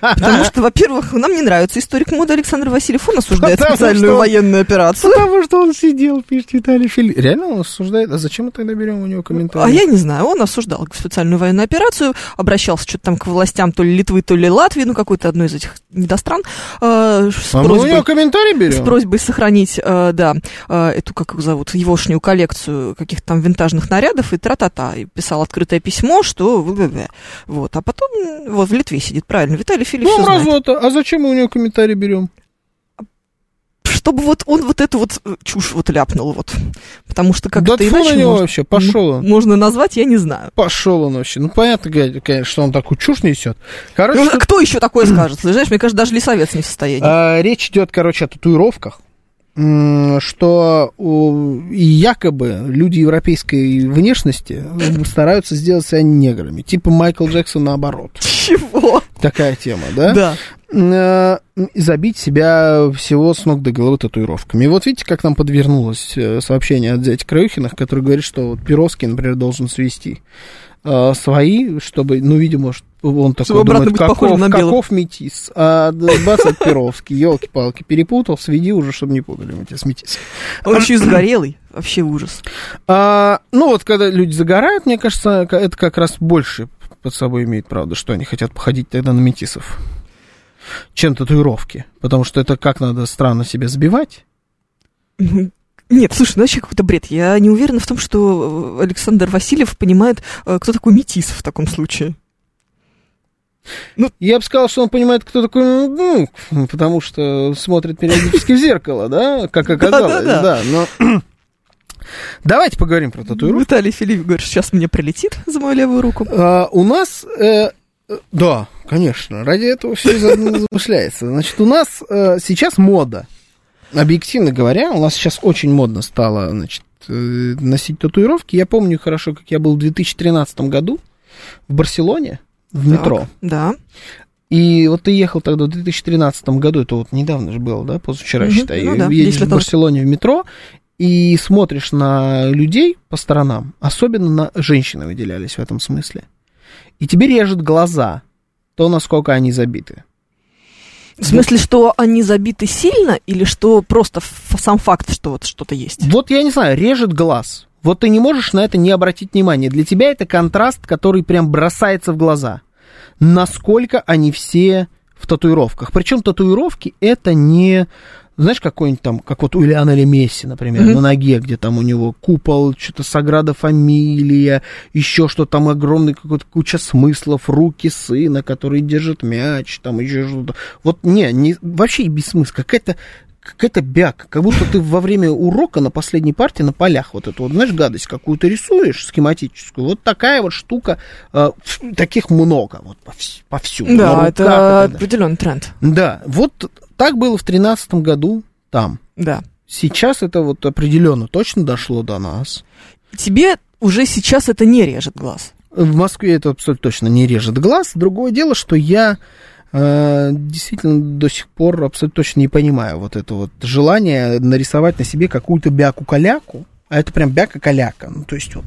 Speaker 3: Потому что, во-первых, нам не нравится историк моды Александр Васильев. Он осуждает
Speaker 2: Потому
Speaker 3: специальную
Speaker 2: что-
Speaker 3: военную операцию.
Speaker 2: Потому что он сидел, пишет Виталий Фили. Реально он осуждает? А зачем мы тогда берем у него комментарии?
Speaker 3: А я не знаю, он осуждал специальную военную операцию, обращался что-то там к властям то ли Литвы, то ли Латвии, ну какой-то одной из этих недостран, э, с
Speaker 2: А мы у
Speaker 3: просьбой-
Speaker 2: него комментарии
Speaker 3: с
Speaker 2: берем?
Speaker 3: просьбой сохранить, э, да, э, эту, как их зовут, егошнюю коллекцию каких-то там винтажных нарядов и тра-та-та. И писал открытое письмо, что... вы-вы-вы. Вот, а потом... м, Вот, в Литве сидит, правильно, Виталий Филипп
Speaker 2: Ну, мразота. А зачем мы у него комментарии берем?
Speaker 3: Чтобы вот он вот эту вот э, чушь вот ляпнул, вот. Потому что
Speaker 2: Да
Speaker 3: как-то
Speaker 2: тьфу
Speaker 3: иначе
Speaker 2: на него
Speaker 3: можно,
Speaker 2: вообще, пошел он.
Speaker 3: можно назвать, я не знаю.
Speaker 2: Пошел он вообще. Ну, понятно, га- конечно, что он такую чушь несет. Короче,
Speaker 3: Ну,
Speaker 2: тут,
Speaker 3: кто еще такое скажет? Ты Знаешь, мне кажется, даже лесовец не в состоянии.
Speaker 2: а, речь идет, короче, о татуировках. М, Что у- и якобы люди европейской внешности стараются сделать себя неграми. Типа Майкл Джексон наоборот.
Speaker 3: Чего?
Speaker 2: Такая тема, да?
Speaker 3: Да.
Speaker 2: Э, и забить себя всего с ног до головы татуировками. И вот видите, как нам подвернулось э, сообщение от дяди Краюхиных, который говорит, что вот Перовский, например, должен свести э, свои, чтобы, ну, видимо, ш- он такой
Speaker 3: Чтобы обратно
Speaker 2: думает,
Speaker 3: быть
Speaker 2: каков,
Speaker 3: похожим на белого».
Speaker 2: каков метис, а д- бац, это Перовский, елки-палки, перепутал, сведи уже, чтобы не путали метис, метис.
Speaker 3: Он еще и сгорелый. Вообще ужас.
Speaker 2: А, ну, вот когда люди загорают, мне кажется, к- это как раз больше под собой имеет правда, что они хотят походить тогда на метисов, чем татуировки. Потому что это как надо странно себя сбивать.
Speaker 3: Нет, слушай, ну вообще какой-то бред. Я не уверена в том, что э, Александр Васильев понимает, э, кто такой метис в таком случае.
Speaker 2: Я бы сказал, что он понимает, кто такой, ну, ну, потому что смотрит периодически в зеркало, да, как оказалось,
Speaker 3: Да-да-да.
Speaker 2: да, но... Давайте поговорим про татуировки.
Speaker 3: Виталий Филипп говорит, сейчас мне прилетит за мою левую руку.
Speaker 2: А, у нас... э, э, да, конечно, ради этого все замышляется. Значит, у нас э, сейчас мода. Объективно говоря, у нас сейчас очень модно стало, значит, э, носить татуировки. Я помню хорошо, как я был в 2013 году в Барселоне, в метро.
Speaker 3: Да.
Speaker 2: И вот ты ехал тогда в 2013 году, это вот недавно же было, да, позавчера,
Speaker 3: Мгм,
Speaker 2: считай,
Speaker 3: ну да, 10
Speaker 2: едешь
Speaker 3: лет
Speaker 2: в
Speaker 3: назад.
Speaker 2: Барселоне в метро и смотришь на людей по сторонам, особенно на женщины выделялись в этом смысле. И тебе режет глаза то, насколько они забиты.
Speaker 3: В смысле, что они забиты сильно или что просто ф- сам факт, что вот что-то есть?
Speaker 2: Вот я не знаю, режет глаз. Вот ты не можешь на это не обратить внимания. Для тебя это контраст, который прям бросается в глаза. Насколько они все в татуировках. Причем татуировки это не, знаешь, какой-нибудь там, как вот у Ильяна или Месси, например,
Speaker 3: Мгм.
Speaker 2: на ноге, где там у него купол, что-то Саграда Фамилия, еще что там огромный какой-то куча смыслов, руки сына, который держит мяч, там еще что-то. Вот не, не вообще бессмысл. Какая-то какая-то бяка, как будто ты во время урока на последней парте на полях вот эту вот, знаешь, гадость какую-то рисуешь схематическую. Вот такая вот штука, э, ф- таких много вот повс- повсюду. на
Speaker 3: Да,
Speaker 2: руках и
Speaker 3: это
Speaker 2: так далее.
Speaker 3: определенный тренд.
Speaker 2: Да, вот так было в тринадцатом году там.
Speaker 3: Да.
Speaker 2: Сейчас это вот определенно точно дошло до нас.
Speaker 3: Тебе уже сейчас это не режет глаз.
Speaker 2: В Москве это абсолютно точно не режет глаз. Другое дело, что я э, действительно до сих пор абсолютно точно не понимаю вот это вот желание нарисовать на себе какую-то бяку-каляку. А это прям бяка-каляка. Ну, то есть вот,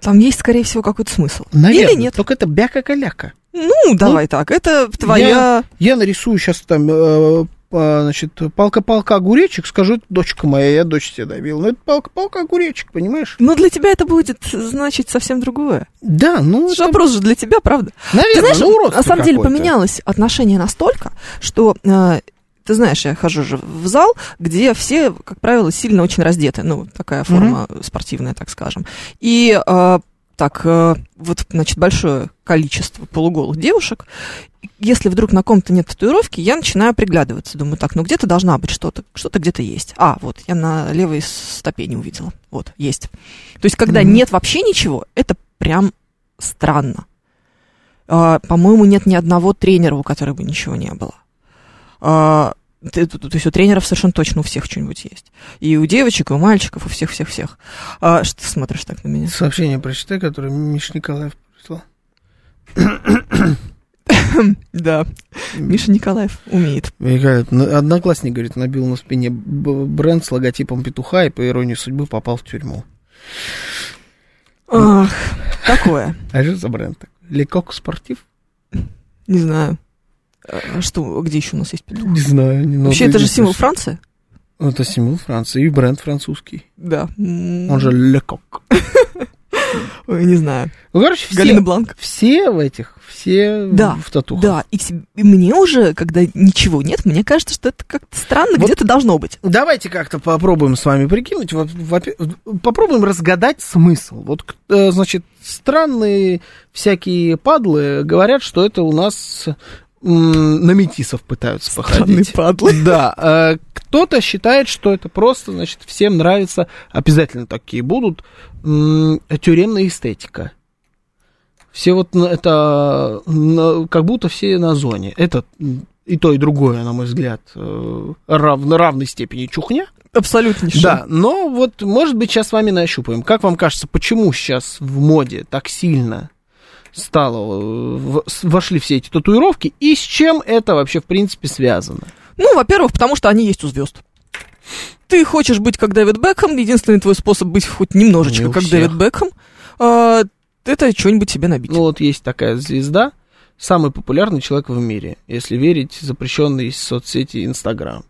Speaker 3: Там есть, скорее всего, какой-то смысл.
Speaker 2: наверное,
Speaker 3: Или нет?
Speaker 2: только это бяка-каляка.
Speaker 3: Ну, давай так. Это твоя...
Speaker 2: Я нарисую сейчас там, э, а, значит, палка-палка огуречек, скажу, это дочка моя, я дочь тебе добил. Но это палка-палка огуречек, понимаешь?
Speaker 3: Но Ну, для тебя это будет значит совсем другое.
Speaker 2: Да, ну,
Speaker 3: Это же
Speaker 2: это,
Speaker 3: вопрос же для тебя, правда?
Speaker 2: наверное,
Speaker 3: ты
Speaker 2: ну,
Speaker 3: знаешь,
Speaker 2: уродство
Speaker 3: на самом деле
Speaker 2: какое-то.
Speaker 3: поменялось отношение настолько, что э, ты знаешь, я хожу же в зал, где все, как правило, сильно очень раздеты. Ну, такая форма спортивная, так скажем. И э, так, э, вот, значит, большое количество полуголых девушек. Если вдруг на ком-то нет татуировки, я начинаю приглядываться. Думаю, так, ну где-то должна быть что-то, что-то где-то есть. А, вот, я на левой стопе не увидела. Вот, есть. То есть, когда
Speaker 2: Мгм.
Speaker 3: нет вообще ничего, это прям странно. А, по-моему, нет ни одного тренера, у которого бы ничего не было. А, т- т- то есть у тренеров совершенно точно у всех что-нибудь есть. И у девочек, и у мальчиков, у всех-всех-всех. А, что ты смотришь так на меня?
Speaker 2: Сообщение прочитай, которое Миш Николаев прислал.
Speaker 3: Да. Миша Николаев умеет.
Speaker 2: И говорит, «Ну, Одноклассник, говорит, набил на спине б- бренд с логотипом петуха и, по иронии судьбы, попал в тюрьму.
Speaker 3: Ах, такое.
Speaker 2: А что за бренд такой? Лекок спортив?
Speaker 3: Не знаю. А что, где еще у нас есть петух?
Speaker 2: Не знаю. не- ну,
Speaker 3: Вообще,
Speaker 2: ты
Speaker 3: это же
Speaker 2: не
Speaker 3: символ
Speaker 2: слышишь.
Speaker 3: Франции?
Speaker 2: Ну, Это символ Франции и бренд французский.
Speaker 3: Да. М,
Speaker 2: Он же Лекок.
Speaker 3: Ой, Не знаю.
Speaker 2: Ну, короче,
Speaker 3: Галина
Speaker 2: все,
Speaker 3: Бланк.
Speaker 2: все в этих, все
Speaker 3: Да,
Speaker 2: в татухах.
Speaker 3: Да, и, вс- и мне уже, когда ничего нет, мне кажется, что это как-то странно,
Speaker 2: Вот.
Speaker 3: где-то должно быть.
Speaker 2: Давайте как-то попробуем с вами прикинуть. Во- во- попробуем разгадать смысл. Вот, к- э, значит, странные всякие падлы говорят, что это у нас м, на метисов пытаются
Speaker 3: Странные
Speaker 2: походить.
Speaker 3: падлы.
Speaker 2: Да, э, кто-то считает, что это просто, значит, всем нравится, обязательно такие будут, м, тюремная эстетика. Все вот на- это, на- как будто все на зоне. Это м, и то, и другое, на мой взгляд, э, рав- на равной степени чухня.
Speaker 3: Абсолютно.
Speaker 2: Да, но вот, может быть, сейчас с вами нащупаем. Как вам кажется, почему сейчас в моде так сильно стало, э, в- с- вошли все эти татуировки, и с чем это вообще, в принципе, связано?
Speaker 3: Ну, во-первых, потому что они есть у звезд. Ты хочешь быть как Дэвид Бекхэм, единственный твой способ быть хоть немножечко
Speaker 2: Не у
Speaker 3: как
Speaker 2: всех.
Speaker 3: Дэвид Бекхэм, а, это что-нибудь себе набить.
Speaker 2: Ну вот есть такая звезда, самый популярный человек в мире, если верить запрещенной соцсети Инстаграм.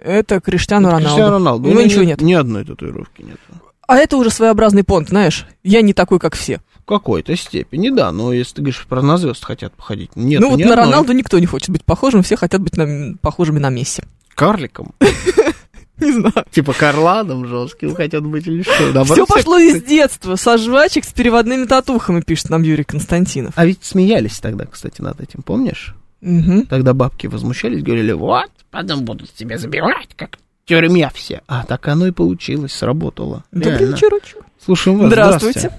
Speaker 3: это Криштиану
Speaker 2: Вот
Speaker 3: Роналду.
Speaker 2: Криштиану Роналду. Ну,
Speaker 3: У него
Speaker 2: него
Speaker 3: ничего
Speaker 2: ни-
Speaker 3: нет.
Speaker 2: Ни одной татуировки нет.
Speaker 3: А это уже своеобразный понт, знаешь, я не такой, как все.
Speaker 2: В какой-то степени, да, но если ты говоришь, про на звезд хотят походить, нет,
Speaker 3: ну вот
Speaker 2: ни
Speaker 3: на
Speaker 2: одной.
Speaker 3: Роналду никто не хочет быть похожим, все хотят быть на- похожими на Месси.
Speaker 2: Карликом.
Speaker 3: Не знаю.
Speaker 2: Типа Карладом жестким хотят быть или что.
Speaker 3: Все
Speaker 2: Наоборот, все-
Speaker 3: пошло из детства, со жвачек с переводными татухами, пишет нам Юрий Константинов.
Speaker 2: А ведь смеялись тогда, кстати, над этим, помнишь?
Speaker 3: Мгм.
Speaker 2: Тогда бабки возмущались, говорили, вот, потом будут тебя забивать, как в тюрьме все. А так оно и получилось, сработало.
Speaker 3: Добрый
Speaker 2: Реально.
Speaker 3: вечерочек.
Speaker 2: Слушаем вас.
Speaker 3: Здравствуйте.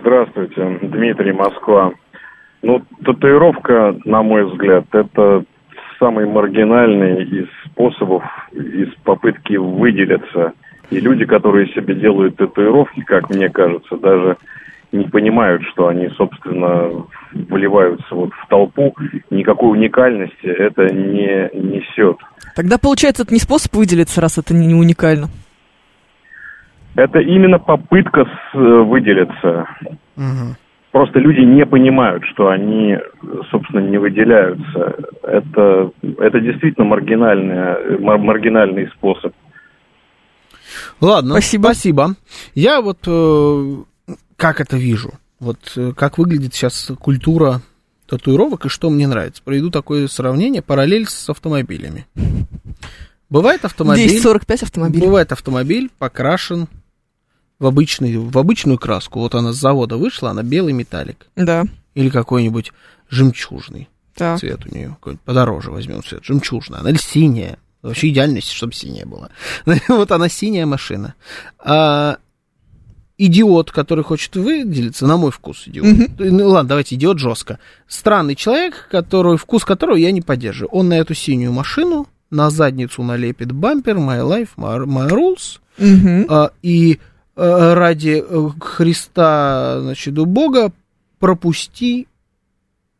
Speaker 7: Здравствуйте, Дмитрий, Москва. Ну, татуировка, на мой взгляд, это самый маргинальный из способов, из попытки выделиться. И люди, которые себе делают татуировки, как мне кажется, даже не понимают, что они, собственно, вливаются вот в толпу. Никакой уникальности это не несет.
Speaker 3: Тогда, получается, это не способ выделиться, раз это не не уникально.
Speaker 7: Это именно попытка с- э, выделиться.
Speaker 2: Мгм.
Speaker 7: Просто люди не понимают, что они, собственно, не выделяются. Это, это действительно маргинальная- мар- маргинальный способ.
Speaker 2: Ладно,
Speaker 3: Спасибо.
Speaker 2: спасибо. Я вот э, как это вижу, вот э, как выглядит сейчас культура татуировок и что мне нравится. Проведу такое сравнение, параллель с автомобилями. Бывает автомобиль,
Speaker 3: 10.45 автомобиль.
Speaker 2: бывает автомобиль покрашен в, обычный, в обычную краску. Вот она с завода вышла, она белый металлик
Speaker 3: Да,
Speaker 2: или какой-нибудь жемчужный
Speaker 3: так.
Speaker 2: цвет у нее какой-нибудь подороже возьмем цвет, жемчужная, она или синяя, вообще идеально, чтобы синяя была. Вот она синяя машина. А идиот, который хочет выделиться, на мой вкус идиот.
Speaker 3: Мгм.
Speaker 2: Ну ладно, давайте идиот жестко. Странный человек, который, вкус которого я не поддерживаю. Он на эту синюю машину на задницу налепит бампер My Life, My, my Rules,
Speaker 3: Мгм.
Speaker 2: а, и э, ради э, Христа, значит, у Бога пропусти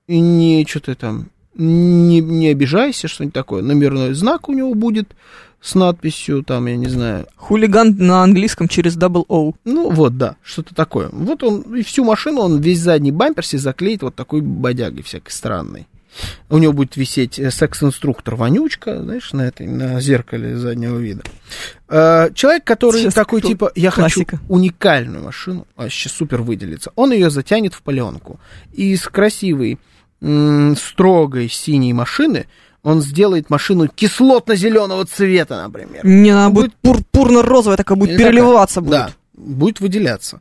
Speaker 2: и не что ты там, не, не обижайся, что-нибудь такое. Номерной знак у него будет с надписью, там, я не знаю.
Speaker 3: А- Хулиган на английском через double O.
Speaker 2: Ну, вот, да, что-то такое. Вот он, и всю машину, он весь задний бампер себе заклеит вот такой бодягой всякой странной. У него будет висеть э, секс-инструктор Вонючка, знаешь, на этой, на зеркале заднего вида. Э, Человек, который
Speaker 3: Сейчас
Speaker 2: такой,
Speaker 3: кто-
Speaker 2: типа, я
Speaker 3: классика.
Speaker 2: хочу уникальную машину, вообще супер выделится, он ее затянет в паленку. И из красивой, м, строгой синей машины он сделает машину кислотно-зеленого цвета, например.
Speaker 3: Не, она
Speaker 2: Ну,
Speaker 3: будет пурпурно-розовая такая, будет
Speaker 2: Или
Speaker 3: переливаться
Speaker 2: такая.
Speaker 3: будет.
Speaker 2: Да, будет выделяться.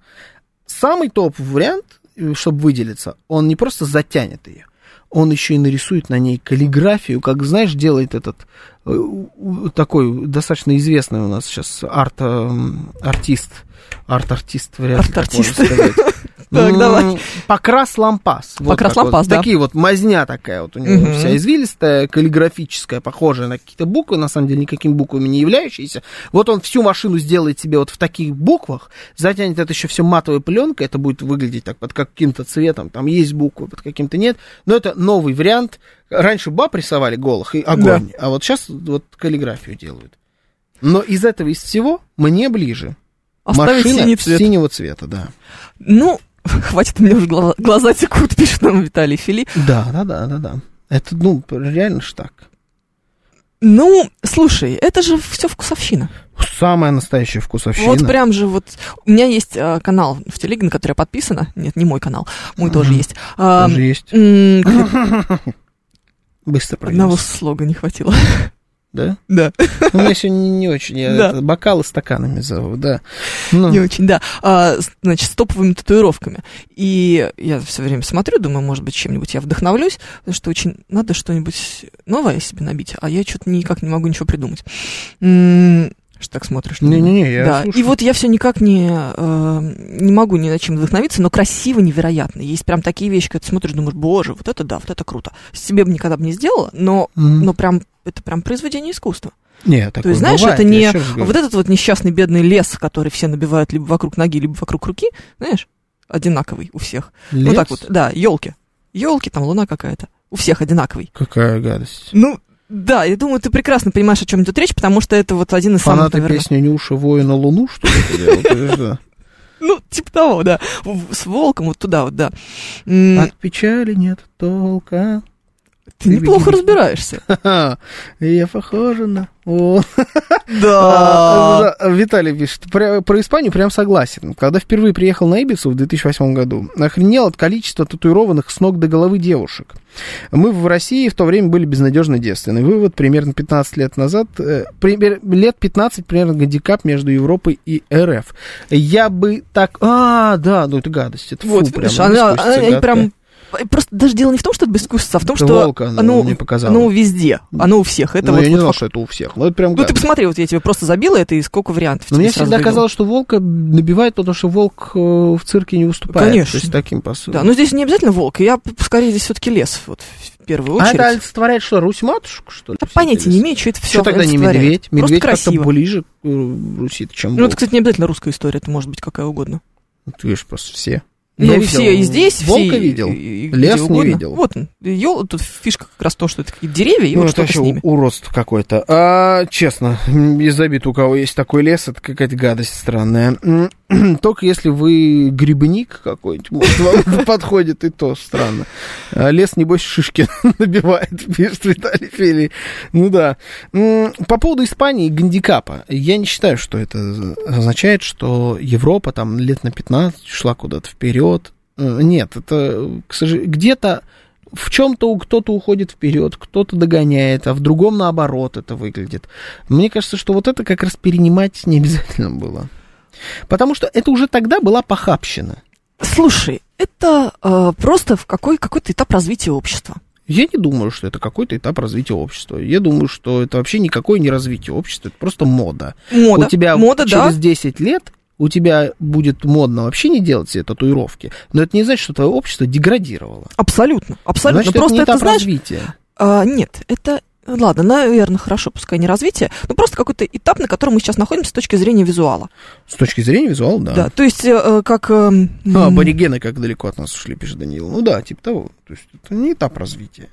Speaker 2: Самый топ-вариант, чтобы выделиться, он не просто затянет ее, он еще и нарисует на ней каллиграфию, как, знаешь, делает этот э, у- у- такой достаточно известный у нас сейчас арт, эм, артист, арт-артист, вряд ли так можно
Speaker 3: Арт-артист.
Speaker 2: сказать.
Speaker 3: Так,
Speaker 2: М,
Speaker 3: давай.
Speaker 2: Покрас лампас. Вот
Speaker 3: Покрас
Speaker 2: так вот.
Speaker 3: лампас, да.
Speaker 2: Такие вот мазня такая вот у него
Speaker 3: Мгм.
Speaker 2: вся извилистая, каллиграфическая, похожая на какие-то буквы, на самом деле никакими буквами не являющиеся. Вот он всю машину сделает себе вот в таких буквах, затянет это еще все матовой пленкой, это будет выглядеть так под каким-то цветом, там есть буквы, под каким-то нет. Но это новый вариант. Раньше баб рисовали голых и огонь, а вот сейчас вот каллиграфию делают. Но из этого, из всего, мне ближе.
Speaker 3: Оставить
Speaker 2: машина
Speaker 3: синий цвет.
Speaker 2: синего цвета, да.
Speaker 3: Ну, хватит, у меня уже глаза, глаза текут, пишет нам Виталий Фили.
Speaker 2: Да, да, да, да, да. Это, ну, реально ж так.
Speaker 3: Ну, слушай, это же все вкусовщина.
Speaker 2: Самая настоящая вкусовщина.
Speaker 3: Вот прям же вот... У меня есть э, канал в Телеге, на который я подписана. Нет, не мой канал, мой тоже есть. А,
Speaker 2: Тоже есть.
Speaker 3: м, как это?
Speaker 2: Быстро
Speaker 3: Одного
Speaker 2: пройдёмся.
Speaker 3: слога не хватило.
Speaker 2: Да? Ну,
Speaker 3: Да,
Speaker 2: У меня сегодня не- не очень. я
Speaker 3: Да.
Speaker 2: это, Бокалы стаканами зову, да. Ну,
Speaker 3: не очень, да. А, с- Значит, с топовыми татуировками. И я все время смотрю, думаю, может быть, чем-нибудь я вдохновлюсь, потому что очень надо что-нибудь новое себе набить, а я что-то никак не могу ничего придумать. М, Что так смотришь? на меня?
Speaker 2: Не-не-не, я
Speaker 3: да,
Speaker 2: слушаю.
Speaker 3: и вот я все никак не, э, не могу ни на чем вдохновиться, но красиво невероятно. Есть прям такие вещи, когда ты смотришь, думаешь, боже, вот это да, вот это круто. Себе бы никогда бы не сделала, но,
Speaker 2: Мгм.
Speaker 3: но прям это прям произведение искусства.
Speaker 2: Не, такое
Speaker 3: ну, То есть, знаешь,
Speaker 2: бывает,
Speaker 3: это
Speaker 2: я
Speaker 3: не
Speaker 2: ещё раз говорю.
Speaker 3: вот этот вот несчастный бедный лес, который все набивают либо вокруг ноги, либо вокруг руки, знаешь, одинаковый у всех.
Speaker 2: Лес?
Speaker 3: Вот так вот, да, елки. Елки, там луна какая-то. У всех одинаковый.
Speaker 2: Какая гадость.
Speaker 3: Ну, да, я думаю, ты прекрасно понимаешь, о чем идет речь, потому что это вот один из самых,
Speaker 2: Фанаты
Speaker 3: наверное,
Speaker 2: песни Нюша Воина Луну, что ли, это делал? Ты же, да.
Speaker 3: Ну, типа того, да. В- С волком вот туда вот, да. М,
Speaker 2: От печали нет толка.
Speaker 3: Ты неплохо
Speaker 2: видишь?
Speaker 3: разбираешься.
Speaker 2: Ха-ха. Я похожа на... О,
Speaker 3: Да.
Speaker 2: А, да, Виталий пишет, про, про Испанию прям согласен. Когда впервые приехал на Ибицу в 2008 году, охренел от количества татуированных с ног до головы девушек. Мы в России в то время были безнадежно девственны. Вывод, примерно 15 лет назад, э, пример- лет 15 примерно гандикап между Европой и РФ. Я бы так... А, да, ну это гадость, это
Speaker 3: Вот,
Speaker 2: фу,
Speaker 3: видишь,
Speaker 2: прям.
Speaker 3: она-
Speaker 2: безвкусица
Speaker 3: они
Speaker 2: гадкая.
Speaker 3: прям... э, Просто даже дело не в том, что это безвкусица, а в том,
Speaker 2: Это
Speaker 3: что
Speaker 2: волка она мне показала.
Speaker 3: оно везде, оно у всех. Это
Speaker 2: Ну,
Speaker 3: вот,
Speaker 2: я не
Speaker 3: вот
Speaker 2: знал,
Speaker 3: фак-
Speaker 2: что это у всех. Ну, это прям
Speaker 3: Ну, ты
Speaker 2: гадость.
Speaker 3: посмотри, вот я тебе просто забила это, и сколько вариантов
Speaker 2: Но
Speaker 3: тебе
Speaker 2: мне
Speaker 3: сразу
Speaker 2: всегда
Speaker 3: вывело.
Speaker 2: казалось, что волка набивает, потому что волк э, в цирке не выступает.
Speaker 3: Конечно.
Speaker 2: То есть таким посылом.
Speaker 3: Да, но здесь не обязательно волк, я п- скорее здесь все-таки лес, вот, в первую
Speaker 2: а
Speaker 3: очередь.
Speaker 2: это олицетворяет что, Русь-матушку, что ли?
Speaker 3: Да
Speaker 2: все эти
Speaker 3: понятия не
Speaker 2: леса?
Speaker 3: имею, что это все
Speaker 2: Чё тогда не медведь?
Speaker 3: Просто
Speaker 2: Медведь как-то
Speaker 3: красиво.
Speaker 2: ближе к э, Руси, чем
Speaker 3: Ну,
Speaker 2: волк.
Speaker 3: это, кстати, не обязательно русская история, это может быть какая угодно.
Speaker 2: Ну, Ты видишь, просто все.
Speaker 3: Ну,
Speaker 2: Я
Speaker 3: все и
Speaker 2: видел,
Speaker 3: здесь,
Speaker 2: волка
Speaker 3: все и-
Speaker 2: видел.
Speaker 3: и- и
Speaker 2: лес
Speaker 3: где
Speaker 2: не
Speaker 3: угодно.
Speaker 2: видел.
Speaker 3: Вот он. Ел, тут фишка как раз то, что это какие-то деревья, и
Speaker 2: ну,
Speaker 3: вот
Speaker 2: это
Speaker 3: что с
Speaker 2: вообще
Speaker 3: ними.
Speaker 2: уродство какое-то. А, честно, м, без обид, у кого есть такой лес, это какая-то гадость странная. М, Только если вы грибник какой-нибудь, может, вам подходит, и то странно. А, Лес, небось, шишки набивает, пишет Виталий Филий. Ну да. М, По поводу Испании и гандикапа. Я не считаю, что это означает, что Европа там лет на 15 шла куда-то вперед. Э, Нет, это, к сожалению, где-то в чем-то у- кто-то уходит вперед, кто-то догоняет, а в другом наоборот это выглядит. Мне кажется, что вот это как раз перенимать не обязательно было. Потому что это уже тогда была похабщина.
Speaker 3: Слушай, это э, просто в какой, какой-то этап развития общества.
Speaker 2: Я не думаю, что это какой-то этап развития общества. Я думаю, что это вообще никакое не развитие общества, это просто мода.
Speaker 3: Мода.
Speaker 2: У тебя
Speaker 3: Мода,
Speaker 2: через
Speaker 3: да.
Speaker 2: 10 лет у тебя будет модно вообще не делать себе татуировки. Но это не значит, что твое общество деградировало.
Speaker 3: Абсолютно. Абсолютно. Ну,
Speaker 2: Значит, это
Speaker 3: просто
Speaker 2: не
Speaker 3: это,
Speaker 2: этап
Speaker 3: знаешь,
Speaker 2: развития.
Speaker 3: а, нет, это. Ладно, наверное, хорошо, пускай не развитие, но просто какой-то этап, на котором мы сейчас находимся с точки зрения визуала.
Speaker 2: С точки зрения визуала, да.
Speaker 3: Да, то есть, э, э, как... э, м,
Speaker 2: Ну, аборигены как далеко от нас ушли, пишет Даниил. Ну да, типа того. То есть это не этап развития.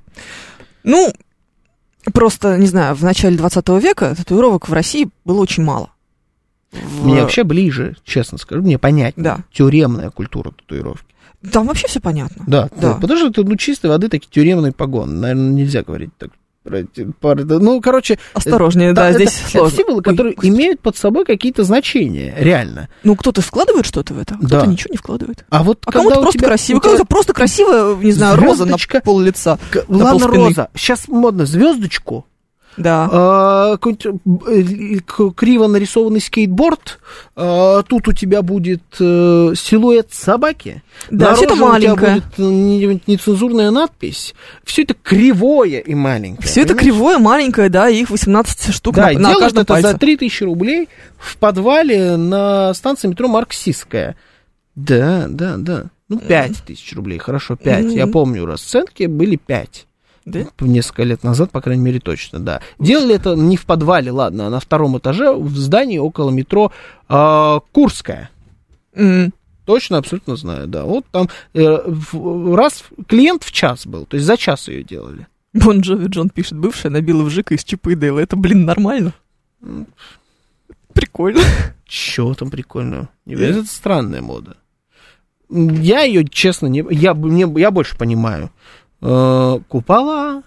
Speaker 3: ну, просто, не знаю, в начале 20 века татуировок в России было очень мало. В-
Speaker 2: Мне вообще ближе, честно скажу, мне понятнее.
Speaker 3: А. Да.
Speaker 2: Тюремная культура татуировки.
Speaker 3: Там вообще все понятно.
Speaker 2: Да,
Speaker 3: Да.
Speaker 2: да. Потому что это ну, чистой воды такие тюремные погоны. Наверное, нельзя говорить так. про эти пары. Да, Ну, короче,
Speaker 3: Осторожнее,
Speaker 2: та-
Speaker 3: да,
Speaker 2: это-
Speaker 3: здесь
Speaker 2: это
Speaker 3: сложно.
Speaker 2: символы,
Speaker 3: Ой,
Speaker 2: которые
Speaker 3: господи.
Speaker 2: имеют под собой какие-то значения, реально.
Speaker 3: Ну, кто-то вкладывает что-то в это, а кто-то
Speaker 2: Да.
Speaker 3: ничего не вкладывает.
Speaker 2: А вот
Speaker 3: А
Speaker 2: когда
Speaker 3: кому-то
Speaker 2: у
Speaker 3: просто
Speaker 2: тебя-
Speaker 3: красиво,
Speaker 2: у тебя
Speaker 3: кому-то просто красиво, не знаю, роза на
Speaker 2: звёздочка. А,
Speaker 3: пол лица.
Speaker 2: к-
Speaker 3: на
Speaker 2: Ладно,
Speaker 3: полспины.
Speaker 2: Роза, сейчас модно звездочку,
Speaker 3: Да.
Speaker 2: а, какой-нибудь, э, к- криво нарисованный скейтборд, а, тут у тебя будет э, силуэт собаки,
Speaker 3: Да, всё это
Speaker 2: наружу у тебя
Speaker 3: маленькое.
Speaker 2: будет э, не- нецензурная надпись, все это кривое и маленькое.
Speaker 3: Все это
Speaker 2: понимаешь?
Speaker 3: кривое, маленькое, да, и их 18 штук
Speaker 2: Да, и
Speaker 3: на, на
Speaker 2: делают
Speaker 3: каждом
Speaker 2: это
Speaker 3: пальце.
Speaker 2: за 3000 рублей в подвале на станции метро Марксистская. Да, да, да. Ну, 5 тысяч рублей, хорошо, 5. Я
Speaker 3: Э. Мгм.
Speaker 2: помню, расценки были 5.
Speaker 3: Да?
Speaker 2: Несколько лет назад, по крайней мере, точно, да. Делали это не в подвале, ладно, а на втором этаже в здании около метро а, Курская.
Speaker 3: М,
Speaker 2: Точно, абсолютно знаю, да. Вот там э, в- раз в- клиент в час был, то есть за час ее делали.
Speaker 3: Бон Джови Джон пишет, бывшая набила в ЖИКа из Чипа и Дейла. Это, блин, нормально? Прикольно.
Speaker 2: Чего там прикольного? Не верю, Это странная мода. Я ее, честно, не... Я, б- мне, я больше понимаю. Э, купола,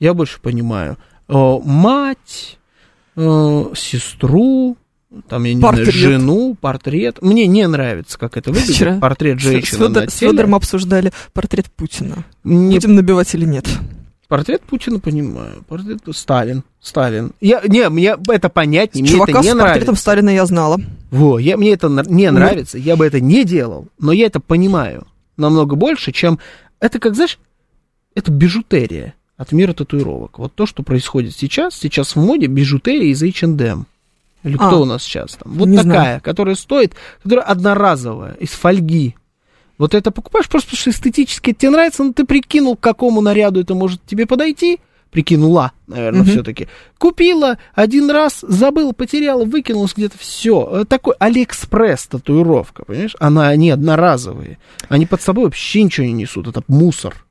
Speaker 2: я больше понимаю. Э, мать, э, сестру, там, я не знаю,
Speaker 3: Портрет.
Speaker 2: жену, портрет. Мне не нравится, как это выглядит.
Speaker 3: Вчера
Speaker 2: Портрет
Speaker 3: С-
Speaker 2: женщины
Speaker 3: с, Федор-
Speaker 2: на
Speaker 3: с
Speaker 2: теле.
Speaker 3: Федором обсуждали портрет Путина.
Speaker 2: Мне
Speaker 3: Будем набивать или нет?
Speaker 2: Портрет Путина понимаю. Портрет Сталин. Сталин. Я, не, мне это понять, мне
Speaker 3: Чувака
Speaker 2: это
Speaker 3: с
Speaker 2: не
Speaker 3: портретом
Speaker 2: нравится.
Speaker 3: Сталина я знала.
Speaker 2: Во, я, мне это на- не
Speaker 3: Ну.
Speaker 2: нравится, я бы это не делал, но я это понимаю намного больше, чем... Это как, знаешь, это бижутерия от мира татуировок. Вот то, что происходит сейчас, сейчас в моде бижутерия из H&M. Или
Speaker 3: А.
Speaker 2: кто у нас сейчас там? Вот
Speaker 3: Не
Speaker 2: такая,
Speaker 3: знаю.
Speaker 2: которая стоит, которая одноразовая, из фольги. Вот это покупаешь просто потому, что эстетически это тебе нравится, но ты прикинул, к какому наряду это может тебе подойти. Прикинула, наверное,
Speaker 3: Мгм.
Speaker 2: все-таки. Купила один раз, забыла, потеряла, выкинулась где-то, все. Такой Алиэкспресс татуировка, понимаешь? Она, они одноразовые. Они под собой вообще ничего не несут, это мусор.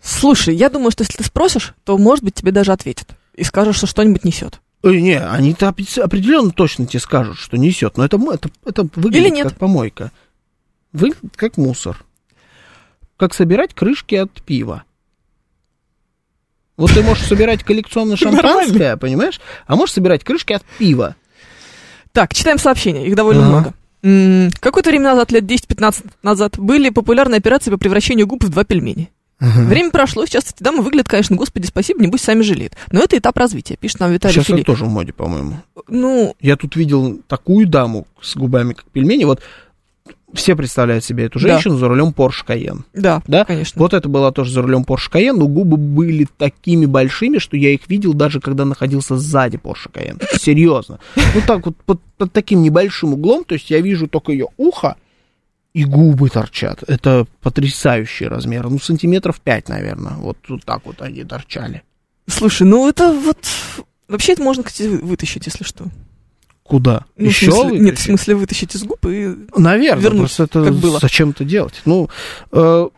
Speaker 3: Слушай, я думаю, что если ты спросишь, то, может быть, тебе даже ответят. И скажешь, что что-нибудь несет.
Speaker 2: Ой, Э, не, они-то опи- определенно точно тебе скажут, что несет, но это, мо- это, это выглядит
Speaker 3: нет.
Speaker 2: как помойка. Выглядит как мусор. Как собирать крышки от пива. Вот ты можешь собирать коллекционное шампанское, понимаешь? А можешь собирать крышки от пива.
Speaker 3: Так, читаем сообщения, их довольно
Speaker 2: Ага.
Speaker 3: много. М, Какое-то время назад, лет 10-15 назад, были популярные операции по превращению губ в два пельмени. Время прошло, сейчас эти дамы выглядят, конечно, господи, спасибо, небось сами жалеют. Но это этап развития, пишет нам Виталий
Speaker 2: Сейчас это
Speaker 3: Филипп.
Speaker 2: тоже в моде, по-моему.
Speaker 3: Ну,
Speaker 2: Я тут видел такую даму с губами, как пельмени. Вот все представляют себе эту
Speaker 3: Да.
Speaker 2: женщину за рулем Porsche Cayenne.
Speaker 3: да,
Speaker 2: Да?
Speaker 3: конечно.
Speaker 2: Вот это была тоже за рулем Porsche Cayenne, но губы были такими большими, что я их видел даже когда находился сзади Porsche Cayenne. Серьезно. Ну так вот, под, под таким небольшим углом, то есть я вижу только ее ухо, и губы торчат. Это потрясающий размер. Ну, сантиметров 5, наверное. Вот, вот так вот они торчали.
Speaker 3: Слушай, ну это вот... Вообще это можно, кстати, вытащить, если что.
Speaker 2: Куда?
Speaker 3: Ну, в
Speaker 2: Еще?
Speaker 3: смысле- Нет, в
Speaker 2: вытащить?
Speaker 3: смысле вытащить из губ и...
Speaker 2: Наверное,
Speaker 3: вернуть,
Speaker 2: просто это
Speaker 3: как было.
Speaker 2: зачем это делать? Ну, э,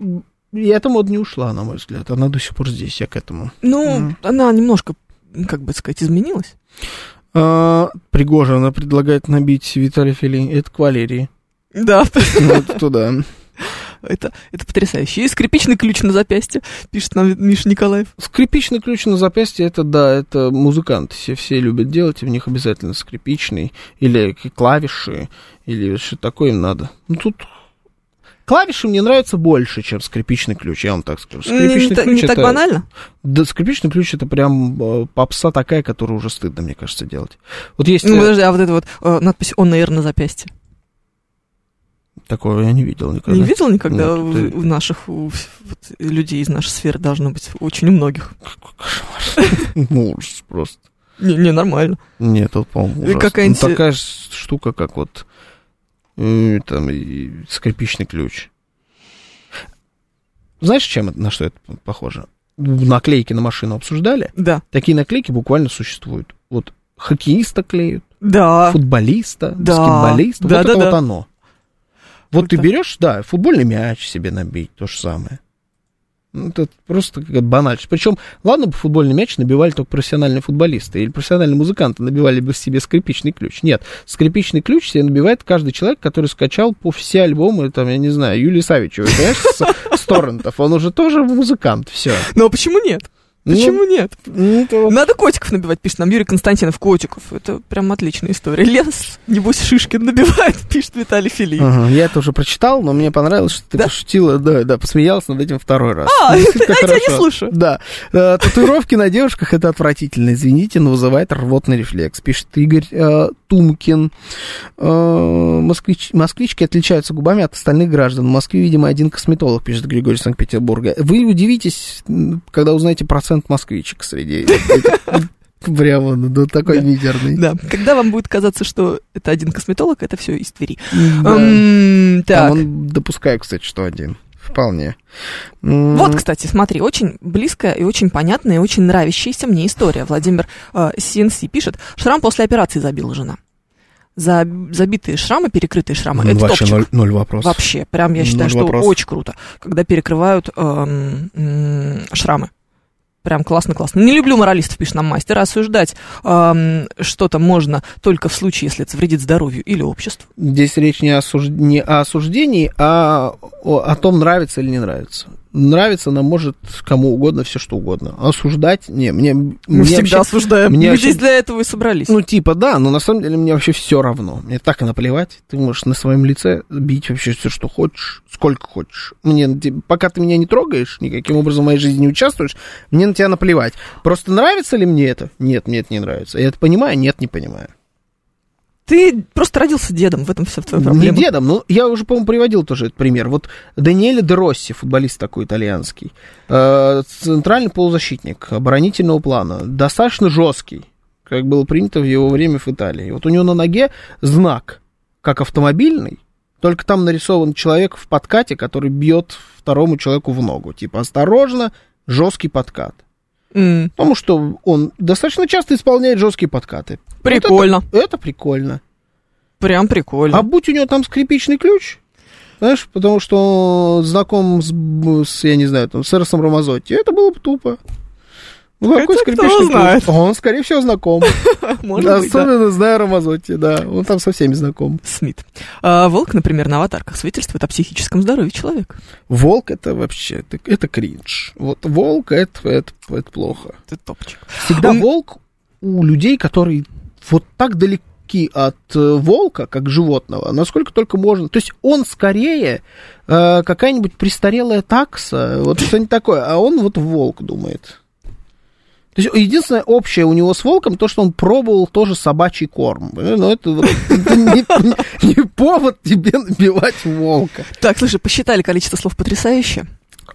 Speaker 2: и эта мода не ушла, на мой взгляд. Она до сих пор здесь, я к этому.
Speaker 3: Ну,
Speaker 2: Мгм.
Speaker 3: она немножко, ну, как бы сказать, изменилась.
Speaker 2: А, Пригожина предлагает набить Виталий Филин. Это к Валерии.
Speaker 3: Да,
Speaker 2: Вот туда.
Speaker 3: это, это потрясающе. И скрипичный ключ на запястье, пишет нам Миша Николаев.
Speaker 2: Скрипичный ключ на запястье, это да, это музыканты все, все любят делать, и в них обязательно скрипичный, или к- клавиши, или что такое им надо. Ну тут клавиши мне нравятся больше, чем скрипичный ключ, я вам так скажу.
Speaker 3: Не,
Speaker 2: Скрипичный
Speaker 3: та- не
Speaker 2: ключ
Speaker 3: так
Speaker 2: это-
Speaker 3: банально?
Speaker 2: Да, скрипичный ключ это прям э, попса такая, которую уже стыдно, мне кажется, делать. Вот есть
Speaker 3: Ну,
Speaker 2: э,
Speaker 3: подожди, а вот эта вот э, надпись «Он, наверное, на запястье».
Speaker 2: такого я не видел никогда.
Speaker 3: Не видел никогда
Speaker 2: Нет,
Speaker 3: у,
Speaker 2: это-
Speaker 3: у наших у вс- вот людей из нашей сферы должно быть очень у многих.
Speaker 2: Какой кошмар. Ну, ужас просто.
Speaker 3: Не, не нормально.
Speaker 2: Нет, это, по-моему,
Speaker 3: Или
Speaker 2: ужасно.
Speaker 3: какая-нибудь-
Speaker 2: Ну, такая же штука, как вот э, там и скрипичный ключ. Знаешь, чем это, на что это похоже? Наклейки на машину обсуждали.
Speaker 3: Да.
Speaker 2: Такие наклейки буквально существуют. Вот хоккеиста клеют,
Speaker 3: Да.
Speaker 2: футболиста,
Speaker 3: Да.
Speaker 2: баскетболиста.
Speaker 3: Да,
Speaker 2: вот
Speaker 3: да,
Speaker 2: это
Speaker 3: да.
Speaker 2: вот оно. Вот
Speaker 3: Вот
Speaker 2: ты
Speaker 3: так.
Speaker 2: берешь, да, футбольный мяч себе набить, то же самое. Ну, это просто какая-то банальность. Причем, ладно бы футбольный мяч набивали только профессиональные футболисты или профессиональные музыканты набивали бы себе скрипичный ключ. Нет, скрипичный ключ себе набивает каждый человек, который скачал по все альбомы, там, я не знаю, Юлии Савичевой, понимаешь, с- с торрентов. Он уже тоже музыкант, все.
Speaker 3: Ну а почему нет? Почему нет? Надо котиков набивать, пишет нам Юрий Константинов. Котиков. Это прям отличная история. Лес, небось, Шишкин набивает, пишет Виталий Филипп.
Speaker 2: Ага, я это уже прочитал, но мне понравилось, что ты
Speaker 3: Да?
Speaker 2: пошутила, да, да, посмеялась над этим второй раз.
Speaker 3: А,
Speaker 2: Ну, действительно
Speaker 3: а я тебя не
Speaker 2: хорошо.
Speaker 3: слушаю.
Speaker 2: Да. Э, Татуировки на девушках это отвратительно, извините, но вызывает рвотный рефлекс, пишет Игорь э, Тумкин. Э, москвич- москвички отличаются губами от остальных граждан. В Москве, видимо, один косметолог, пишет Григорий из Санкт-Петербурга. Вы удивитесь, м, когда узнаете процент москвичек среди этих. Прямо, ну, да, такой
Speaker 3: Да.
Speaker 2: мизерный.
Speaker 3: Да. Когда вам будет казаться, что это один косметолог, это все из Твери.
Speaker 2: Да.
Speaker 3: М,
Speaker 2: Там
Speaker 3: Так.
Speaker 2: он, допускаю, кстати, что один. Вполне.
Speaker 3: Вот, кстати, смотри, очень близкая и очень понятная, и очень нравящаяся мне история. Владимир э, CNC пишет, шрам после операции забила жена. За- забитые шрамы, перекрытые шрамы,
Speaker 2: Ну,
Speaker 3: это
Speaker 2: вообще
Speaker 3: топчик.
Speaker 2: ноль, ноль вопросов.
Speaker 3: Вообще, прям я считаю,
Speaker 2: Ноль
Speaker 3: что
Speaker 2: вопросов.
Speaker 3: очень круто, когда перекрывают эм, м, шрамы. Прям классно-классно. Не люблю моралистов, пишет нам мастер. а Осуждать эм, что-то можно только в случае, если это вредит здоровью или обществу.
Speaker 2: Здесь речь не, о суж- не о осуждении, а о, о том, нравится или не нравится. Нравится она может кому угодно, все что угодно. Осуждать, не, мне...
Speaker 3: Мы
Speaker 2: мне
Speaker 3: всегда
Speaker 2: вообще-
Speaker 3: осуждаем.
Speaker 2: мне
Speaker 3: Мы
Speaker 2: вообще-
Speaker 3: здесь для этого и собрались.
Speaker 2: Ну, типа, да, но на самом деле мне вообще все равно. Мне так и наплевать. Ты можешь на своем лице бить вообще все, что хочешь, сколько хочешь. Мне, ти- пока ты меня не трогаешь, никаким образом в моей жизни не участвуешь, мне на тебя наплевать. Просто нравится ли мне это? Нет, мне это не нравится. Я это понимаю? Нет, не понимаю.
Speaker 3: Ты просто родился дедом, в этом вся твоя
Speaker 2: Не
Speaker 3: проблема.
Speaker 2: дедом, ну, я уже, по-моему, приводил тоже этот пример. Вот Даниэле Де Росси, футболист такой итальянский, э, центральный полузащитник оборонительного плана, достаточно жесткий, как было принято в его время в Италии. Вот у него на ноге знак, как автомобильный, только там нарисован человек в подкате, который бьет второму человеку в ногу. Типа, осторожно, жесткий подкат.
Speaker 3: М,
Speaker 2: Потому что он достаточно часто исполняет жесткие подкаты.
Speaker 3: Прикольно.
Speaker 2: Вот это- это прикольно.
Speaker 3: Прям прикольно.
Speaker 2: А будь у него там скрипичный ключ, знаешь, потому что он знаком с, б- с, я не знаю, там, с Эрсом Рамазотти, это было бы тупо. Ну, какой
Speaker 3: Это
Speaker 2: скрипичный
Speaker 3: кто
Speaker 2: ключ?
Speaker 3: знает.
Speaker 2: Он, скорее всего, знаком.
Speaker 3: Может быть, да.
Speaker 2: А, Особенно зная Рамазотти, да. Он там со всеми знаком.
Speaker 3: Смит. А, волк, например, на аватарках свидетельствует о психическом здоровье человека.
Speaker 2: Волк это вообще, это, это кринж. Вот волк это, это, это плохо.
Speaker 3: Это топчик.
Speaker 2: Всегда
Speaker 3: Он-
Speaker 2: волк у людей, которые вот так далеки от э, волка, как животного, насколько только можно. То есть он скорее э, какая-нибудь престарелая такса, вот что-нибудь такое, а он вот волк думает. То есть единственное общее у него с волком то, что он пробовал тоже собачий корм. Э, Но это, вот- это не, не повод тебе набивать волка.
Speaker 3: Так, слушай, посчитали количество слов потрясающе.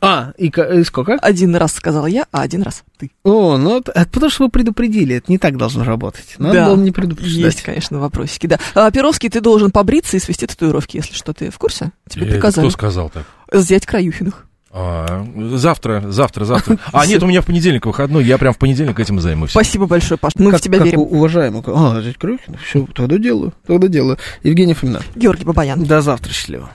Speaker 2: А, и, ка- и сколько?
Speaker 3: Один раз сказала я, а один раз ты.
Speaker 2: О, ну это- это потому что вы предупредили, это не так должно работать. Надо
Speaker 3: Да.
Speaker 2: было не предупреждать.
Speaker 3: Есть, конечно, вопросики, да. А, Перовский, ты должен побриться и свести татуировки, если что, ты в курсе? Тебе
Speaker 8: Э,
Speaker 3: приказали.
Speaker 8: Кто сказал так?
Speaker 3: Взять Краюхиных.
Speaker 8: А, завтра, завтра, завтра. А, нет, у меня в понедельник выходной, я прям в понедельник этим займусь.
Speaker 3: Спасибо большое, Паш. Мы
Speaker 2: как,
Speaker 3: в тебя
Speaker 2: как
Speaker 3: верим.
Speaker 2: у- уважаемый. А, Жить Крюхин, все, тогда делаю, тогда делаю. Евгений Фомина.
Speaker 3: Георгий Бабаян.
Speaker 2: До завтра, счастливо.